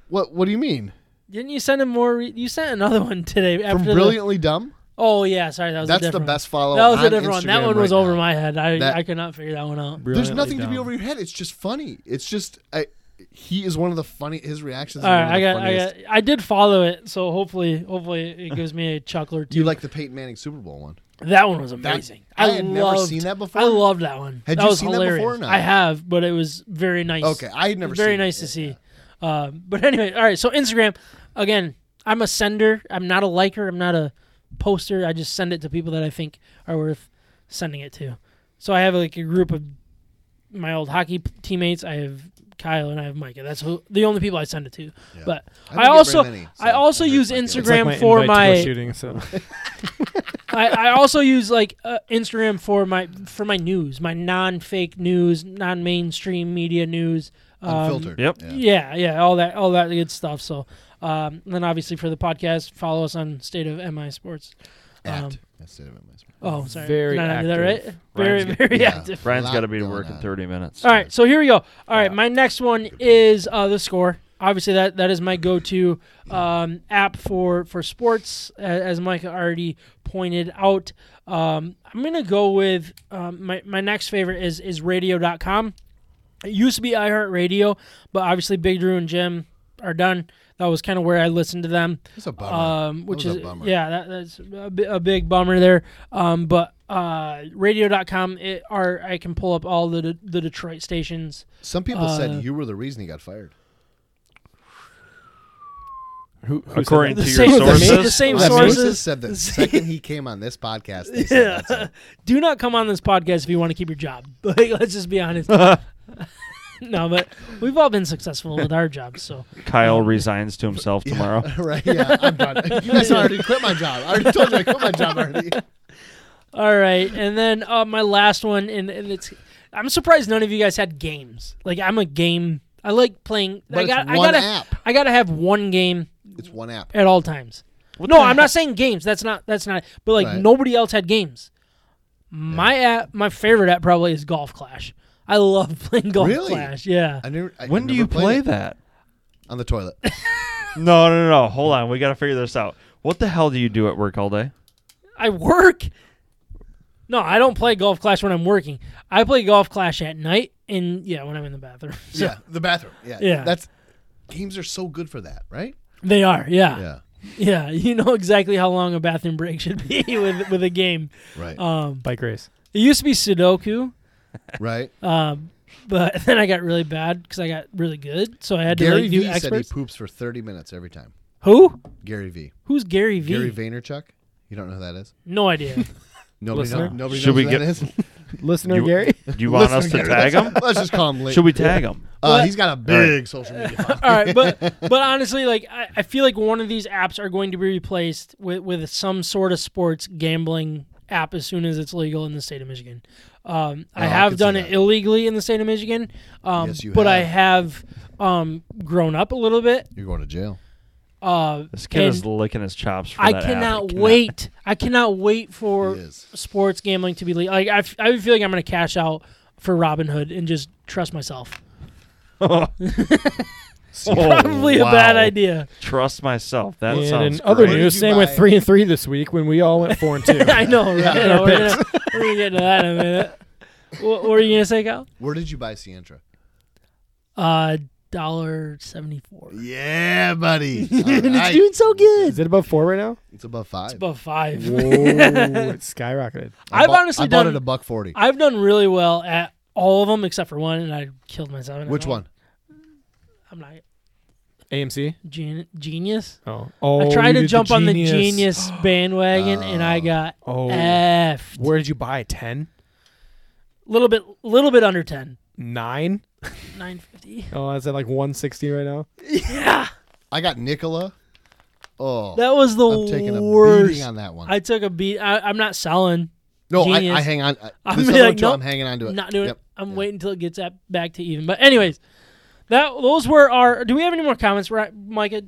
What? What do you mean? Didn't you send him more? Re- you sent another one today after From the- brilliantly dumb. Oh yeah, sorry, that was a That's the different one. best follow. That was on a different one. That Instagram one was right over now. my head. I That- I could not figure that one out. There's nothing to be over your head. It's just funny. It's just I, he is one of the funny. His reactions. All are right, one of I the got, I got, funniest. I did follow it, so hopefully, hopefully it gives me a chuckle or two. You like the Peyton Manning Super Bowl one? that one was amazing. I I had loved, never seen that before. I loved that one. Had that you was seen that hilarious. before or not? I have, but it was very nice. Okay, I had never. It's very seen nice it. to Yeah. see. Um, but anyway, all right. So Instagram, again, I'm a sender. I'm not a liker. I'm not a poster. I just send it to people that I think are worth sending it to. So I have like a group of my old hockey p- teammates. I have Kyle and I have Micah. That's who, the only people I send it to. Yeah. But I, I don't get very also many, so I also I heard use my feelings. It's like Instagram for invite to a my shooting. So I, I also use like uh, Instagram for my for my news, my non fake news, non mainstream media news. Um, Unfiltered. yep. Yeah. yeah. yeah, all that, all that good stuff. So, um, and then obviously for the podcast, follow us on State of Mi Sports. At. Um, That's it, I'm sorry. Oh, sorry, Very Did I not do that active. right? Very, Ryan's- very Yeah. active. Ryan's Lot got to be to going work in on. 30 minutes. All right, so here we go. All right, my next one is uh, the score. Obviously, that that is my go-to um, app for for sports, a- as Micah already pointed out. Um, I'm gonna go with um, my my next favorite is is Radio.com. It used to be iHeartRadio, but obviously Big Drew and Jim are done. That was kind of where I listened to them That's a bummer. um, which was is a bummer. yeah, that, that's a, bi- a big bummer there. Um, but uh, radio.com it are I can pull up all the the Detroit stations. Some people Uh, said you were the reason he got fired. who, who said According that? The to your same, sources, the same That Sources, sources said the second he came on this podcast, they said Yeah. that's it. do not come on this podcast if you want to keep your job. Like, let's just be honest. no, but we've all been successful with our jobs, so Oh. Kyle resigns to himself tomorrow. right? Yeah, I'm done. You guys already quit my job. I already told you I quit my job already. All right, and then uh, my last one, and, and it's I'm surprised none of you guys had games. Like I'm a game. I like playing. But I it's got. I one gotta. app. I gotta have one game It's one app. at all times. What no, the I'm heck? not saying games. That's not. That's not. But like Right. nobody else had games. My app, my favorite app probably is Golf Clash. I love playing Golf Really? Clash. Yeah. I never. I When do never you played play it. that? On the toilet. No, no, no. Hold on. We got to figure this out. What the hell do you do at work all day? I work. No, I don't play Golf Clash when I'm working. I play Golf Clash at night and yeah, when I'm in the bathroom. So yeah, the bathroom. Yeah, Yeah. That's games are so good for that, right? They are. Yeah. yeah. Yeah, you know exactly how long a bathroom break should be with with a game. right, Um Bike race. it used to be Sudoku, right. um but then I got really bad cuz I got really good, so I had to Gary like, V do said he experts. poops for thirty minutes every time. Who? Gary V. Who's Gary V? Gary Vaynerchuk. You don't know who that is? No idea. Nobody, Listener? know, nobody Should knows we who get- that is. Listener You- Gary. Do you want us Listener to Gary. tag him? Let's just call him. Late. Should we tag him? Uh, What? he's got a big social media. following. All right, but but honestly, like I, I feel like one of these apps are going to be replaced with with some sort of sports gambling app as soon as it's legal in the state of Michigan. Um, I Oh, I have could see done it that. illegally in the state of Michigan, um, Yes, you but I have um, grown up a little bit. You're going to jail. Uh, This kid and is licking his chops. For I that app. He cannot cannot- wait. I cannot wait for He is. sports gambling to be legal. Like I, f- I feel like I'm going to cash out for Robinhood and just trust myself. Probably a bad wow. idea. Trust myself. That and sounds in other great. news, you same with buy? three and three this week when we all went four and two. I know, right? Yeah. we're, gonna, we're gonna get into that in a minute. What, what were you gonna say, Kyle? Where did you buy Sientra? Uh, dollar seventy-four. Yeah, buddy. And it's doing so good. Is it above four right now? It's above five. It's above five. Whoa, it's skyrocketed. I I've bought- honestly I bought done- it a buck forty. I've done really well at all of them except for one, and I killed myself. and I Which don't- one? I'm not AMC. gen- genius. Oh, oh I tried you did to jump on the genius. genius bandwagon, and I got Oh, effed. where did you buy ten? Little bit, little bit under ten. Nine? Nine fifty. Oh, is at like one sixty right now? Yeah, I got Nicola. Oh, that was the I'm taking a worst. beating on that one. I took a beat. I, I'm not selling. no, I, genius. I hang on. I, I'm this be other like, two, nope, I'm hanging on to it. Not doing Yep. it. I'm yeah. waiting until it gets at, back to even. But anyways, that those were our. Do we have any more comments, Ri- Micah?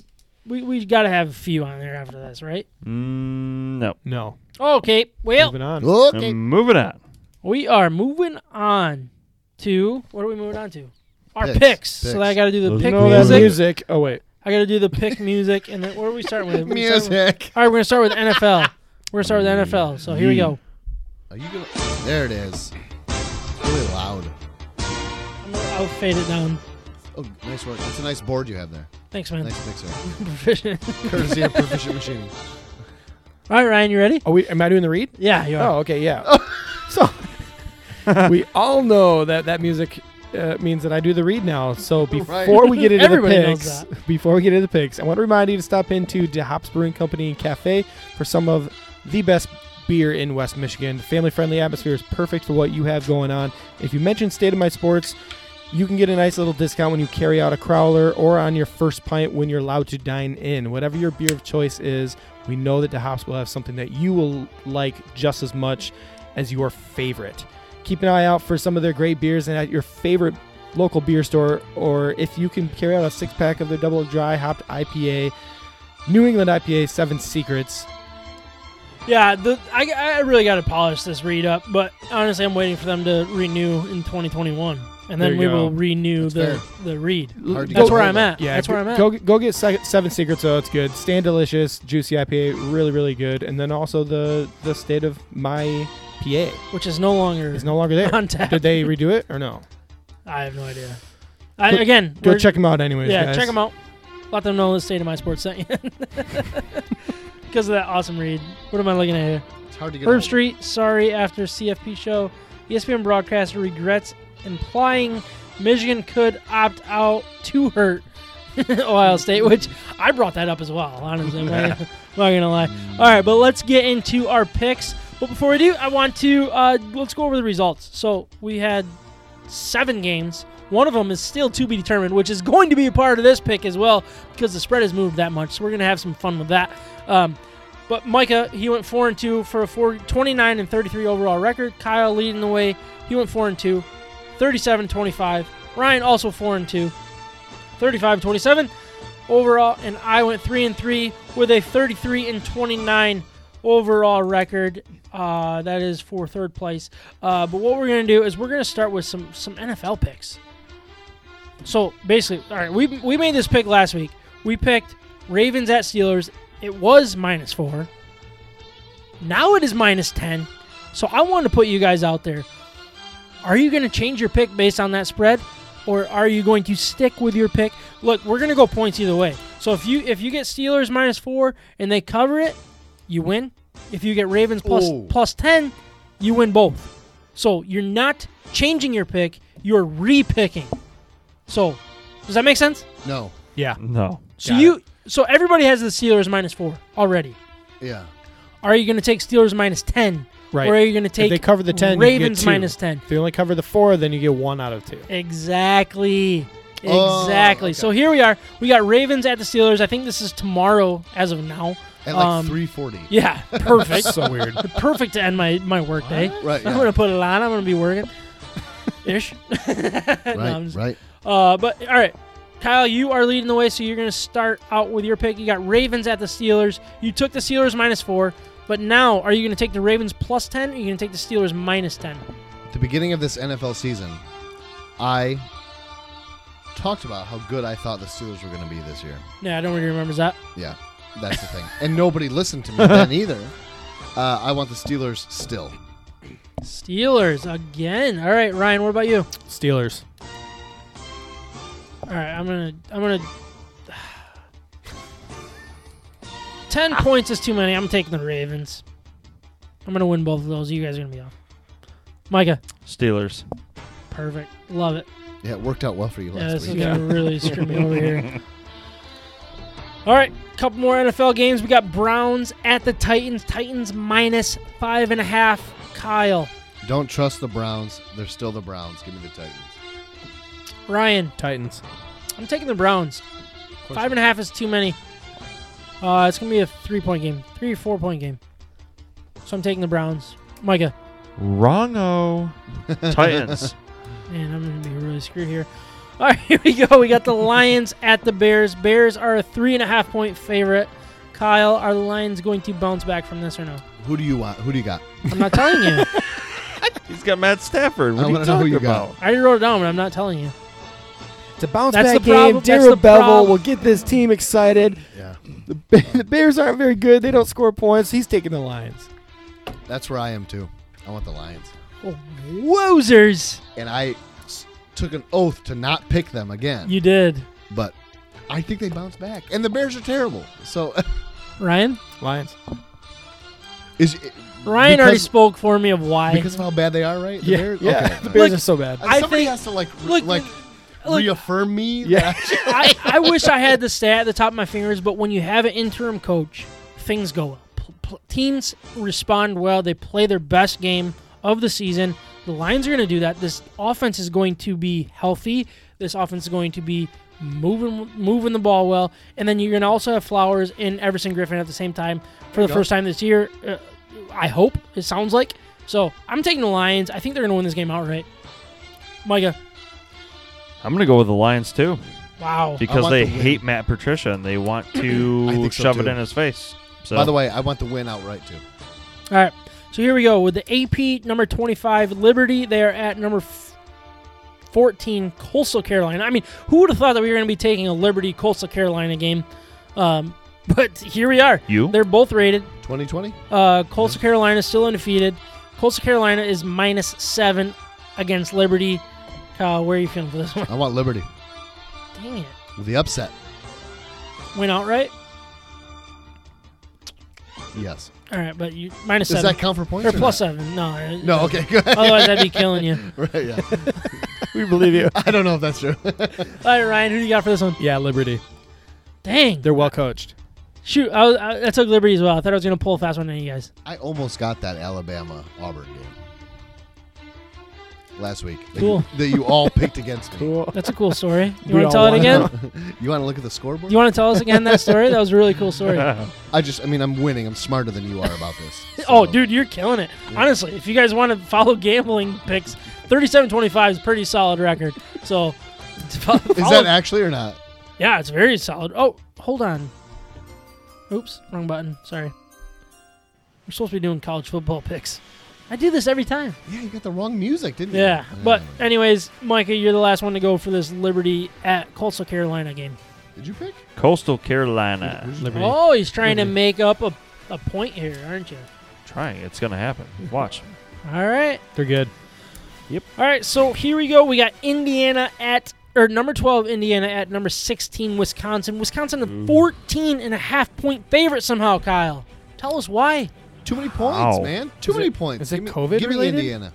We we got to have a few on there after this, right? Mm, no. No. Okay. Well, Moving on. Okay. I'm moving on. we are moving on to what are we moving on to? Our picks. Picks. So Picks. I got to do the Those pick are no, the music. that music. Oh wait. I got to do the pick music, and then what are we starting with? We starting with- Music. all right, we're gonna start with NFL. We're gonna start with NFL. So here we go. Are you gonna? There it is. Really loud. I'm gonna, I'll fade it down. Oh, nice work. That's a nice board you have there. Thanks, man. Nice mixer. Proficient. Courtesy of Proficient Machining. All right, Ryan, you ready? Are we? Am I doing the read? Yeah, you are. Oh, okay, yeah. so we all know that that music uh, means that I do the read now. So Right. before we get into the Everybody knows picks, before we get into the picks, I want to remind you to stop into De Hops Brewing Company and Cafe for some of the best beer in West Michigan. Family-friendly atmosphere is perfect for what you have going on. If you mention State of My Sports. You can get a nice little discount when you carry out a crowler or on your first pint when you're allowed to dine in. Whatever your beer of choice is, we know that the hops will have something that you will like just as much as your favorite. Keep an eye out for some of their great beers and at your favorite local beer store, or if you can carry out a six pack of their double dry hopped IPA, New England IPA Seven Secrets. Yeah, the, I, I really got to polish this read up, but honestly, I'm waiting for them to renew in 2021, and There then you we go. will renew That's the the read. Hard to That's get where hold I'm of. at. Yeah, that's where I'm at. Go go get Se- Seven Secrets. though. it's good. Stand delicious, juicy IPA, really really good. And then also the the state of my PA which is no longer is no longer there. on tap. Did they redo it or no? I have no idea. I, Go- again, Go we're- check them out anyways. Yeah, guys. check them out. Let them know the state of my sports sent you because of that awesome read. What am I looking at here? It's hard to get. a Herb hold- Street, sorry after CFP show. E ESPN broadcaster regrets implying Michigan could opt out to hurt Ohio State, which I brought that up as well, honestly. I'm not, gonna- I'm not gonna lie. All right, but let's get into our picks. But before we do, I want to uh, let's go over the results. So we had seven games. One of them is still to be determined, which is going to be a part of this pick as well because the spread has moved that much. So we're going to have some fun with that. Um, But Micah, he went four and two for a four, 29 and 33 overall record. Kyle leading the way. He went four and two, 37 25. Ryan also four and two, 35 27 overall, and I went three and three with a 33 and 29 overall record. Uh, that is for third place. Uh, but what we're gonna do is we're gonna start with some some NFL picks. So basically, all right, we we made this pick last week. We picked Ravens at Steelers. It was minus four. Now it is minus ten. So I want to put you guys out there. Are you going to change your pick based on that spread, or are you going to stick with your pick? Look, we're going to go points either way. So if you if you get Steelers minus four and they cover it, you win. If you get Ravens plus, Ooh. plus ten, you win both. So you're not changing your pick; you're re-picking. So does that make sense? No. Yeah. No. So Got you so everybody has the Steelers minus four already. Yeah. Are you going to take Steelers minus ten, Right. or are you going to if take they cover the 10, you get Ravens two. minus ten? If they only cover the 4, then you get 1 out of 2. Exactly. Oh, Exactly. okay. So here we are. We got Ravens at the Steelers. I think this is tomorrow as of now. At like Um, 340. Yeah, perfect. so weird. perfect to end my, my work day. Right. I'm yeah. going to put it on. I'm going to be working. Ish. No, right. I'm just- right. uh, but all right, Kyle, you are leading the way, so you're going to start out with your pick. You got Ravens at the Steelers. You took the Steelers minus four, but now are you going to take the Ravens plus ten? Or are you going to take the Steelers minus ten? the beginning of this NFL season, I talked about how good I thought the Steelers were going to be this year. Yeah, I don't really remember that. Yeah, that's the thing. and nobody listened to me then either. Uh, I want the Steelers still. Steelers again. All right, Ryan, what about you? Steelers. All right, I'm gonna, I'm gonna. Ten points is too many. I'm taking the Ravens. I'm gonna win both of those. You guys are gonna be off. Micah, Steelers. perfect. Love it. Yeah, it worked out well for you Yeah, last this is week. gonna really screw me over here. All right, couple more NFL games. We got Browns at the Titans. Titans minus five and a half. Kyle, Don't trust the Browns. They're still the Browns. Give me the Titans. Ryan, Titans. I'm taking the Browns. Five and a half is too many. Uh, it's gonna be a three-point game, three or four-point game. So I'm taking the Browns. Micah, Wrongo. Titans. man, I'm gonna be really screwed here. All right, here we go. We got the Lions at the Bears. Bears are a three and a half point favorite. Kyle, are the Lions going to bounce back from this or no? Who do you want? Who do you got? I'm not telling you. He's got Matt Stafford. What I are you wanna know who talking you got. about? I already wrote it down, but I'm not telling you. It's a bounce That's back the problem. game. That's Darrell the Bevel problem. will get this team excited. Yeah, The, Ba- the Bears aren't very good. They don't score points. He's taking the Lions. that's where I am too. I want the Lions. Oh, wozers! And I s- took an oath to not pick them again. You did, but I think they bounce back. And the Bears are terrible. So Ryan. Lions. is it- Ryan already because- spoke for me of why. because of how bad they are, right? The yeah, Bears? yeah. Okay. The Bears Look, are so bad. I Somebody think- has to like re- look, like look- reaffirm me. Yeah. that- I, I wish I had the stat at the top of my fingers, but when you have an interim coach, things go well. P- p- teams respond well. They play their best game of the season. The Lions are going to do that. This offense is going to be healthy. This offense is going to be moving moving the ball well. And then you're going to also have Flowers and Everson Griffin at the same time for the Yep. first time this year. Uh, I hope it sounds like. So I'm taking the Lions. I think they're going to win this game outright. Micah, I'm going to go with the Lions, too, wow. because want they the win. hate Matt Patricia and they want I to think so, shove it too. in his face. So, By the way, I want the win outright too. All right. So here we go with the AP number 25 Liberty. They are at number f- 14 Coastal Carolina. I mean, who would have thought that we were going to be taking a Liberty Coastal Carolina game? Um, but here we are. you? They're both rated. 2020. Uh, Coastal Carolina is still undefeated. Coastal Carolina is minus seven against Liberty. Kyle, where are you feeling for this one? I want Liberty. Dang it. The upset. Win outright? Yes. All right, but you minus Does seven. that count for points? Or or plus not? seven. No. it- No. Okay. Good. Otherwise, I'd be killing you. right. Yeah. we believe you. I don't know if that's true. All right, Ryan, who do you got for this one? Yeah, Liberty. Dang. They're well coached. Shoot, I, was, I, I took liberty as well. I thought I was going to pull a fast one on you guys. I almost got that Alabama Auburn game. last week. that Cool. you- That you all picked against me. Cool. That's a cool story. You We want to all tell it wanna again? You want to look at the scoreboard? You want to tell us again that story? That was a really cool story. I just, I mean, I'm winning. I'm smarter than you are about this. Oh, So, dude, you're killing it. Honestly, if you guys want to follow gambling picks, 37-25 is a pretty solid record. So, fo- Is follow- that actually or not? yeah, it's very solid. Oh, hold on. Oops, wrong button. Sorry. We're supposed to be doing college football picks. I do this every time. Yeah, you got the wrong music, didn't you? Yeah, Uh, but Mm. anyways, Micah, you're the last one to go for this Liberty at Coastal Carolina game. Did you pick? Coastal Carolina. Liberty. Oh, he's trying to Liberty. make up a, a point here, aren't you? Trying. It's going to happen. Watch. All right. They're good. All right, so here we go. We got Indiana at or number 12 Indiana at number 16 Wisconsin. Wisconsin Mm. a 14 and a half point favorite somehow, Kyle. Tell us why. Too many points, Wow. man. Too Is many it- points. is it Give me- COVID Give me related? Indiana.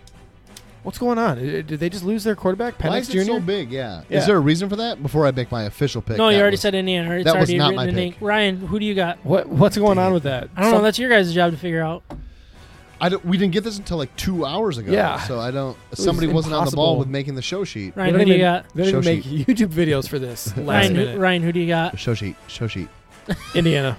What's going on? I- Did they just lose their quarterback, Why Penix is Jr.? it so big? Yeah. Yeah. Is there a reason for that? Before I make my official pick. no, you that already was- said Indiana. It's that was already not written my in pick. ink. Ryan, who do you got? what What's going on with that? I don't know. Some- That's your guys' job to figure out. I don't- we didn't get this until like two hours ago. Yeah. So I don't. was Somebody wasn't on the ball impossible. with making the show sheet. Ryan, they who don't do you even- got? They didn't Show make YouTube videos for this last Ryan, who- minute. Ryan, who do you got? Show sheet. Show sheet. Indiana.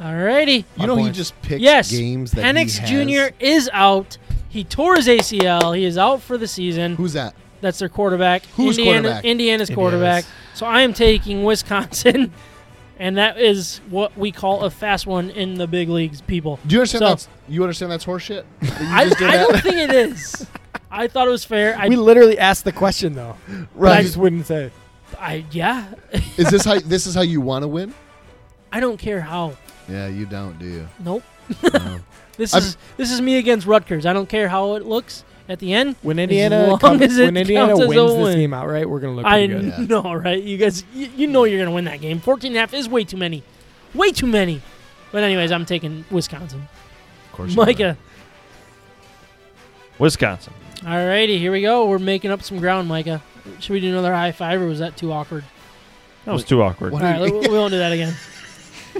Alrighty. You My know he points. just picked Yes. games that Penix he has. Jr. is out. He tore his ACL. He is out for the season. Who's that? That's their quarterback. Who's Indiana, quarterback? Indiana's quarterback. So I am taking Wisconsin, and that is what we call a fast one in the big leagues, people. Do you understand So- that's you understand that's horseshit? That you I, just did I that? don't think it is. I thought it was fair. I, we literally asked the question though. I Right. just wouldn't say. I yeah. Is this how this is how you want to win? I don't care how. Yeah, you don't, do you? Nope. No. This I'm- is this is me against Rutgers. I don't care how it looks at the end. When long Indiana comes, as it when Indiana counts as a wins win. this game outright, we're gonna look pretty I good. Yeah. know, right? You guys, you, you know you're gonna win that game. 14 and a half is way too many, way too many. But anyways, I'm taking Wisconsin. Of course. you Micah. Wisconsin. Alrighty, here we go. We're making up some ground, Micah. Should we do another high five, or was that too awkward? That was too awkward. What? All right, we, we won't do that again.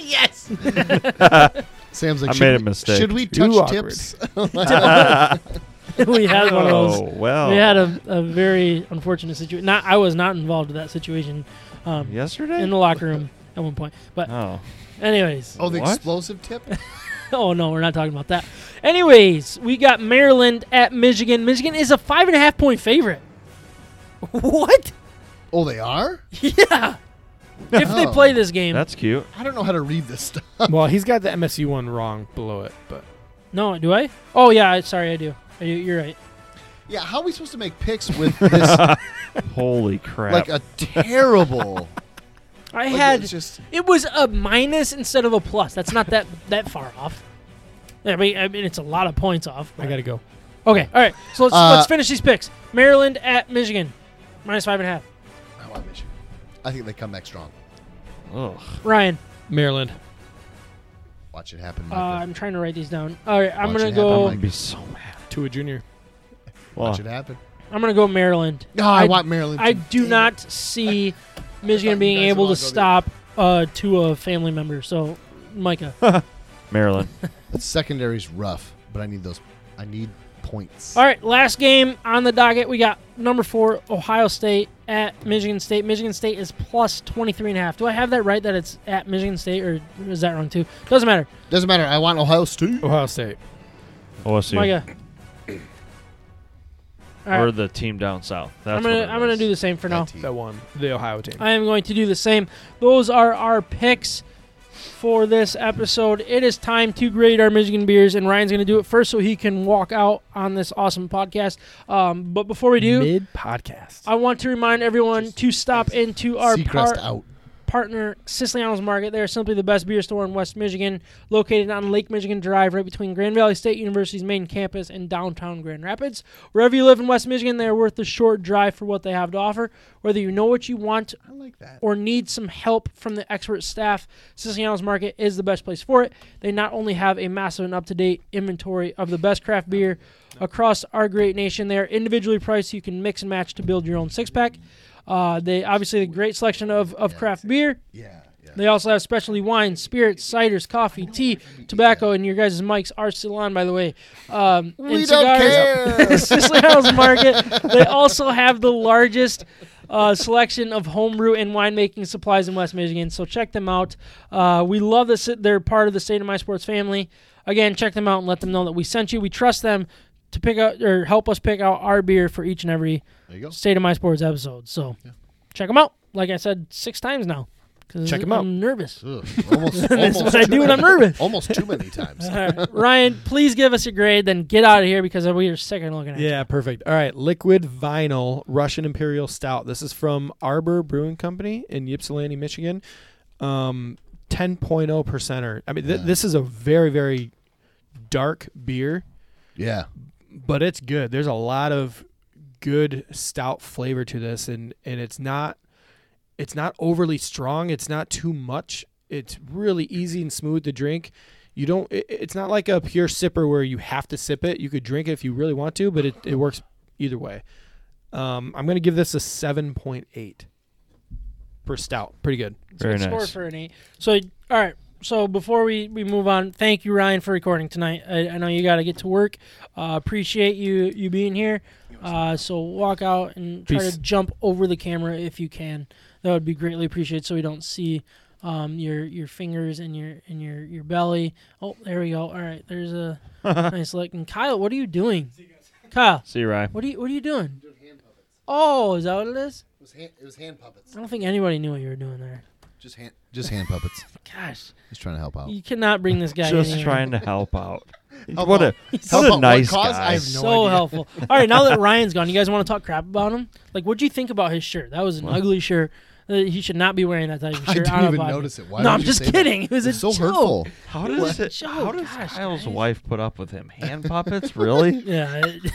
yes. uh, are. Sam's like, I should made a we- mistake. Should we Too touch awkward. tips? we had one of those. Oh, well. We had a, a very unfortunate situation. Not, I was not involved with that situation um, Yesterday? in the locker room at one point. But oh. anyways, Oh, the What? explosive tip? oh no, we're not talking about that. Anyways, we got Maryland at Michigan. Michigan is a five and a half point favorite. What? Oh, they are? Yeah. If they Oh. play this game, That's cute. I don't know how to read this stuff. well, he's got the MSU one wrong below it, but no, do I? Oh yeah, I- sorry, I do. I do. You're right. Yeah, how are we supposed to make picks with this Holy crap. like a terrible I like, had it's just It was a minus instead of a plus. That's not that that far off. I mean, I mean, it's a lot of points off. I gotta go. Okay, all right. So let's Uh, let's finish these picks. Maryland at Michigan, minus five and a half. oh, I miss you. I think they come back strong. Ugh. Oh Ryan, Maryland. Watch it happen. uh, Micah. I'm trying to write these down. All right, I'm Watch gonna it happen, go. I'd be so Um, mad. Tua Junior. Well, Watch it happen. I'm gonna go Maryland. No, I, I- want Maryland. I to- do not see thought Michigan you being guys able would all to go there. stop uh, two of family members. So, Micah, Maryland. Secondary's rough, but I need those. I need points. All right, last game on the docket. We got number four, Ohio State at Michigan State. Michigan State is plus 23 and a half. Do I have that right that it's at Michigan State, or is that wrong too? Doesn't matter. Doesn't matter. I want Ohio State. Ohio State. OSU. Micah. All right. Or the team down south. That's I'm gonna what it I'm gonna is. do the same for now. That team. That one. The Ohio team. I am going to do the same. Those are our picks for this episode. It is time to grade our Michigan beers, and Ryan's gonna do it first so he can walk out on this awesome podcast. Um, but before we do, Mid podcast. I want to remind everyone to stop into our Seacrest par- out. partner, Siciliano's Market. They are simply the best beer store in West Michigan, located on Lake Michigan Drive, right between Grand Valley State University's main campus and downtown Grand Rapids. Wherever you live in West Michigan, they are worth the short drive for what they have to offer. Whether you know what you want I like that. or need some help from the expert staff, Siciliano's Market is the best place for it. They not only have a massive and up to date inventory of the best craft beer across our great nation, they are individually priced so you can mix and match to build your own six pack. Uh, they obviously have a great selection of, of craft beer. Yeah. yeah. They also have specialty wines, spirits, ciders, coffee, tea, tobacco, and your guys' mics are still on, by the way. Um, We and don't cigars. care. Sicily House Market. They also have the largest uh, selection of homebrew and winemaking supplies in West Michigan. So check them out. Uh, we love that they're part of the State of My Sports family. Again, check them out and let them know that we sent you. We trust them to pick out or help us pick out our beer for each and every There you go. State of My Sports episode. So check them out. Like I said six times now. 'cause Check 'em out. I'm nervous. Ugh, almost, That's almost what I too do when I'm many- nervous. Almost too many times. All right. Ryan, please give us a grade, then get out of here because we are sick of looking at you. Yeah, perfect. All right, liquid vinyl Russian Imperial Stout. This is from Arbor Brewing Company in Ypsilanti, Michigan. Um, 10.0 percenter. I mean, th- Yeah. this is a very, very dark beer, Yeah. but it's good. There's a lot of good stout flavor to this, and and it's not it's not overly strong. It's not too much. It's really easy and smooth to drink. You don't. It, it's not like a pure sipper where you have to sip it. You could drink it if you really want to, but it, it works either way. Um, I'm gonna give this a 7.8 for stout. Pretty good. So Very it's scored nice. for an eight. So all right. So before we, we move on, thank you Ryan for recording tonight. I, I know you got to get to work. Uh, appreciate you you being here. Uh, so walk out and try Peace. to jump over the camera if you can. That would be greatly appreciated. So we don't see um, your your fingers and your and your your belly. Oh, there we go. All right, there's a nice look. And Kyle, what are you doing? Kyle, See you, Ryan. what are you what are you doing? Oh, is that what it is? It was, hand, it was hand puppets. I don't think anybody knew what you were doing there. Just hand, just hand puppets. Gosh. He's trying to help out. You cannot bring this guy. Just in here. trying to help out. Help what out. a Help what out a what nice cause? I guy. have no- so idea. helpful. All right, now that Ryan's gone, you guys want to talk crap about him? Like, what'd you think about his shirt? That was an ugly shirt. Uh, He should not be wearing that type of shirt. I on a didn't even podcast. notice it. Why no, would I'm you just say that? kidding. It was a It's so joke. hurtful. how does it? Joe, How does gosh, Kyle's guys. wife put up with him? Hand puppets, really? Yeah, it-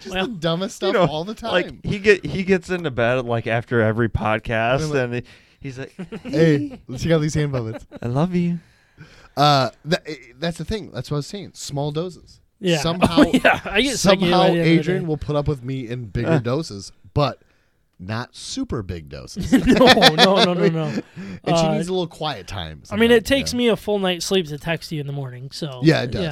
Just Well, the dumbest stuff You know, all the time. Like he get he gets into bed like after every podcast, and he- he's like, hey, let's check out these hand puppets. "I love you." Uh, that, eh, that's the thing. That's what I was saying. Small doses. yeah. Somehow, Oh, yeah. I get sick of you somehow by the end of the Adrian day. will put up with me in bigger doses, but not super big doses. no, no, no, no, no. and she Uh, needs a little quiet time. I mean, it sometimes, you takes know? me a full night's sleep to text you in the morning. So Yeah, it does,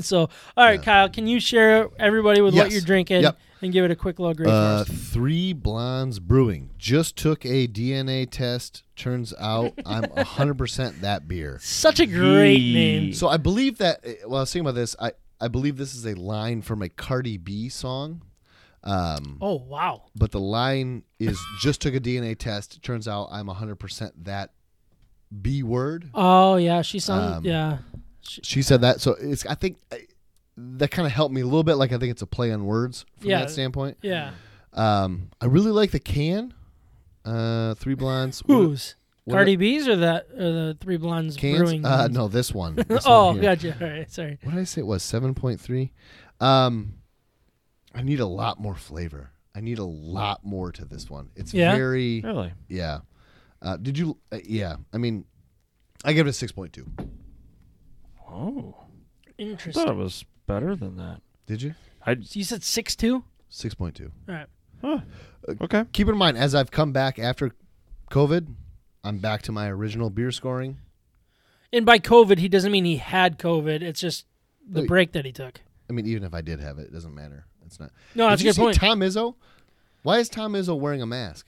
so, all right, Yeah. Kyle, can you share everybody with what Yes. you're drinking Yep. and give it a quick little grade Uh, for us? three blondes brewing just took a DNA test. Turns out I'm 100% that beer. Such a great Yee. name. So I believe that eh, while I was thinking about this, I, I believe this is a line from a Cardi B song. Um, Oh wow. but the line is just took a DNA test. Turns out I'm 100% that B word. Oh yeah, she sung. Um, yeah, She said that. So it's, I think I, that kind of helped me a little bit. Like, I think it's a play on words from Yeah. that standpoint. yeah. Um, I really like the can. Uh, three blondes. What- Who's what- Cardi B's or that or the Three Blondes cans? Brewing? Uh, ones? no, this one. This oh, one here. gotcha. All right, sorry. What did I say it was? 7.3. Um, I need a lot more flavor. I need a lot more to this one. It's Yeah? very. Really? Yeah. Uh, did you? Uh, yeah. I mean, I give it a six point two. Oh, I Interesting. thought it was better than that. Did you? I So you said six two. Six point two. All right. okay. Keep in mind, as I've come back after COVID, I'm back to my original beer scoring. And by COVID, he doesn't mean he had COVID. It's just the Wait. break that he took. I mean, even if I did have it, it doesn't matter. It's not. No, that's a did you good see point. Tom Izzo. Why is Tom Izzo wearing a mask?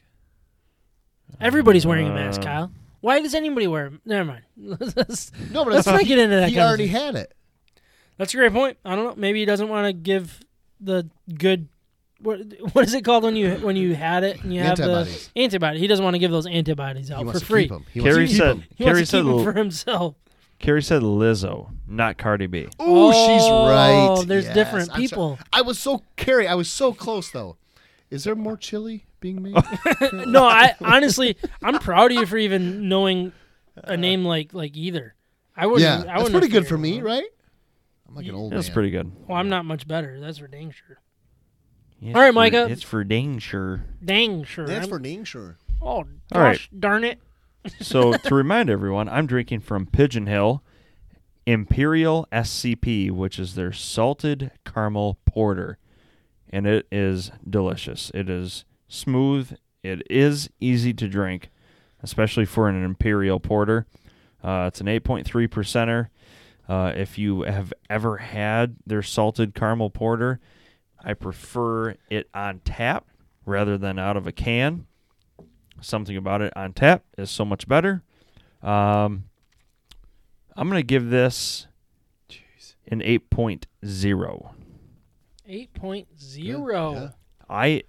Everybody's wearing a mask, Uh, Kyle. Why does anybody wear? Never mind. Let's No, but let's that's- not get into that. he kind of already thing. had it. That's a great point. I don't know. Maybe he doesn't want to give the good. What what is it called when you when you had it and you have Antibodies. the antibody? He doesn't want to give those antibodies He out wants Oh, for to free. keep him. He Carrie wants to keep said. him. He Carrie wants to said. keep them L- for himself. Carrie said Lizzo, not Cardi B. Ooh, she's right. Oh, there's Yes, different I'm sorry. people. I was so Carrie. I was so close though. Is there more chili being made? No, I honestly, I'm proud of you for even knowing a name like like either. I wouldn't. I yeah, that's wouldn't pretty have good for figured me, it out. right? I'm like an old That's man. pretty good. Well, I'm not much better. That's for dang sure. It's All right, for- Micah. It's for dang sure. Dang sure. That's I'm- for dang sure. oh, gosh, All right. darn it. So to remind everyone, I'm drinking from Pigeon Hill Imperial SCP, which is their salted caramel porter, and it is delicious. It is smooth. It is easy to drink. especially for an imperial porter. Uh, it's an 8.3 percenter. Uh, if you have ever had their salted caramel porter, I prefer it on tap rather than out of a can. Something about it on tap is so much better. Um, I'm gonna give this an 8.0. 8.0. Good, yeah. I,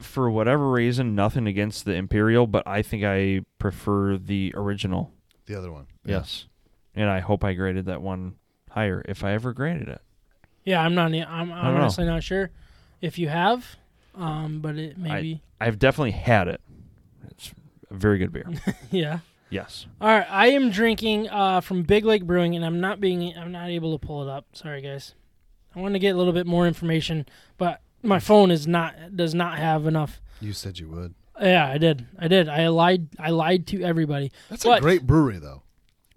for whatever reason, nothing against the Imperial, but I think I prefer the original. The other one. Yes. And I hope I graded that one higher if I ever graded it. Yeah, I'm not. I'm, I'm don't know. honestly not sure if you have, um, but it maybe. I've definitely had it. It's a very good beer. yeah. yes. All right, I am drinking uh, from Big Lake Brewing, and I'm not being. I'm not able to pull it up. Sorry, guys. I wanted to get a little bit more information, but my phone is not does not have enough. You said you would. Yeah, I did. I did. I lied. I lied to everybody. That's But- a great brewery, though.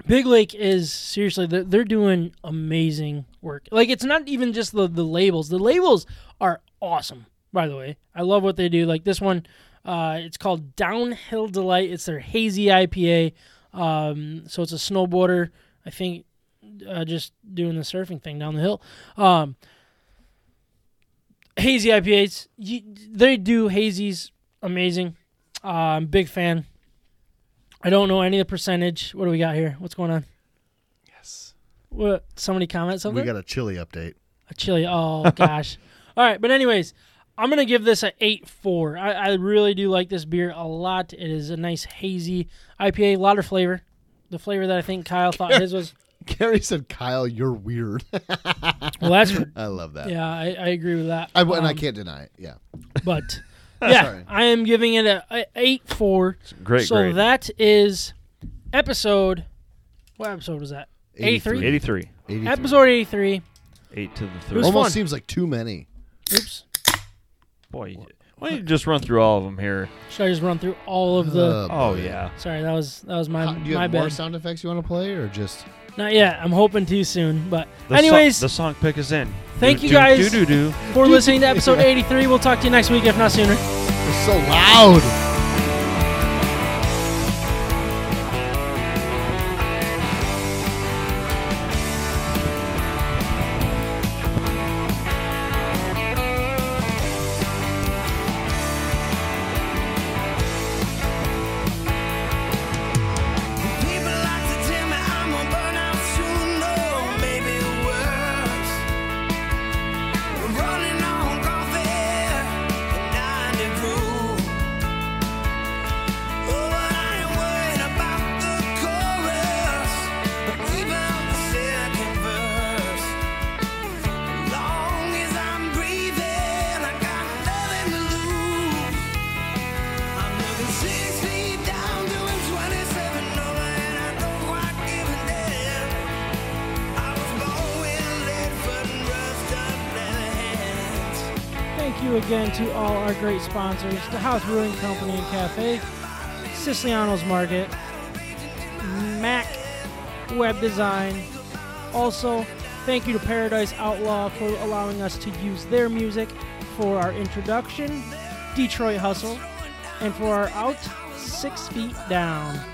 Big Lake is seriously they're, they're doing amazing work. Like it's not even just the the labels. The labels are awesome. By the way, I love what they do. Like this one, uh, it's called Downhill Delight. It's their hazy IPA. Um, so it's a snowboarder. I think uh, just doing the surfing thing down the hill. Um, hazy IPAs. You, they do hazies amazing. Um, big fan. I don't know any of the percentage. What do we got here? What's going on? Yes. What? Somebody comment we something? got a chili update. a chili. Oh gosh. All right, but anyways, I'm gonna give this a eight four. I, I really do like this beer a lot. It is a nice hazy IPA, a lot of flavor. The flavor that I think Kyle thought his was. Gary said, "Kyle, you're weird." Well, that's for, I love that. yeah. I, I agree with that. I, and I Um, can't deny it. Yeah. But yeah, Sorry. I am giving it a, a eight four. It's a great so grade. that is episode. What episode was that? 83. 83. 83. Episode eighty three. 8 to the It 3. was Almost fun. seems like too many. Oops. Boy, why don't you just run through all of them here? Should I just run through all of the? Uh, Oh, boy. yeah. Sorry, that was that was my How- do you my have more bad. sound effects you want to play, or just Not yet. I'm hoping to soon. But The anyways, so- the song pick is in. Thank you Do- do- guys. do- do- do. for listening to episode 83, we'll talk to you next week, if not sooner. it's so loud? People like to tell me I'm gonna burn out soon, though maybe worse. Running on coffee and ninety proof. Oh, I ain't worried about the chorus, or even the second verse. Long as I'm breathing, I got nothing to lose. I'm looking six feet down, doing 27 over, and I don't quite give a damn. I was born with lead foot and rust up hands. Thank you again to all our great sponsors, the House Brewing Company and Cafe, Siciliano's Market, Mac Web Design. Also, thank you to Paradise Outlaw for allowing us to use their music for our introduction, Detroit Hustle, and for our out, Six Feet Down.